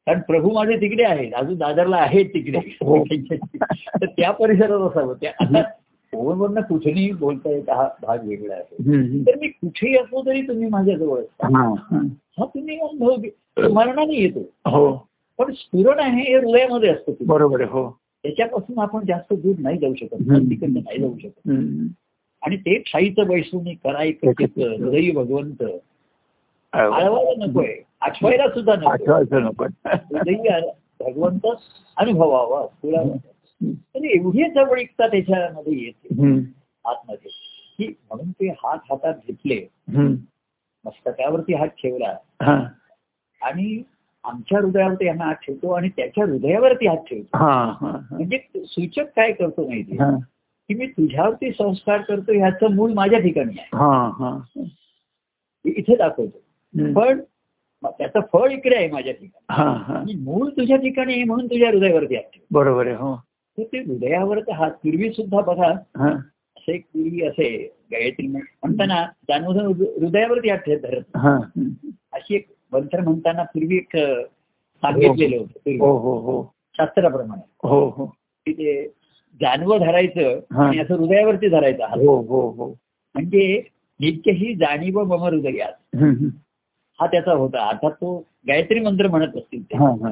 [SPEAKER 1] कारण प्रभू माझे तिकडे आहेत अजून दादरला आहेत तिकडे
[SPEAKER 2] हो.
[SPEAKER 1] तर त्या परिसरात असावं त्या आता फोनवरनं कुठेही बोलता येत हा भाग वेगळा आहे
[SPEAKER 2] हम्म.
[SPEAKER 1] तर मी कुठेही असलो तरी तुम्ही माझ्या जवळ असता
[SPEAKER 2] हा, हा.
[SPEAKER 1] हा तुम्ही अनुभव घे- स्मरणाने येतो
[SPEAKER 2] हो
[SPEAKER 1] पण स्फुरण आहे हे हृदयामध्ये असतं तुम्ही
[SPEAKER 2] बरोबर आहे हो
[SPEAKER 1] त्याच्यापासून आपण जास्त दूर नाही जाऊ शकत
[SPEAKER 2] हम्म.
[SPEAKER 1] तिकडनं नाही जाऊ शकत
[SPEAKER 2] हम्म.
[SPEAKER 1] आणि ते ठाईचं वैष्णवी कराय कथित हृदय भगवंत आळवायला नकोय आठवायला सुद्धा नको
[SPEAKER 2] आठवायचं नको
[SPEAKER 1] हृदय भगवंत अनुभवावा स्फुरावा तर एवढी जवळीकता त्याच्यामध्ये येते
[SPEAKER 2] हम्म.
[SPEAKER 1] आतमध्ये की म्हणून ते हात हातात घेतले
[SPEAKER 2] हम्म.
[SPEAKER 1] मस्तकावरती हात ठेवला
[SPEAKER 2] हा.
[SPEAKER 1] आणि आमच्या हृदयावरती हा हात ठेवतो आणि त्याच्या हृदयावरती हात ठेवतो
[SPEAKER 2] हा, हा, हा.
[SPEAKER 1] म्हणजे सूचक काय करतो माहिती
[SPEAKER 2] हा,
[SPEAKER 1] की मी तुझ्यावरती संस्कार करतो ह्याचं मूळ माझ्या ठिकाणी आहे
[SPEAKER 2] हा, हा.
[SPEAKER 1] हे इथे दाखवतो
[SPEAKER 2] हम्म.
[SPEAKER 1] पण म- त्याचं फळ इकडे आहे माझ्या ठिकाणी
[SPEAKER 2] हा, हा.
[SPEAKER 1] आणि मूळ तुझ्या ठिकाणी आहे म्हणून तुझ्या हृदयावरती हात ठेवतो
[SPEAKER 2] बरोबर आहे हो
[SPEAKER 1] तर ते हृदयावरचा हात पूर्वी सुद्धा बघा
[SPEAKER 2] हा.
[SPEAKER 1] असे एक पूर्वी असे गायत्री म्हण- म्हणताना जाणवून हृदयावरती हात ठेवत धरत
[SPEAKER 2] हा. हम्म.
[SPEAKER 1] अशी एक मंत्र म्हणताना पूर्वी एक अ, सांगितलेलं होतं
[SPEAKER 2] हो
[SPEAKER 1] पूर्वी
[SPEAKER 2] हो हो
[SPEAKER 1] शास्त्राप्रमाणे
[SPEAKER 2] हो हो
[SPEAKER 1] की ते जानवं धरायचं
[SPEAKER 2] हा.
[SPEAKER 1] आणि असं हृदयावरती धरायचं हात
[SPEAKER 2] हो हो हो
[SPEAKER 1] म्हणजे नित्य ही जाणीव मम हृदयात
[SPEAKER 2] हम्म.
[SPEAKER 1] हा त्याचा होता अर्थात तो गायत्री मंत्र म्हणत असतील ते
[SPEAKER 2] हा, हा.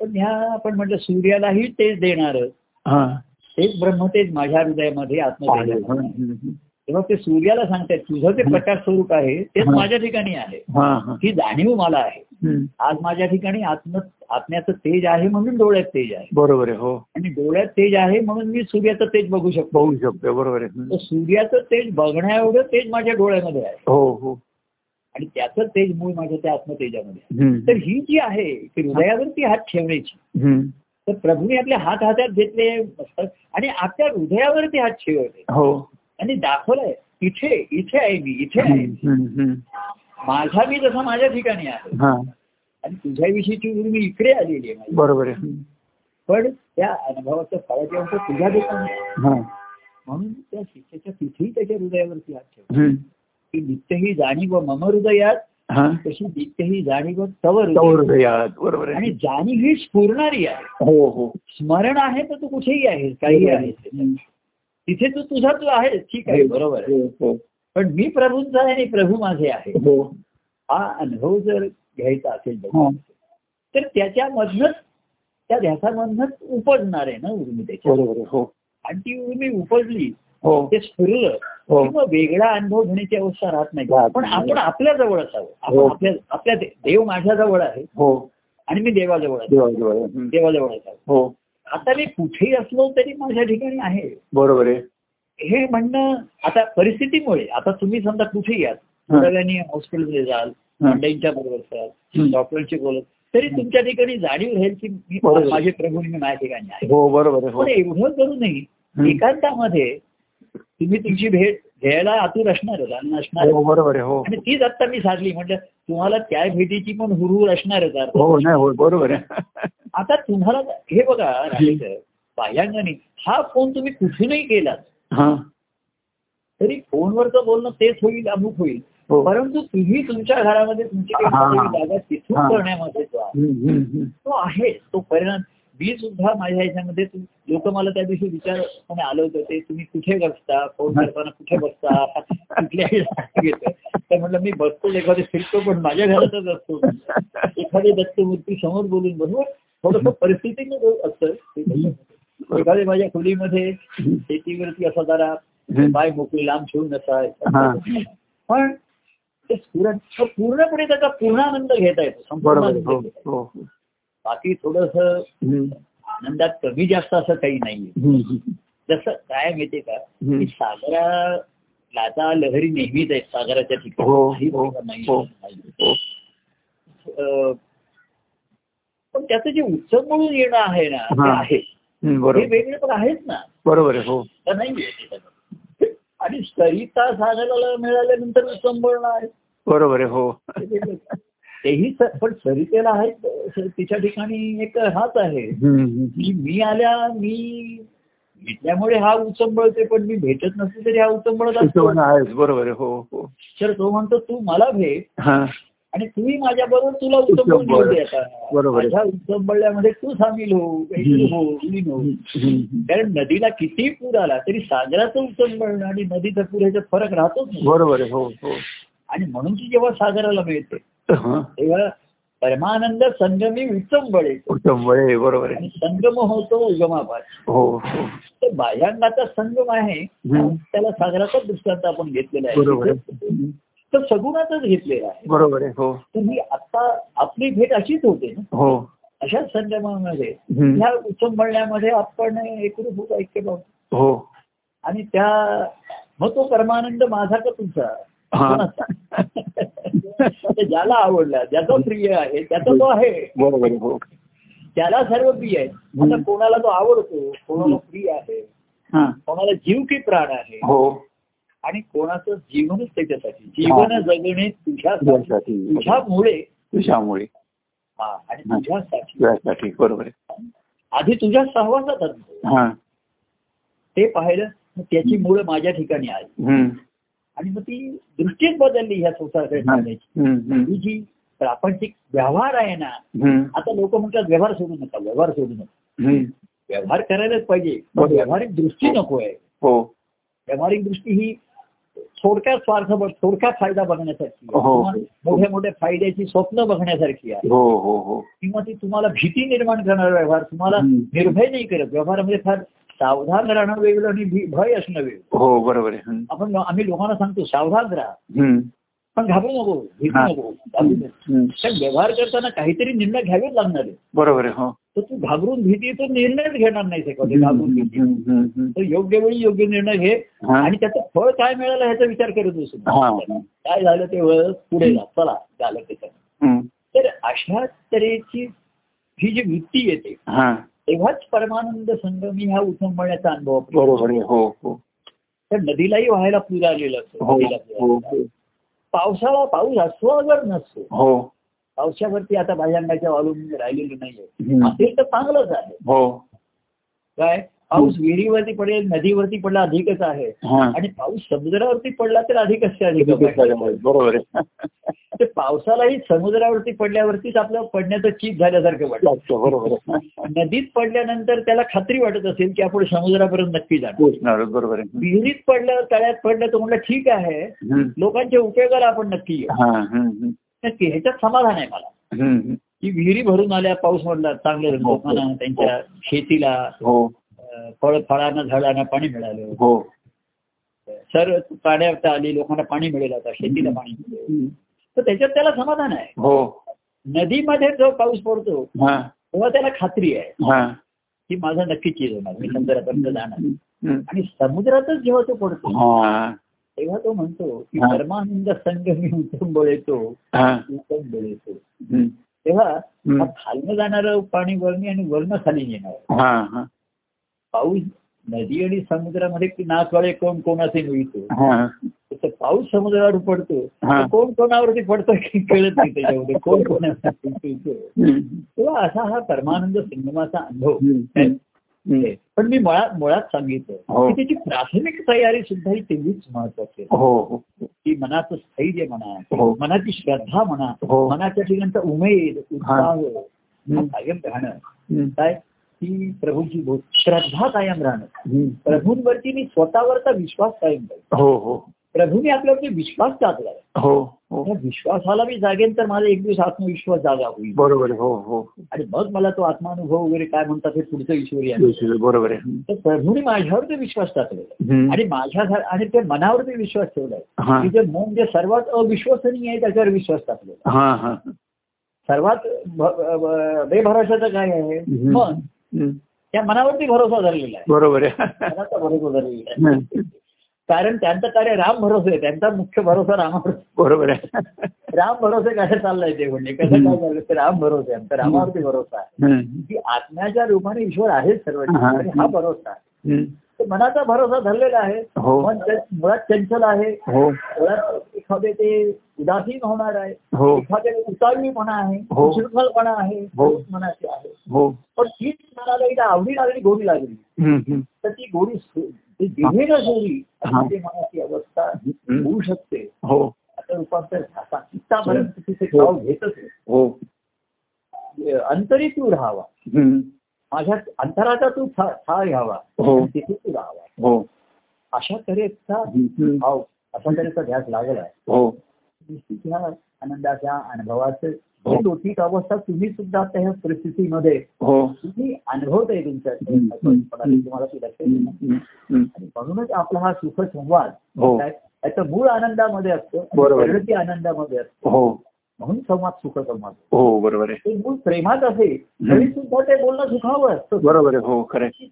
[SPEAKER 1] पण ह्या आपण म्हटलं सूर्यालाही तेच देणार
[SPEAKER 2] हा.
[SPEAKER 1] तेच ब्रह्म तेच माझ्या हृदयामध्ये आत्मतेज
[SPEAKER 2] चालेल. हम्म.
[SPEAKER 1] तेव्हा ते सूर्याला सांगतात तुझं ते प्रकाश स्वरूप आहे तेच
[SPEAKER 2] हा.
[SPEAKER 1] माझ्या ठिकाणी आहे
[SPEAKER 2] हा, हा.
[SPEAKER 1] ही जाणीव मला आहे
[SPEAKER 2] हम्म.
[SPEAKER 1] आज माझ्या ठिकाणी आत्म आत्म्याचं तेज आहे म्हणून डोळ्यात तेज आहे
[SPEAKER 2] बरोबर आहे हो
[SPEAKER 1] आणि डोळ्यात तेज आहे म्हणून मी सूर्याचं तेज बघू शकतो
[SPEAKER 2] बघू शकतो बरोबर आहे
[SPEAKER 1] तर
[SPEAKER 2] हम्म.
[SPEAKER 1] सूर्याचं तेज बघण्या एवढं तेज माझ्या डोळ्यामध्ये आहे
[SPEAKER 2] हो हो
[SPEAKER 1] आणि त्याचं तेज मूळ माझ्या त्या आत्मतेजामध्ये आहे.
[SPEAKER 2] हम्म.
[SPEAKER 1] तर ही जी आहे ती हृदयावरती हात ठेवण्याची
[SPEAKER 2] हम्म.
[SPEAKER 1] तर प्रभूने आपले हात हातात घेतले आणि आपल्या हृदयावरती हात ठेवले
[SPEAKER 2] हो
[SPEAKER 1] आणि दाखवलंय इथे इथे आहे मी इथे आहे मी.
[SPEAKER 2] हम्म, हम्म.
[SPEAKER 1] माझा मी जसा माझ्या ठिकाणी आहे
[SPEAKER 2] हा
[SPEAKER 1] आणि तुझ्याविषयीची उर्मी इकडे आलेली आहे माझी.
[SPEAKER 2] बरोबर आहे
[SPEAKER 1] पण त्या अनुभवाचं फळाचे अंश तुझ्या ठिकाणी आहे.
[SPEAKER 2] हा
[SPEAKER 1] म्हणून त्या शिक्षेच्या तिथेही त्याच्या हृदयावरती हात ठेवला
[SPEAKER 2] हम्म.
[SPEAKER 1] की नित्य ही जाणीव मम हृदयात
[SPEAKER 2] हा
[SPEAKER 1] तशी नित्य ही जाणीव तव
[SPEAKER 2] तोर
[SPEAKER 1] हृदयात
[SPEAKER 2] हृदयात बरोबर
[SPEAKER 1] आणि
[SPEAKER 2] आहे
[SPEAKER 1] जाणीव ही स्फुरणारी आहे
[SPEAKER 2] हो हो
[SPEAKER 1] स्मरण आहे तर तू कुठेही आहेस काही
[SPEAKER 2] बरोबर आहे.
[SPEAKER 1] आहेस तिथे तू तुझा तू आहेस ठीक आहे बरोबर आहे
[SPEAKER 2] हो, हो
[SPEAKER 1] पण मी प्रभूंचा आहे आणि प्रभू माझे आहे
[SPEAKER 2] हो
[SPEAKER 1] हा अनुभव जर घ्यायचा असेल
[SPEAKER 2] हा.
[SPEAKER 1] लोकांना, तर त्याच्यामधनच त्या ध्यासामधनच उपजणार आहे ना उर्मी त्याच्या
[SPEAKER 2] बरोबर आहे हो
[SPEAKER 1] आणि ती उर्मी उपजली
[SPEAKER 2] हो
[SPEAKER 1] ते स्फुरलं
[SPEAKER 2] हो.
[SPEAKER 1] किंवा वेगळा अनुभव घेण्याची अवस्था राहत नाही
[SPEAKER 2] राहत
[SPEAKER 1] पण
[SPEAKER 2] नाही.
[SPEAKER 1] आपण आपल्या जवळ असावं
[SPEAKER 2] हो.
[SPEAKER 1] आपण आपल्या आपल्या दे- देव माझ्या जवळ आहे
[SPEAKER 2] हो
[SPEAKER 1] आणि मी देवाजवळ आहे
[SPEAKER 2] देवा देवा हम्म.
[SPEAKER 1] देवाजवळ असावं
[SPEAKER 2] हो
[SPEAKER 1] आता मी कुठेही असलो तरी माझ्या ठिकाणी आहे
[SPEAKER 2] बरोबर आहे
[SPEAKER 1] हे म्हणणं आता परिस्थितीमुळे आता तुम्ही समजा कुठे याल
[SPEAKER 2] हा.
[SPEAKER 1] सगळ्यांनी हॉस्पिटलमध्ये जाल
[SPEAKER 2] हा.
[SPEAKER 1] मंडईंच्या बरोबर असाल
[SPEAKER 2] हम्म.
[SPEAKER 1] डॉक्टरशी बोलत तरी तुमच्या ठिकाणी जाणीव राहील की मी
[SPEAKER 2] बरोबर.
[SPEAKER 1] माझे प्रभू मी माझ्या ठिकाणी आहे
[SPEAKER 2] हो बरोबर आहे
[SPEAKER 1] पण
[SPEAKER 2] हो
[SPEAKER 1] एवढं करूनही
[SPEAKER 2] हम्म.
[SPEAKER 1] एकांतामध्ये तुम्ही तुमची भेट घ्यायला आतुर असणारच आणि असणार
[SPEAKER 2] हो बरोबर आहे हो
[SPEAKER 1] आणि तीच आत्ता मी साधली म्हणजे तुम्हाला त्या भेटीची पण हुरहुर असणारच आता.
[SPEAKER 2] हो नाही हो बरोबर आहे
[SPEAKER 1] आता तुम्हाला हे बघा राहायचं बाह्यांगाने हा फोन तुम्ही कुठूनही केलात
[SPEAKER 2] हा
[SPEAKER 1] तरी फोनवरचं बोलणं तेच होईल अमुक होईल
[SPEAKER 2] हो
[SPEAKER 1] परंतु तुम्ही तुमच्या घरामध्ये तुमची काही
[SPEAKER 2] हा.
[SPEAKER 1] नवीन जागा तिथून
[SPEAKER 2] हा.
[SPEAKER 1] करण्यामध्ये तो आहे.
[SPEAKER 2] हम्म, हम्म, हम्म.
[SPEAKER 1] तो आहे तो परिणाम मी सुद्धा माझ्या ह्याच्यामध्ये लोक मला त्या दिवशी विचार कोणी आलं होतं ते तुम्ही कुठे बसता फोन करताना कुठे बसता कुठल्या ह्याला घेतो तर म्हटलं मी बसतो एखादे फिरतो पण माझ्या घरातच असतो एखादी दत्तमूर्ती समोर बोलून बसू थोडस परिस्थितीमध्ये असतं ते घडलं. एखाद्या माझ्या खोलीमध्ये शेतीवरती असा जरा पाय मोकळी लांब ठेवून
[SPEAKER 2] हा.
[SPEAKER 1] असा पण ते स्फुरण तो पूर्णपणे त्याचा पूर्णानंद घेता येतो संपूर्ण
[SPEAKER 2] बरोबर आहे.
[SPEAKER 1] आनंद
[SPEAKER 2] हो
[SPEAKER 1] घेता येतो.
[SPEAKER 2] हो
[SPEAKER 1] बाकी थोडस
[SPEAKER 2] हम्म,
[SPEAKER 1] आनंदात कमी जास्त असं काही नाहीये
[SPEAKER 2] हम्म, हम्म.
[SPEAKER 1] जसं काय माहितीये का
[SPEAKER 2] हम्म.
[SPEAKER 1] की सागरा लाटा लहरी नेहमीच आहेत सागराच्या ठिकाणी
[SPEAKER 2] हो,
[SPEAKER 1] काही
[SPEAKER 2] हो,
[SPEAKER 1] प्रकार नाही.
[SPEAKER 2] हो. हो
[SPEAKER 1] अं, पण त्याचं जे उत्सव म्हणून येणं आहे ना ते
[SPEAKER 2] हा.
[SPEAKER 1] आहे
[SPEAKER 2] हम्म,
[SPEAKER 1] हे
[SPEAKER 2] बरोबर
[SPEAKER 1] वेगळे पण आहेच ना
[SPEAKER 2] बरोबर आहे हो
[SPEAKER 1] तर नाहीये त्याच्यात. आणि सरिता सागराला मिळाल्यानंतर उत्संबरण आहे
[SPEAKER 2] बरोबर आहे हो
[SPEAKER 1] ते वेगळं. तेही स- पण सरितेला आहे तिच्या ठिकाणी एक हात आहे
[SPEAKER 2] हम्म, हम्म.
[SPEAKER 1] की मी आल्या मी भेटल्यामुळे हा उचंबळते पण मी भेटत नसले तरी हा उचंबळत असतो
[SPEAKER 2] हिशोबानं आहेच बरोबर आहे हो हो
[SPEAKER 1] तर तो म्हणतो तू मला भेट
[SPEAKER 2] हा
[SPEAKER 1] आणि तुम्ही माझ्या बरोबर तुला उचंबळून घेऊ
[SPEAKER 2] उचंबळ.
[SPEAKER 1] दे आता.
[SPEAKER 2] बरोबर आहे.
[SPEAKER 1] माझ्या उचंबळल्यामध्ये तू सामील हो काहीतरी हो विलीन हो
[SPEAKER 2] हम्म, हम्म.
[SPEAKER 1] कारण नदीला किती पूर आला तरी सागराचं उचंबळणं आणि नदीचा पूर ह्याच्यात फरक राहतोच नाही
[SPEAKER 2] बरोबर आहे हो हो
[SPEAKER 1] आणि म्हणून ती जेव्हा सागराला मिळते
[SPEAKER 2] हा.
[SPEAKER 1] तेव्हा परमानंद संगमी उचंबळे
[SPEAKER 2] उत्तम बळ आहे बरोबर आहे
[SPEAKER 1] आणि संगम होतो उगमापास
[SPEAKER 2] हो हो
[SPEAKER 1] तर बाह्यांगाचा संगम आहे
[SPEAKER 2] हम्म.
[SPEAKER 1] त्याला सागराचा दृष्टांत आपण घेतलेला
[SPEAKER 2] बरोबर
[SPEAKER 1] आहे
[SPEAKER 2] आहे हम्म.
[SPEAKER 1] तर सगुणातच घेतलेला आहे
[SPEAKER 2] बरोबर आहे हो
[SPEAKER 1] तर ही आता आपली भेट अशीच होते ना
[SPEAKER 2] हो
[SPEAKER 1] अशा संगमामध्ये
[SPEAKER 2] हम्म.
[SPEAKER 1] ह्या उचंबळण्यामध्ये आपण एकरूप होतो ऐक्य पाहतो
[SPEAKER 2] हो
[SPEAKER 1] आणि त्या मग तो परमानंद माझा का तुमचा
[SPEAKER 2] हा.
[SPEAKER 1] कोणाचा? तर ज्याला आवडला ज्याचा प्रिय आहे त्याचा तो आहे
[SPEAKER 2] बरोबर आहे हो
[SPEAKER 1] त्याला सर्व प्रिय आहे आता
[SPEAKER 2] हम्म.
[SPEAKER 1] कोणाला तो आवडतो कोणाला प्रिय आहे
[SPEAKER 2] हा.
[SPEAKER 1] कोणाला जीव की प्राण आहे
[SPEAKER 2] हो
[SPEAKER 1] आणि कोणाचं जीवनच त्याच्यासाठी जीवन जगणे तुझ्यासाठी
[SPEAKER 2] तुझ्यासाठी
[SPEAKER 1] तुझ्यामुळे
[SPEAKER 2] तुझ्यामुळे
[SPEAKER 1] हा, आणि तुझ्यासाठी
[SPEAKER 2] तुझ्यासाठी बरोबर आहे
[SPEAKER 1] आधी तुझ्या सहवासात असतो
[SPEAKER 2] हा
[SPEAKER 1] ते पाहिलं मग त्याची मुळं माझ्या ठिकाणी आली
[SPEAKER 2] हम्म.
[SPEAKER 1] आणि मग ती दृष्टीच बदलली ह्या संसाराकडे पाहण्याची.
[SPEAKER 2] हम्म, हम्म.
[SPEAKER 1] ही जी प्रापंचिक व्यवहार आहे ना
[SPEAKER 2] हम्म.
[SPEAKER 1] आता लोक म्हणतात व्यवहार सोडू नका व्यवहार सोडू नका
[SPEAKER 2] हम्म.
[SPEAKER 1] व्यवहार करायलाच पाहिजे पण
[SPEAKER 2] बरोबर.
[SPEAKER 1] व्यावहारिक दृष्टी नको आहे
[SPEAKER 2] हो
[SPEAKER 1] व्यावहारिक दृष्टी ही थोडक्यात स्वार्थ थोडक्यात फायदा बघण्यासारखी आहे.
[SPEAKER 2] हो.
[SPEAKER 1] किंवा मोठ्या मोठ्या फायद्याची स्वप्न बघण्यासारखी आहे
[SPEAKER 2] हो हो हो
[SPEAKER 1] किंवा ती तुम्हाला भीती निर्माण करणारा व्यवहार तुम्हाला
[SPEAKER 2] हम्म.
[SPEAKER 1] निर्भय नाही करत व्यवहारामध्ये फार सावधान राहणं वेगळं आणि भी- भय असणं वेगळं
[SPEAKER 2] हो बरोबर आहे हम्म.
[SPEAKER 1] आपण आम्ही लोकांना सांगतो सावधान राहा
[SPEAKER 2] हम्म.
[SPEAKER 1] पण घाबरू नको भीती
[SPEAKER 2] हा.
[SPEAKER 1] नको घाबरू नको.
[SPEAKER 2] हम्म.
[SPEAKER 1] कारण व्यवहार करताना काहीतरी निर्णय घ्यावेच लागणार आहे
[SPEAKER 2] बरोबर आहे हो
[SPEAKER 1] तर तू घाबरून भीती तो निर्णयच घेणार नाही सेकंद घाबरून
[SPEAKER 2] हम्म,
[SPEAKER 1] भीती
[SPEAKER 2] हम्म, हम्म, हम्म.
[SPEAKER 1] तर योग्य वेळी योग्य निर्णय घे
[SPEAKER 2] हा.
[SPEAKER 1] आणि त्याचं फळ काय मिळालं ह्याचा विचार करत
[SPEAKER 2] हा.
[SPEAKER 1] असू काय झालं ते वळ पुढे जा चला झालं त्याच्यात
[SPEAKER 2] हम्म.
[SPEAKER 1] तर अशा तऱ्हेची ही जी वृत्ती येते
[SPEAKER 2] हा
[SPEAKER 1] तेव्हाच परमानंद संगमी हा उठंबण्याचा अनुभव आपण
[SPEAKER 2] बरोबर आहे हो हो
[SPEAKER 1] तर नदीलाही व्हायला पूर आलेला असतो
[SPEAKER 2] हो
[SPEAKER 1] नदीला
[SPEAKER 2] हो
[SPEAKER 1] पूर आलेला. पावसाळा पाऊस अस्वावर नसतो
[SPEAKER 2] हो
[SPEAKER 1] पावसावरती आता भाज्यांच्या अवलंबून राहिलेलं नाहीये
[SPEAKER 2] हम्म.
[SPEAKER 1] असेल तर चांगलंच आहे
[SPEAKER 2] हो
[SPEAKER 1] काय पाऊस विहिरीवरती पडेल नदीवरती पडला अधिकच आहे
[SPEAKER 2] हा.
[SPEAKER 1] आणि पाऊस समुद्रावरती पडला तर अधिकच ते अधिक आहे.
[SPEAKER 2] बरोबर आहे
[SPEAKER 1] ते पावसालाही समुद्रावरती पडल्यावरतीच आपलं पडण्याचं चीज झाल्यासारखं वाटतं
[SPEAKER 2] लागतं, बरोबर आहे
[SPEAKER 1] नदीत पडल्यानंतर त्याला खात्री वाटत असेल की आपण समुद्रापर्यंत नक्की जाणार
[SPEAKER 2] पोचणार बरोबर आहे
[SPEAKER 1] विहिरीत पडलं तळ्यात पडलं तर म्हणलं ठीक आहे
[SPEAKER 2] हम्म.
[SPEAKER 1] लोकांच्या उपयोगाला आपण नक्की येऊ
[SPEAKER 2] हा, हम्म, हम्म.
[SPEAKER 1] नक्की ह्याच्यात समाधान आहे मला
[SPEAKER 2] हम्म, हम्म.
[SPEAKER 1] की विहिरी भरून आल्या पाऊस म्हटला चांगले
[SPEAKER 2] हो.
[SPEAKER 1] लोकांना त्यांच्या शेतीला
[SPEAKER 2] हो
[SPEAKER 1] अं, फळ फळांना झाडांना पाणी मिळालं
[SPEAKER 2] हो
[SPEAKER 1] सर्व पाण्यावर आली लोकांना पाणी मिळेल आता शेतीला पाणी मिळेल
[SPEAKER 2] हम्म.
[SPEAKER 1] तर त्याच्यात त्याला समाधान आहे
[SPEAKER 2] हो
[SPEAKER 1] नदीमध्ये जो पाऊस पडतो
[SPEAKER 2] हा
[SPEAKER 1] तेव्हा त्याला खात्री आहे
[SPEAKER 2] हा
[SPEAKER 1] की माझा नक्कीच येईल होणार मी समुद्रापर्यंत जाणार
[SPEAKER 2] हम्म.
[SPEAKER 1] आणि समुद्रातच जेव्हा तो पडतो
[SPEAKER 2] हा
[SPEAKER 1] तेव्हा तो म्हणतो की
[SPEAKER 2] हा.
[SPEAKER 1] परमानंद संघ मी उतंबळ येतो
[SPEAKER 2] हा
[SPEAKER 1] उतंबळ येतो
[SPEAKER 2] हम्म.
[SPEAKER 1] तेव्हा
[SPEAKER 2] हम्म.
[SPEAKER 1] हा खालनं जाणारं पाणी वरणी आणि वरनं खाली येणार
[SPEAKER 2] हा हा
[SPEAKER 1] पाऊस नदी आणि समुद्रामध्ये नाचवाळे कोण कोणाचे मिळतो
[SPEAKER 2] हा
[SPEAKER 1] तसं पाऊस समुद्रावर पडतो
[SPEAKER 2] हा.
[SPEAKER 1] तर कोण कोणावरती पडतो हे कळत नाही त्याच्यामध्ये कोण कोणावरती पडतोय.
[SPEAKER 2] हम्म.
[SPEAKER 1] तेव्हा असा हा परमानंद संगमाचा अनुभव
[SPEAKER 2] हम्म.
[SPEAKER 1] आहे. पण मी मुळात मुळात सांगितलं
[SPEAKER 2] हो.
[SPEAKER 1] की त्याची प्राथमिक तयारी सुद्धा ही तेवढीच महत्वाची आहे
[SPEAKER 2] हो हो
[SPEAKER 1] की मनाचं स्थैर्य म्हणा
[SPEAKER 2] हो.
[SPEAKER 1] मनाची श्रद्धा म्हणा
[SPEAKER 2] हो.
[SPEAKER 1] मनाच्या ठिकाणचा उमेद उत्साह हा
[SPEAKER 2] हम्म.
[SPEAKER 1] कायम राहणं
[SPEAKER 2] हम्म.
[SPEAKER 1] काय की प्रभूची भो- श्रद्धा कायम राहणं
[SPEAKER 2] हम्म.
[SPEAKER 1] प्रभूंवरती मी स्वतःवरचा विश्वास कायम राहील
[SPEAKER 2] हो हो
[SPEAKER 1] प्रभूने आपल्यावरती विश्वास टाकलाय
[SPEAKER 2] हो हो
[SPEAKER 1] त्या विश्वासाला मी जागेन तर माझा एक दिवस आत्मविश्वास जागा होईल
[SPEAKER 2] बरोबर आहे. हो हो
[SPEAKER 1] आणि मग मला तो आत्मानुभव वगैरे काय म्हणतात हे पुढचं ईश्वरी आहे
[SPEAKER 2] दिवशी हो, बरोबर आहे हम्म.
[SPEAKER 1] तर प्रभूने माझ्यावरती विश्वास टाकलेला आहे.
[SPEAKER 2] हम्म.
[SPEAKER 1] आणि माझ्या घर- आणि ते मनावरती विश्वास ठेवलाय
[SPEAKER 2] हा.
[SPEAKER 1] की जे मन जे सर्वात अविश्वसनीय आहे त्याच्यावर विश्वास टाकलेला आहे.
[SPEAKER 2] हा हा
[SPEAKER 1] सर्वात भ- ब- बेभरवशाचं काय आहे
[SPEAKER 2] हम्म.
[SPEAKER 1] मन
[SPEAKER 2] हम्म.
[SPEAKER 1] त्या मनावरती भरोसा धरलेला आहे
[SPEAKER 2] बरोबर आहे
[SPEAKER 1] मनाचा भरोसा धरलेला आहे
[SPEAKER 2] हम्म.
[SPEAKER 1] कारण त्यांचं कार्य राम भरोसा आहे त्यांचा मुख्य भरोसा रामावर
[SPEAKER 2] बरोबर आहे
[SPEAKER 1] राम भरोसे काय चाललाय ते म्हणजे कसं काय झालं ते राम भरोसे आमचा रामावरती भरोसा आहे
[SPEAKER 2] हम्म.
[SPEAKER 1] की आत्म्याच्या रूपाने ईश्वर आहे सर्व
[SPEAKER 2] हा.
[SPEAKER 1] आणि हा भरोसा आहे
[SPEAKER 2] हम्म.
[SPEAKER 1] तर मनाचा भरोसा धरलेला आहे
[SPEAKER 2] हो.
[SPEAKER 1] मन ते- मुळात चंचल आहे
[SPEAKER 2] हो
[SPEAKER 1] मुळात एखादे ते उदासीन होणार आहे
[SPEAKER 2] हो
[SPEAKER 1] एखाद्या उतावीपणा आहे
[SPEAKER 2] हो.
[SPEAKER 1] उशृंखलपणा आहे
[SPEAKER 2] हो.
[SPEAKER 1] मनाची आहे
[SPEAKER 2] हो
[SPEAKER 1] पण तीच मनाला एकदा आवडी लागली गोडी लागली
[SPEAKER 2] हम्म. हम्म.
[SPEAKER 1] तर ती गोडी सो- ती दिव्य सोडी
[SPEAKER 2] हा.
[SPEAKER 1] अशी ती मनाची अवस्था
[SPEAKER 2] हम्म.
[SPEAKER 1] होऊ शकते
[SPEAKER 2] हो
[SPEAKER 1] आता रूपांतर झाला इथपर्यंत तिथे गाव घेतच आहे.
[SPEAKER 2] हो
[SPEAKER 1] अं, अंतरी तू राहावा
[SPEAKER 2] हम्म.
[SPEAKER 1] माझ्या अंतराचा तू था- थाळ घ्यावा
[SPEAKER 2] हो.
[SPEAKER 1] आणि तिथे तू राहावा
[SPEAKER 2] हो
[SPEAKER 1] अशा तऱ्हेचा
[SPEAKER 2] हम्म.
[SPEAKER 1] भाव अशा तऱ्हेचा ध्यास लागला
[SPEAKER 2] हो
[SPEAKER 1] निश्चित ह्या आनंदाच्या अनुभवाचं ही लौकिक अवस्था तुम्ही सुद्धा आता ह्या परिस्थितीमध्ये
[SPEAKER 2] हो
[SPEAKER 1] तुम्ही अनुभवताय तुमच्या
[SPEAKER 2] हम्म.
[SPEAKER 1] तुम्हाला तुम्हाला ती लक्षात येईल ना?
[SPEAKER 2] हम्म. हम्म.
[SPEAKER 1] आणि म्हणूनच आपला हा सुख संवाद
[SPEAKER 2] हो.
[SPEAKER 1] काय? त्याचं मूळ आनंदामध्ये असतो आणि
[SPEAKER 2] बरोबर.
[SPEAKER 1] परिणती आनंदामध्ये असतो
[SPEAKER 2] हो
[SPEAKER 1] म्हणून संवाद सुख संवाद
[SPEAKER 2] हो बरोबर आहे
[SPEAKER 1] ते मूळ प्रेमात असेल तरी सुद्धा ते बोलणं सुखावं असतं
[SPEAKER 2] बरोबर आहे हो खरं आहे.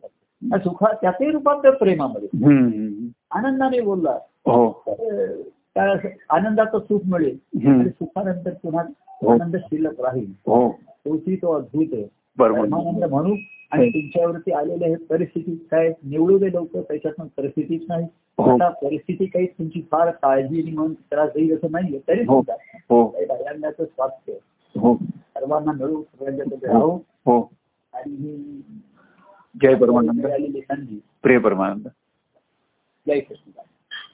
[SPEAKER 1] त्या सुखा त्याचे रूपांतर प्रेमामध्ये
[SPEAKER 2] हम्म. हम्म.
[SPEAKER 1] आनंदाने बोलला
[SPEAKER 2] हो
[SPEAKER 1] तर त्या आनंदाचं सुख मिळेल
[SPEAKER 2] हम्म.
[SPEAKER 1] आणि सुखानंतर पुन्हा
[SPEAKER 2] हो.
[SPEAKER 1] आनंद शिल्लक राहील
[SPEAKER 2] हो
[SPEAKER 1] शेवटी तो अद्भुत आहे
[SPEAKER 2] बरोबर
[SPEAKER 1] परमानंद म्हणू आणि तुमच्यावरती आलेले हे परिस्थिती काय निवडू दे लोक त्याच्यातून परिस्थितीच नाही
[SPEAKER 2] हो.
[SPEAKER 1] आता परिस्थिती काही तुमची फार काळजी आणि म्हणून त्रास देईल असं नाहीये तरी
[SPEAKER 2] हो.
[SPEAKER 1] सुद्धा
[SPEAKER 2] हो
[SPEAKER 1] काही भाज्यांचं स्वास्थ्य
[SPEAKER 2] हो
[SPEAKER 1] सर्वांना मिळू सर्वांच्या
[SPEAKER 2] हो
[SPEAKER 1] राहू
[SPEAKER 2] हो
[SPEAKER 1] आणि ही
[SPEAKER 2] जय परमानंद
[SPEAKER 1] आलेली संधी
[SPEAKER 2] प्रिय परमानंद
[SPEAKER 1] जय कृष्ण